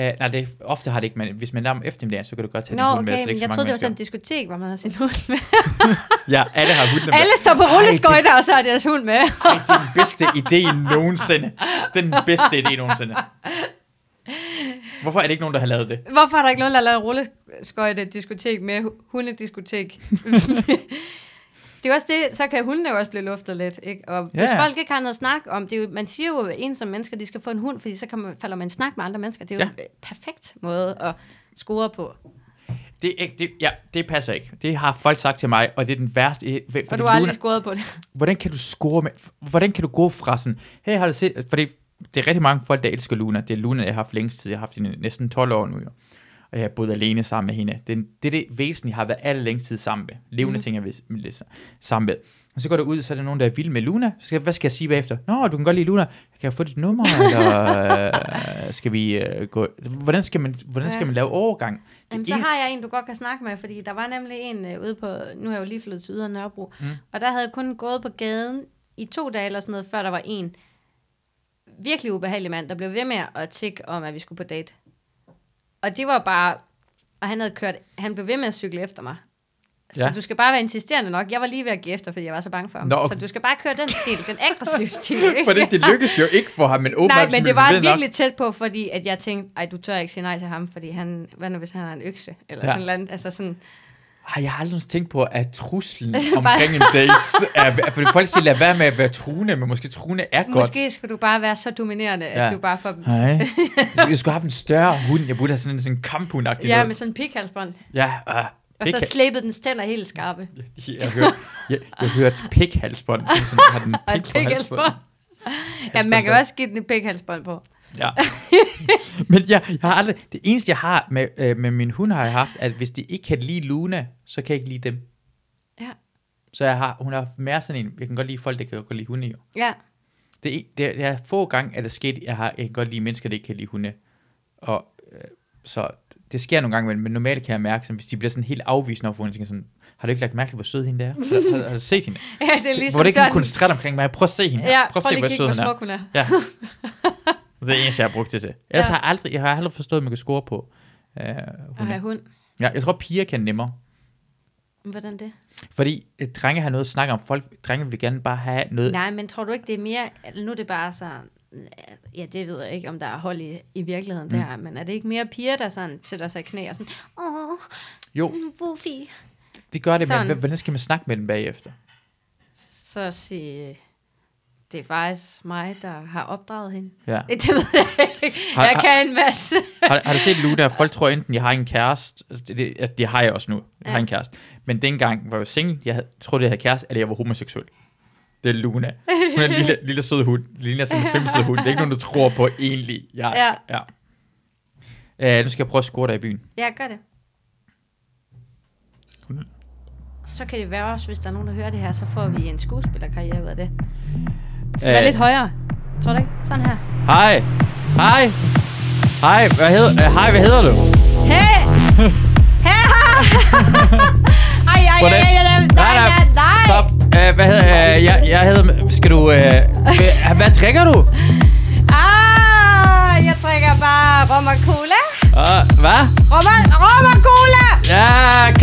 Uh, nej, det, ofte har det ikke, men hvis man er om eftermiddagen, så kan du godt tage Nå, din hund med, så okay, det er men ikke jeg så troede, mange det var sådan et mennesker. diskotek, hvor man har sin hund med. Ja, alle har hunden med. Alle står på Ej, rulleskøjter, og så har deres hund med. Det, ej, det er den bedste idé nogensinde. Den bedste idé nogensinde. Hvorfor er det ikke nogen, der har lavet det? Hvorfor er der ikke nogen, der har lavet rulleskøjte diskotek med hu- hundediskotek? det er også det, så kan hundene jo også blive luftet lidt. Ikke? Og Ja, hvis ja. folk ikke har noget snak om, det er jo, man siger jo, at ensomme mennesker, de skal få en hund, fordi så kan man, falder man i snak med andre mennesker. Det er jo en perfekt måde at score på. Det, er ikke, det, ja, det passer ikke. Det har folk sagt til mig, og det er den værste... eh, fordi Og du Luna- har aldrig scoret på det. hvordan kan du score med, hvordan kan du gå fra sådan, hey, har du set, fordi det er rigtig mange folk, der elsker Luna, det er Luna, jeg har haft længst tid, jeg har haft hende i næsten 12 år nu, jo. og jeg har boet alene sammen med hende, det er det, er det væsen, jeg har været allerlængst tid sammen med, levende Mhm. mm. ting, jeg har været sammen med, og så går der ud, så er der nogen, der er vild med Luna, så skal, hvad skal jeg sige bagefter, nå, du kan godt lide Luna, kan jeg få dit nummer, eller øh, skal vi øh, gå, hvordan skal man, hvordan skal Ja. man lave overgang, Det Jamen, så ene- har jeg en, du godt kan snakke med, fordi der var nemlig en øh, ude på, nu er jeg jo lige flyttet til Ydre Nørrebro, mm. og der havde jeg kun gået på gaden i to dage eller sådan noget, før der var en virkelig ubehagelig mand, der blev ved med at tikke om, at vi skulle på date. Og det var bare, og han havde kørt, han blev ved med at cykle efter mig. Så Ja. ja. du skal bare være insisterende nok. Jeg var lige ved at give efter, fordi jeg var så bange for ham. Nå, Nå, okay. okay. Så du skal bare køre den stil, den aggressive stil. ikke? for det, det lykkes jo ikke for ham, men åbenbart, Nej, men det smiler var ved nok. virkelig tæt på, fordi at jeg tænkte, ej, du tør ikke sige nej til ham, fordi han, hvad nu hvis han har en økse, eller Ja. ja. sådan noget, andet. altså sådan, Har jeg har aldrig nogensinde tænkt på, at truslen Bare- omkring en date er... er- Fordi folk siger, lad være med at være truende, men måske truende er godt. måske skal du bare være så dominerende, ja. Ja. at du bare får dem. Nej. Jeg skulle have haft en større hund. Jeg burde have sådan en sådan en kamphund-agtig Ja, noget. med sådan en pikhalsbånd. Ja, uh, Og så slæbede den tænder helt skarpe. jeg, hørte, jeg, jeg hørte pikhalsbånd. Sådan, sådan, har den Og et pik på pikhalsbånd. halsbåndet. ja, man kan Halsbånd. også give den et pikhalsbånd på. Ja. men jeg, jeg har aldrig... Det eneste, jeg har med, øh, med min hund, har jeg haft, at hvis de ikke kan lide Luna, så kan jeg ikke lide dem. Ja. Så jeg har, hun har mere sådan en... Jeg kan godt lide folk, der kan godt lide hunde, jo. Ja, det, er- det, er- det er få gange, at det sket, jeg, har, jeg kan godt lide mennesker, der ikke kan lide hunde. Og, øh, så det sker nogle gange, men, men normalt kan jeg mærke, sådan, hvis de bliver sådan helt afvisende overfor hunde, så tænker jeg sådan, har du ikke lagt mærke til, hvor sød hende der er? Har, har, har du set hende? ja det er Ligesom ligesom hvor det ikke sådan. sådan... koncentreret omkring mig. Prøv at se hende. Ja, prøv at se, lige hvor at kigge, sød hvor hun er. smuk hun er. Ja. Det er det eneste, jeg har brugt det til. Ellers Ja. har jeg aldrig, jeg har aldrig forstået, at man kan score på øh, Og hunde. have hund. Ja, jeg tror, piger kan nemmere. Hvordan det? Fordi øh, drenge har noget at snakke om. Folk, drenge vil gerne bare have noget. Nej, men tror du ikke, det er mere... eller Nu er det bare sådan... øh, Ja, det ved jeg ikke, om der er hold i, i virkeligheden, mm. det her. Men er det ikke mere piger, der sådan sætter sig i knæ og sådan... Åh, mm, Jo, Wuffy. det gør det, men Sådan. h- hvordan skal man snakke med dem bagefter? Så sige... Det er faktisk mig, der har opdraget hende. Ja. Det ved jeg ikke. Har- Jeg har- kan en masse. har, har du set Luna? Folk tror enten, jeg har en kæreste. Det, det, ja, det har jeg også nu. Jeg ja. har en kæreste. Men dengang var jeg jo single. Jeg havde, troede, jeg havde kæreste, eller jeg var homoseksuel. Det er Luna. Hun er en lille, lille sød hund. Lille sådan en femsød hund. Det er ikke nogen, du tror på egentlig. Jeg, ja. ja. Uh, nu skal jeg prøve at score dig i byen. Ja, gør det. Så kan det være også, hvis der er nogen, der hører det her, så får vi en skuespillerkarriere ud af det. Det skal Øh. være lidt højere. Tror du ikke? Sådan her. Hej. Hej. Hej, hvad hedder, uh, hej, hvad hedder du? Hey! Hey! Ej, ej, ej, Hvordan- ej, ej, nej, nej, nej. Stop. Uh, hvad hedder, uh, jeg, jeg hedder, skal du, uh, hvad, hvad drikker du? Ah, jeg drikker bare rom og cola. Uh, hvad? Rom og, rom og cola! Ja,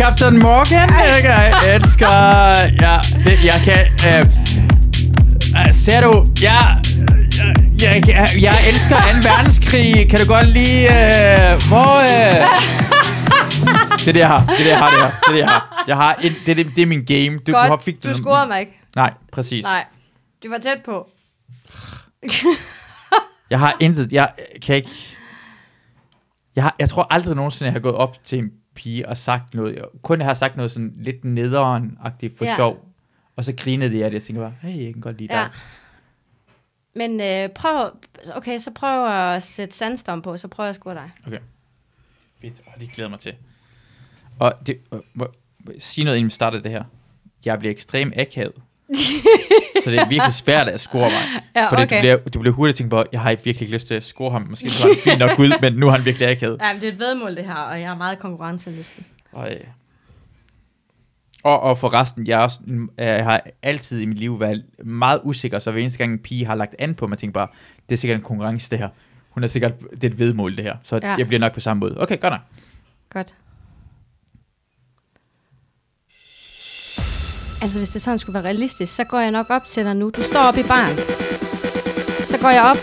Captain Morgan. Jeg elsker... Ja, det, jeg kan... Øh, øh, ser du... Ja, øh, jeg, jeg, jeg elsker 2. verdenskrig. Kan du godt lide... Øh, hvor... Øh, det er det, jeg har. Det er det, jeg har. Det, her. det, er det, jeg har. Jeg har et, det, er det, det er min game. Du, Godt, du, har, fik du scorede mig ikke. Nej, præcis. Nej, det var tæt på. Jeg har intet... Jeg kan ikke... Jeg, har, jeg tror aldrig nogensinde, jeg har gået op til en pige og sagt noget. Jeg, kun jeg har sagt noget sådan lidt nederen-agtigt for ja. Ja. sjov. Og så grinede de af det. Jeg tænker bare, hey, jeg kan godt lide Ja. dig. Men øh, prøv, okay, så prøv at sætte sandstorm på, så prøver jeg at score dig. Fedt, og det glæder jeg mig til. Og det, og, må, må jeg sige noget, inden vi startede det her. Jeg bliver ekstremt akavet. så det er virkelig svært at score mig. Ja, Fordi du, okay. bliver, du bliver hurtigt tænkt på, jeg har ikke virkelig lyst til at score ham. Måske så er han fint nok ud, men nu er han virkelig akavet. Nej, men det er et vedmål, det her, og jeg er meget konkurrencelysten. Og, øh, og, og for resten, jeg, er også, en- øh, jeg har altid i mit liv været meget usikker, så hver eneste gang en pige har lagt an på mig, tænker bare, det er sikkert en konkurrence det her. Hun er sikkert, det er et vedmål det her, så ja. Ja. jeg bliver nok på samme måde. Okay, godt nok. Godt. Altså, hvis det sådan skulle være realistisk, så går jeg nok op til dig nu. Du står op i baren. Så går jeg op.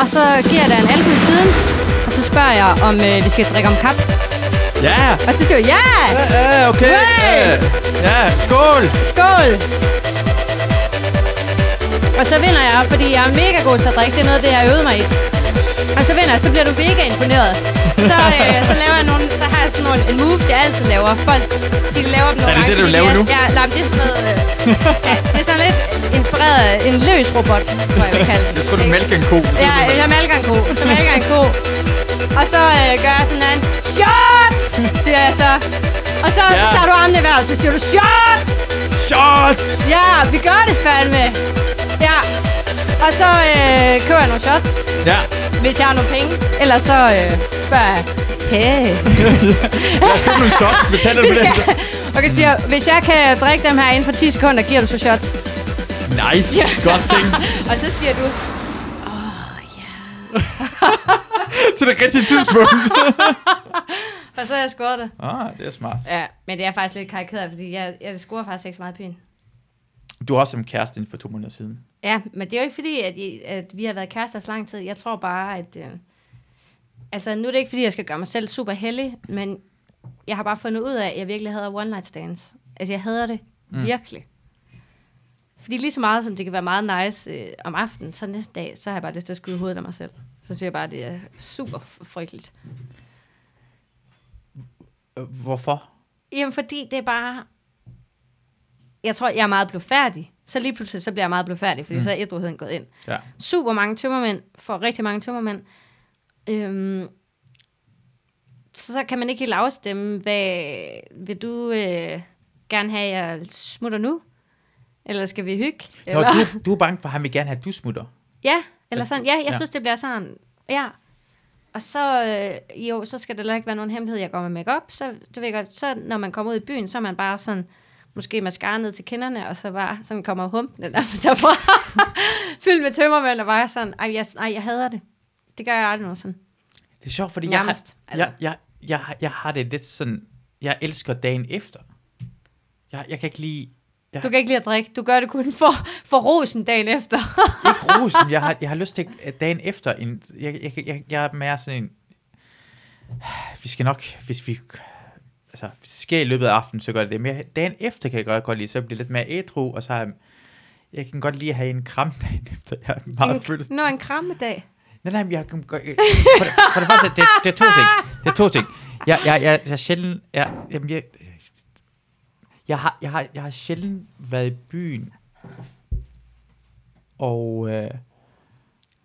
Og så giver jeg dig en alkohol i siden, og så spørger jeg, om øh, vi skal drikke om kap. Ja! Og så siger jeg, ja! Ja, ja, okay. Hey! Ja, ja, skål! Skål! Og så vinder jeg, fordi jeg er mega god til at drikke. Det er noget, af det jeg har øvet mig i. Og så vinder jeg, så bliver du mega imponeret. Så, øh, så laver jeg nogle, så har jeg sådan nogle en moves, jeg altid laver. Folk, de laver dem nogle Er det det, gange, du fordi laver jeg, nu? Ja, nej, men det er sådan noget... Øh, ja, det er sådan lidt inspireret af en løs robot, tror jeg, jeg vil kalde den. Det skulle du Ikke? mælke en ko. Ja, øh. jeg malker en ko. Så malker jeg en ko. Og så øh, gør jeg sådan en... Shots! Siger jeg så. Og så Ja. yeah. tager du armene i vejret, så siger du... Shots! Shots! Ja, vi gør det fandme. Ja. Og så øh, køber jeg nogle shots, Ja. hvis jeg har nogle penge. Ellers så øh, spørger jeg... Hey. Køb nogle shots, betal dig Vi for det. skal... Okay, siger, jeg, hvis jeg kan drikke dem her inden for 10 sekunder, giver du så shots. Nice, godt tænkt. Og så siger du, Til det rigtige tidspunkt. og så har jeg scoret det. ah, det er smart. Ja, men det er faktisk lidt karikeret, fordi jeg, jeg scorer faktisk ikke så meget pyn. Du har også en kæreste inden for to måneder siden. Ja, men det er jo ikke fordi, at, I, at vi har været kærester så lang tid. Jeg tror bare, at... Øh, altså, nu er det ikke fordi, jeg skal gøre mig selv super heldig, men jeg har bare fundet ud af, at jeg virkelig hader one night stands. Altså, jeg hader det. Mm. Virkelig. Fordi lige så meget, som det kan være meget nice øh, om aftenen, så næste dag, så har jeg bare lyst til at skyde hovedet af mig selv. Så synes jeg bare, det er super f- frygteligt. Øh, Hvorfor? Jamen, fordi det er bare... Jeg tror, jeg er meget blufærdig. Så lige pludselig, så bliver jeg meget blufærdig, fordi mm. så er ædruheden gået ind. Ja. super mange tømmermænd, for rigtig mange tømmermænd. Øhm, så, så kan man ikke helt afstemme, hvad vil du øh, gerne have, jeg smutter nu? Eller skal vi hygge? Nå, Eller, du, du er bange for, at han vil gerne have, at du smutter. Ja, eller sådan. Ja, Altså, jeg Ja. ja. synes, det bliver sådan. Ja. Og så, øh, jo, så skal det heller ikke være nogen hemmelighed, jeg går med makeup. Så, du ved godt, så når man kommer ud i byen, så er man bare sådan, måske mascara ned til kinderne, og så bare sådan kommer humpen, eller så bare fyldt med tømmermænd, og bare sådan, ej jeg, ej, jeg hader det. Det gør jeg aldrig nogensinde. Det er sjovt, fordi jeg har, Nærmest, altså. jeg, jeg, jeg, har- jeg har det lidt sådan, jeg elsker dagen efter. Jeg, jeg kan ikke lide, jeg Du kan ikke lide at drikke. Du gør det kun for, for rosen dagen efter. ikke rosen, jeg har, jeg har lyst til at dagen efter, en, jeg, jeg, jeg, jeg er mere sådan en, vi skal nok, hvis vi, altså hvis det sker i løbet af aftenen, så gør det det, men jeg- dagen efter kan jeg godt, godt lide, så bliver det lidt mere ædru, og så har jeg, jeg kan godt lide at have en kram dagen efter, jeg er meget fyldt. en, når en krammedag. Nej, nej, men jeg kan gøre... øh, For det, for det første, det, det er to ting. Det er to ting. Jeg, jeg, jeg, jeg er sjældent... Jeg, jamen, jeg, jeg, har, jeg, har, jeg har sjældent været i byen, og øh,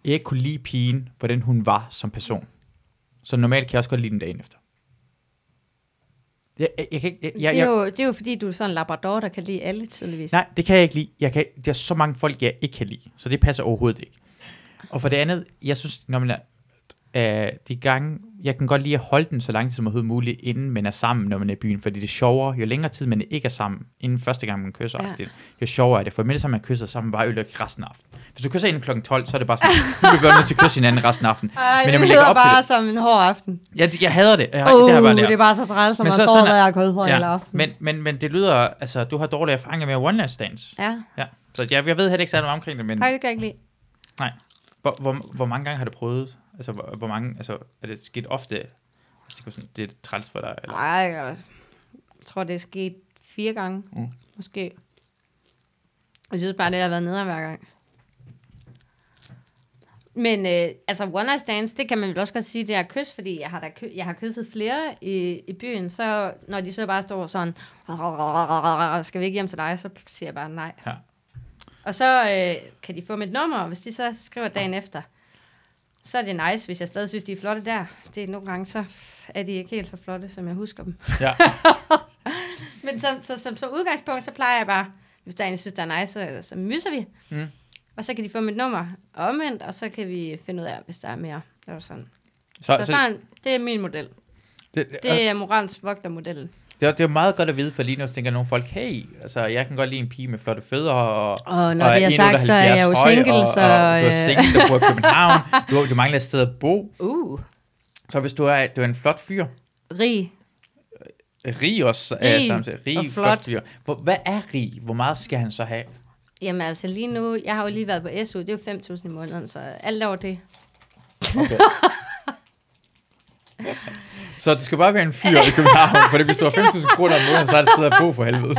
jeg ikke kunne lide pigen, hvordan hun var som person. Så normalt kan jeg også godt lide den dagen efter. Jeg, jeg, jeg kan ikke... Jeg, jeg, det, er jeg, jo, det er jo fordi, du er sådan en labrador, der kan lide alle tydeligvis. Nej, det kan jeg ikke lide. Jeg kan, der er så mange folk, jeg ikke kan lide, så det passer overhovedet ikke. Og for det andet, jeg synes, når man er, øh, de gange, jeg kan godt lide at holde den så lang tid som overhovedet muligt, inden man er sammen, når man er i byen, fordi det er sjovere, jo længere tid man ikke er sammen, inden første gang man kysser, Ja. ja. jo sjovere er det, for mindst man kysser, så er man bare ødelægge resten af aftenen. Hvis du kysser inden kl. 12, så er det bare sådan, nu er vi bare nødt til at kysse hinanden resten af aftenen. Ej, Men men når man det lægger lyder op til bare det, som en hård aften. jeg, jeg hader det. Jeg, Åh, det har jeg bare lært. det er bare så træls, som Men man så- så, får, sådan er- hvad jeg har gået for ja, hele aften. men, men, men det lyder, altså, du har dårlige erfaringer med one night stands. Ja, Ja. Så jeg, jeg ved heller ikke særlig meget omkring det, men... nej, det kan jeg ikke lide. Nej. Hvor, hvor, hvor mange gange har du prøvet? Altså, hvor, hvor mange, altså, er det sket ofte? Altså, det, er sådan, det er træls for dig, eller? Nej, jeg tror, det er sket fire gange, Mm. mm. måske. Jeg synes bare, det har været nederen hver gang. Men øh, altså, one night stands, det kan man vel også godt sige, det er kys, fordi jeg har, da kø- jeg har kysset flere i, i byen, så når de så bare står sådan, skal vi ikke hjem til dig, så siger jeg bare nej. Ja. Og så øh, kan de få mit nummer, og hvis de så skriver dagen efter, så er det nice, hvis jeg stadig synes, de er flotte der. Det er nogle gange, så er de ikke helt så flotte, som jeg husker dem. Ja. Men som, så, som, som udgangspunkt, så plejer jeg bare, hvis der er en, jeg synes, der er nice, så, så myser vi. Mm. Og så kan de få mit nummer og omvendt, og så kan vi finde ud af, hvis der er mere. Eller sådan. Så, Så, så, sådan, det er min model. det, det, det, Det er moralens vogtermodellen. det, er, det er meget godt at vide, for lige nu tænker nogle folk, hey, altså, jeg kan godt lide en pige med flotte fødder, og, Og når og det er sagt, så er jeg jo 1,78 høj, single, og, så, Og, du er øh. single, du bor i København, du, du mangler et sted at bo. Uh, Så hvis du er, du er en flot fyr, rig. rig også, rig, Rig samtidig, rig og flot. flot. flot fyr. Hvor, hvad er rig? Hvor meget skal han så have? Jamen altså lige nu, jeg har jo lige været på SU, det er jo 5.000 i måneden, så alt over det. Okay. så det skal bare være en fyr i København, for det koster 5.000 kroner om måneden, så er det sted at bo for helvede.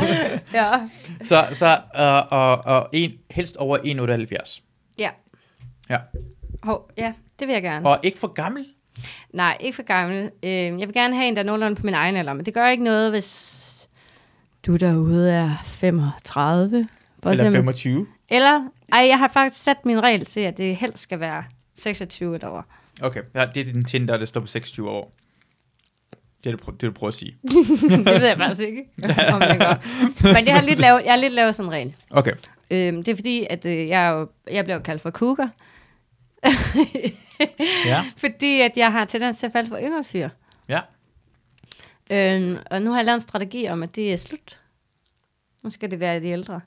Ja. så så øh, og, og en, helst over 1,78. Ja. Ja. Hov, ja, det vil jeg gerne. Og ikke for gammel. Nej, ikke for gammel. Øh, jeg vil gerne have en, der er nogenlunde på min egen alder, men det gør ikke noget, hvis du derude er 35. For Eller eksempel. 25. Eller, ej, jeg har faktisk sat min regel til, at det helst skal være 26 eller over. Okay, ja, det er din Tinder, der står på 26 år. Det er det, du prø- det, du prøver at sige. det ved jeg faktisk ikke, om jeg gør. Men jeg har lidt lavet, jeg har lidt lavet sådan en regel. Okay. Øhm, det er fordi, at øh, jeg, er jo, jeg bliver jo kaldt for cougar, Ja. fordi at jeg har tendens til at falde for yngre fyre. Ja. Øhm, og nu har jeg lavet en strategi om, at det er slut. Nu skal det være de ældre.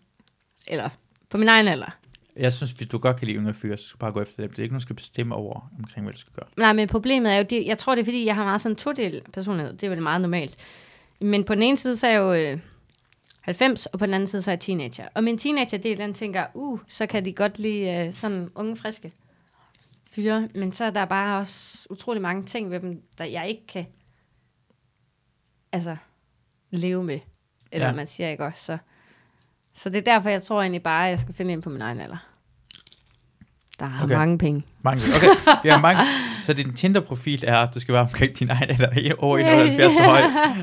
Eller på min egen alder. Jeg synes, hvis du godt kan lide yngre fyre, så skal du bare gå efter dem. Det er ikke nogen, der skal bestemme over, omkring hvad du skal gøre. Nej, men problemet er jo, det, jeg tror det er fordi, jeg har meget sådan todel personlighed. Det er vel meget normalt. Men på den ene side, så er jeg jo øh, 90, og på den anden side, så er jeg teenager. Og min teenager-del, den tænker, uh, så kan de godt lide øh, sådan unge, friske fyre. Men så er der bare også utrolig mange ting ved dem, der jeg ikke kan altså, leve med. Eller Ja. ja. man siger ikke også. Så, så det er derfor, jeg tror egentlig bare, at jeg skal finde en på min egen alder. Der er Okay. okay. mange penge. Mange. Okay, det er mange. Så din Tinder-profil er, at du skal være omkring din egen alder, over 71 år høj,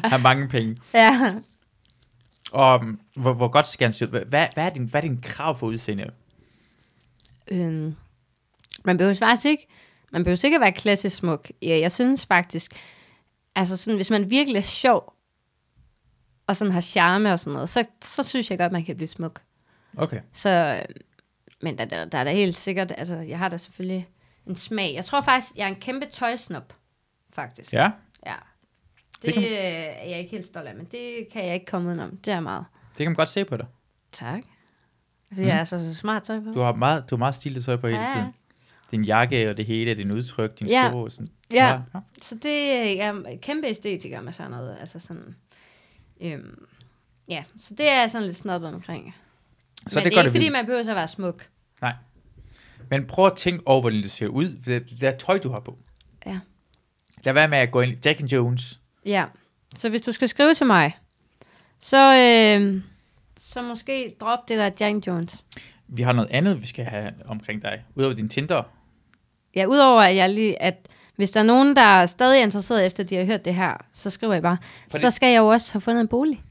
have mange penge. Ja. Og um, hvor, hvor godt skal han se ud? Hvad, hvad, er din, hvad er din krav for udseende? Øhm, man behøver faktisk ikke, man behøver ikke at være klassisk smuk. Ja, jeg synes faktisk, altså sådan, hvis man virkelig er sjov, og sådan har charme og sådan noget, så, så synes jeg godt, man kan blive smuk. Okay. Så, øh, men der, der, der er da helt sikkert, altså jeg har da selvfølgelig en smag. Jeg tror faktisk, jeg er en kæmpe tøjsnop, faktisk. Ja, ja. Det kan Det, det er jeg ikke helt stolt af, men det kan jeg ikke komme udenom. Det er meget. det kan man godt se på dig. Tak. Fordi mm. jeg er så, så smart tøj på. Mhm. Du har meget, du har meget stilet tøj på hele Ja. tiden. Din jakke og det hele, din udtryk, din Ja. sko. og Sådan. Ja. ja. Så det øh, jeg er kæmpe æstetiker med sådan noget. Altså sådan, øhm, ja, så det er jeg sådan lidt snobbet omkring. Så det, Men det gør er det ikke, fordi vildt. man behøver så at være smuk. Nej. Men prøv at tænke over, hvordan det ser ud. Det, det er tøj, du har på. Ja. Lad være med at gå ind i Jack and Jones. ja. Så hvis du skal skrive til mig, så, øh, så måske drop det der Jack Jones. Vi har noget andet, vi skal have omkring dig. Udover din Tinder. Ja, udover at jeg lige, at hvis der er nogen, der er stadig er interesseret efter, de har hørt det her, så skriver jeg bare. Fordi- Så skal jeg jo også have fundet en bolig.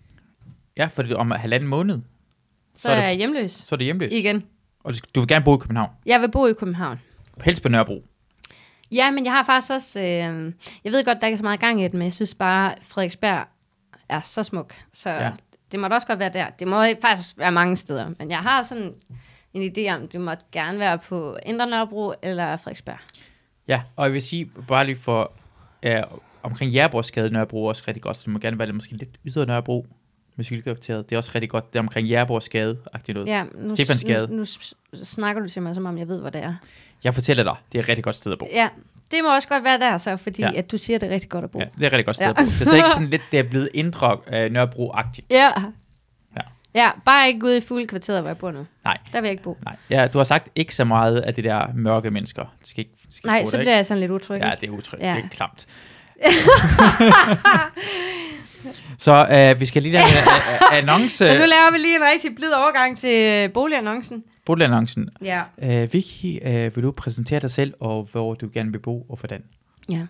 Ja, for det, om halvanden måned, Så Så, så er er det- jeg hjemløs så er det hjemløs. igen. Og du, skal- du vil gerne bo i København. Jeg vil bo i København. Helst på Nørrebro. Ja, men jeg har faktisk også... Øh, jeg ved godt, der ikke er så meget gang i det, men jeg synes bare, Frederiksberg er så smuk. Så Ja. ja. det må da også godt være der. Det må faktisk være mange steder. Men jeg har sådan en idé om, det må gerne være på Indre Nørrebro eller Frederiksberg. Ja, og jeg vil sige, bare lige for... Ja, omkring Jægerborgsgade Nørrebro er også rigtig godt, så det må gerne være lidt, måske lidt ydre Nørrebro med cykelkvarteret. Det er også rigtig godt. Det er omkring Jægerborgsgade, agtigt noget. Ja, nu, Stefansgade. Nu, nu s- snakker du til mig, som om jeg ved, hvor det er. Jeg fortæller dig, det er et rigtig godt sted at bo. Ja, det må også godt være der så, fordi Ja. ja. at du siger, det er rigtig godt at bo. Ja, Ja. det er et rigtig godt sted Ja. at bo. Det er stadig sådan lidt, det er blevet indre øh, Nørrebro-agtigt. Ja. Ja. ja, bare ikke ude i fulde kvarteret, hvor jeg bor nu. Nej, Der vil jeg ikke bo. nej. Ja, du har sagt ikke så meget af det der mørke mennesker. Det skal ikke, det skal Nej, ikke så gå der, bliver jeg sådan lidt utryg. ikke? Ja, det er utrygt. Ja. Ja. Det er klamt. så øh, vi skal lige lave en øh, øh, annonce. Så nu laver vi lige en rigtig blid overgang til øh, boligannoncen. Boligannoncen. Ja. Øh, Vicky, øh, vil du præsentere dig selv, og hvor du gerne vil bo, og hvordan? Ja.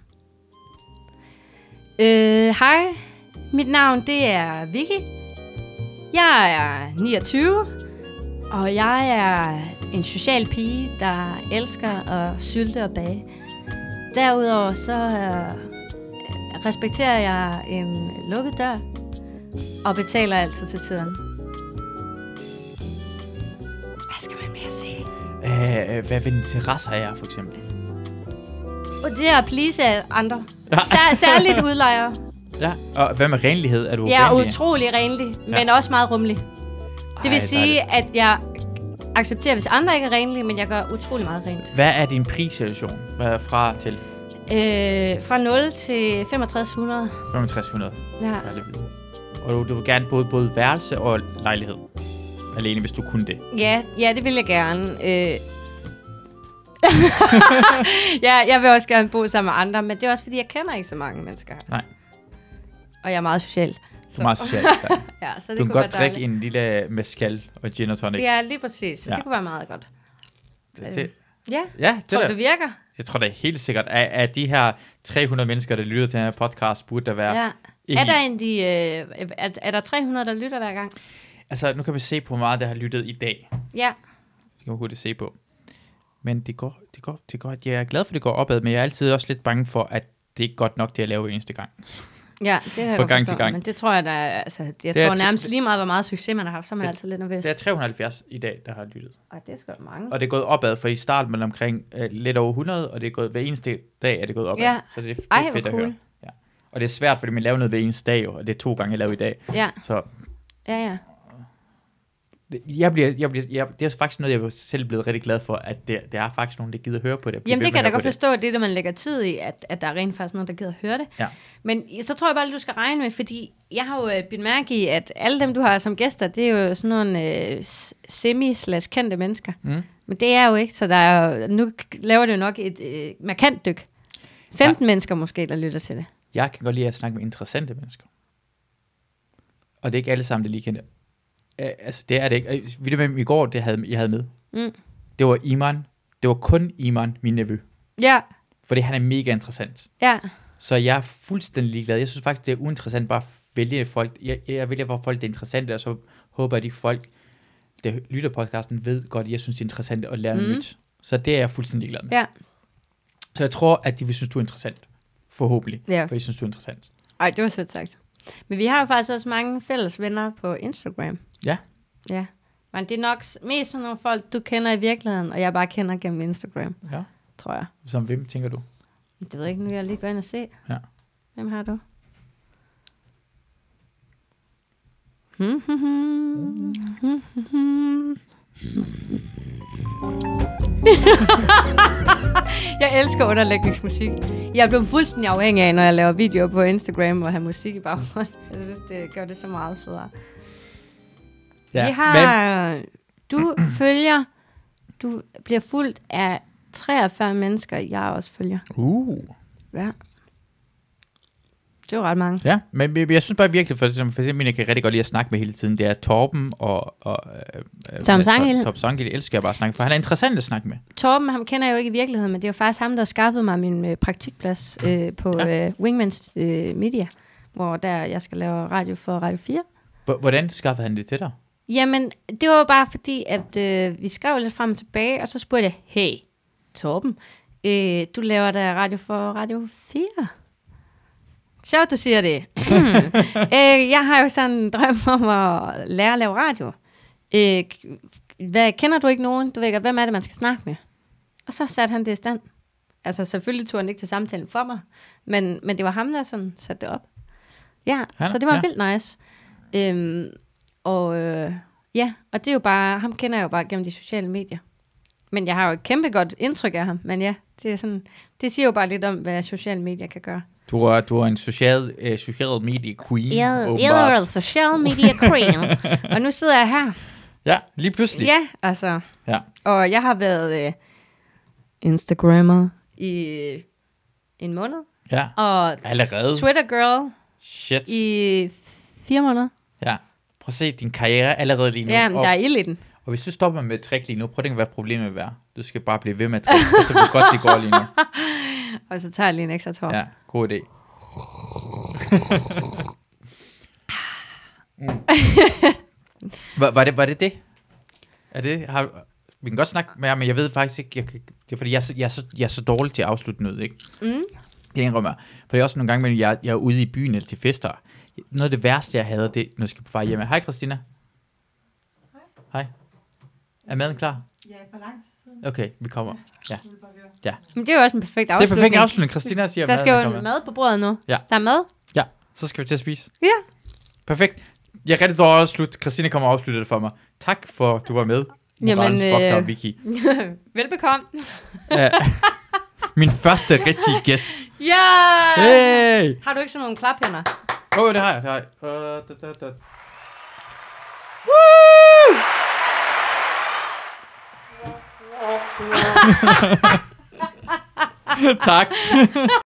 Øh, hej. Mit navn det er Vicky. Jeg er 29. Og jeg er en social pige, der elsker at sylte og bage. Derudover så øh, respekterer jeg en lukket dør og betaler altid til tiden. Hvad skal man mere sige? Øh, øh, hvad for interesser er jeg, for eksempel? Og det er at please andre. Sær- særligt udlejere. Ja, og hvad med renlighed? Er du Jeg er renlig? utrolig renlig, Ja. men også meget rummelig. Det Ej, vil sige, at jeg accepterer, hvis andre ikke er renlige, men jeg gør utrolig meget rent. Hvad er din prissituation? Hvad er fra til Øh, fra 0 til 6500. 6500? Ja. Ja, det vil jeg. Og du, du vil gerne både, både værelse og lejlighed. Alene, hvis du kunne det. Ja, ja, det vil jeg gerne. Øh. ja, jeg vil også gerne bo sammen med andre, men det er også, fordi jeg kender ikke så mange mennesker. Nej. Og jeg er meget social. Du er meget social. Ja. Ja, så det Du kan kunne godt være drikke dejligt. en lille mezcal og gin og tonic. Ja, lige præcis. Så ja. Ja. det kunne være meget godt. Det, det, Ja, ja, det tror du, der. det virker? Jeg tror da helt sikkert, at, at de her 300 mennesker, der lytter til den her podcast, burde der være... ikke- Er der egentlig, øh, er, er der 300, der lytter hver gang? Altså, nu kan vi se på, hvor meget der har lyttet i dag. Ja, Det kan man hurtigt se på. Men det går, det går, det går, jeg er glad for, at det går opad, men jeg er altid også lidt bange for, at det ikke er godt nok, det jeg laver eneste gang. ja det kan jeg Fra godt gang til forstå, gang. Men det tror jeg, der er, altså, jeg Det er tror ti- nærmest lige meget, hvor meget succes man har haft, så er man Det- altid lidt nervøs. Der er 370 i dag, der har lyttet. Og det er sgu da mange. Og det er gået opad, for i starten var det omkring øh, lidt over 100, og det er gået hver eneste dag, er det gået opad. Ja. Så det, er- det er Ej, hvor fedt at cool. høre. Ja. Og det er svært, fordi man laver noget hver eneste dag, jo, og det er to gange, jeg laver i dag. Ja, Så ja, ja. det- jeg bliver, jeg bliver, jeg, det er faktisk noget, jeg er selv blevet rigtig glad for, at det, der er faktisk nogen, der gider høre på det. Jamen, det kan jeg da godt forstå. forstå, at det er det, man lægger tid i, at, at der er rent faktisk nogen, der gider at høre det. Ja. Men i- så tror jeg bare, at du skal regne med, fordi jeg har jo øh, bidt mærke i, at alle dem, du har som gæster, det er jo sådan nogle øh, s- semi-slash-kendte mennesker. Mm. Men det er jo ikke, så der er jo, nu k- laver det jo nok et øh, markant dyk. 15 ja. mennesker måske, der lytter til det. Hmm? Jeg kan godt lide at snakke med interessante mennesker. Og det er ikke alle sammen, der lige kender. Øh, Altså, det er det ikke. Øh, Ved du, hvem i går, det havde, jeg havde med? Mm. Det var Iman. Det var kun Iman, min nevø. Ja, Fordi han er mega interessant. ja, Så jeg er fuldstændig ligeglad. Jeg synes faktisk, det er uinteressant bare at vælge folk. Jeg, jeg vælger, hvor folk det er interessante, og så håber jeg, at de folk, der lytter podcasten, ved godt, at jeg synes, det er interessant at lære mm. Mm. noget nyt. Så det er jeg fuldstændig ligeglad med. ja. Så jeg tror, at de vil synes, du er interessant. Forhåbentlig. Ja. For de synes, du er interessant. Ej, det var sødt sagt. Men vi har jo faktisk også mange fælles venner på Instagram. Ja. Ja. Men det er nok s- mest sådan nogle folk, du kender i virkeligheden, og jeg bare kender gennem Instagram, Ja. tror jeg. Som hvem tænker du? Det ved jeg ikke, nu vil jeg lige gå ind og se. Ja. Hvem har du? Hmm, hmm, hmm. Hmm, hmm, hmm. jeg elsker underlægningsmusik. Jeg er blevet fuldstændig afhængig af, når jeg laver videoer på Instagram og har musik i baggrunden. Jeg synes, det gør det så meget federe. Ja, vi men har... Men... Du følger... Du bliver fuldt af 43 mennesker, jeg også følger. Uh. Ja. Det var ret mange. Ja, men jeg, jeg synes bare virkelig, for, som for eksempel, jeg kan rigtig godt lide at snakke med hele tiden, det er Torben og... og øh, øh, Tom Mads- Sangild. Tom Sangild elsker jeg bare at snakke, for han er interessant at snakke med. Torben, ham kender jeg jo ikke i virkeligheden, men det er jo faktisk ham, der skaffede mig min øh, praktikplads øh, på ja. øh, Wingmans øh, Media, hvor der jeg skal lave radio for Radio 4. H- hvordan skaffede han det til dig? Jamen, det var jo bare fordi, at øh, vi skrev lidt frem og tilbage, og så spurgte jeg, hey, Torben, øh, du laver da radio for Radio 4. Sjovt, du siger det. øh, jeg har jo sådan en drøm om at lære at lave radio. Øh, hvad, kender du ikke nogen? Du ved ikke, hvem er det, man skal snakke med? Og så satte han det i stand. Altså, selvfølgelig tog han ikke til samtalen for mig, men, men det var ham, der sådan satte det op. Ja, Han- så det var ja. ja. vildt nice. Øhm, og øh, ja, og det er jo bare, ham kender jeg jo bare gennem de sociale medier. Men jeg har jo et kæmpe godt indtryk af ham, men ja, det, er sådan, det siger jo bare lidt om, hvad sociale medier kan gøre. Du er, du er en social, øh, social media queen, Jeg, jeg er åbenbart. social media queen, og nu sidder jeg her. Ja, lige pludselig. Ja, altså. Ja. Og jeg har været øh, Instagrammer i øh, en måned, ja. og Allerede? Twitter girl Shit. i fire måneder. Ja. Prøv at se din karriere allerede lige nu. Ja, men og, der er ild i den. og hvis du stopper med at trick lige nu, prøv at tænke, hvad problemet vil være. Du skal bare blive ved med at trick, så ser du godt, det går lige nu. Og så tager jeg lige en ekstra tår. Ja, god idé. mm. var, var, det, var det det? Er det, har, vi kan godt snakke med jer, men jeg ved faktisk ikke, jeg, kan- det er, fordi jeg er, så, jeg, er så, jeg er så dårlig til at afslutte noget, ikke? Mm. Jeg indrømmer. For det er også nogle gange, når jeg, jeg er ude i byen eller til fester. Noget af det værste, jeg hader, det er, når jeg skal på vej hjemme. Hej, Christina. Hej. Er maden klar? Ja, for langt siden. Okay, vi kommer. Jeg vil bare høre. Men det er jo også en perfekt Det er afslutning. perfekt afslutning. Christina siger, at Der maden skal er jo kommet. mad på bordet nu. Ja. Der er mad. Ja, så skal vi til at spise. Ja. Perfekt. Jeg er rigtig dårlig at afslutte. Christina kommer og afslutter det for mig. Tak for, at du var med. Jamen, Jamen, øh... øh, Vicky. Velbekomme. Ja. Min første rigtige gæst. Ja! Hey! Har du ikke sådan nogle klaphænder? Åh, oh, det har jeg. Det har jeg. Uh, da, da, da. Woo! tak.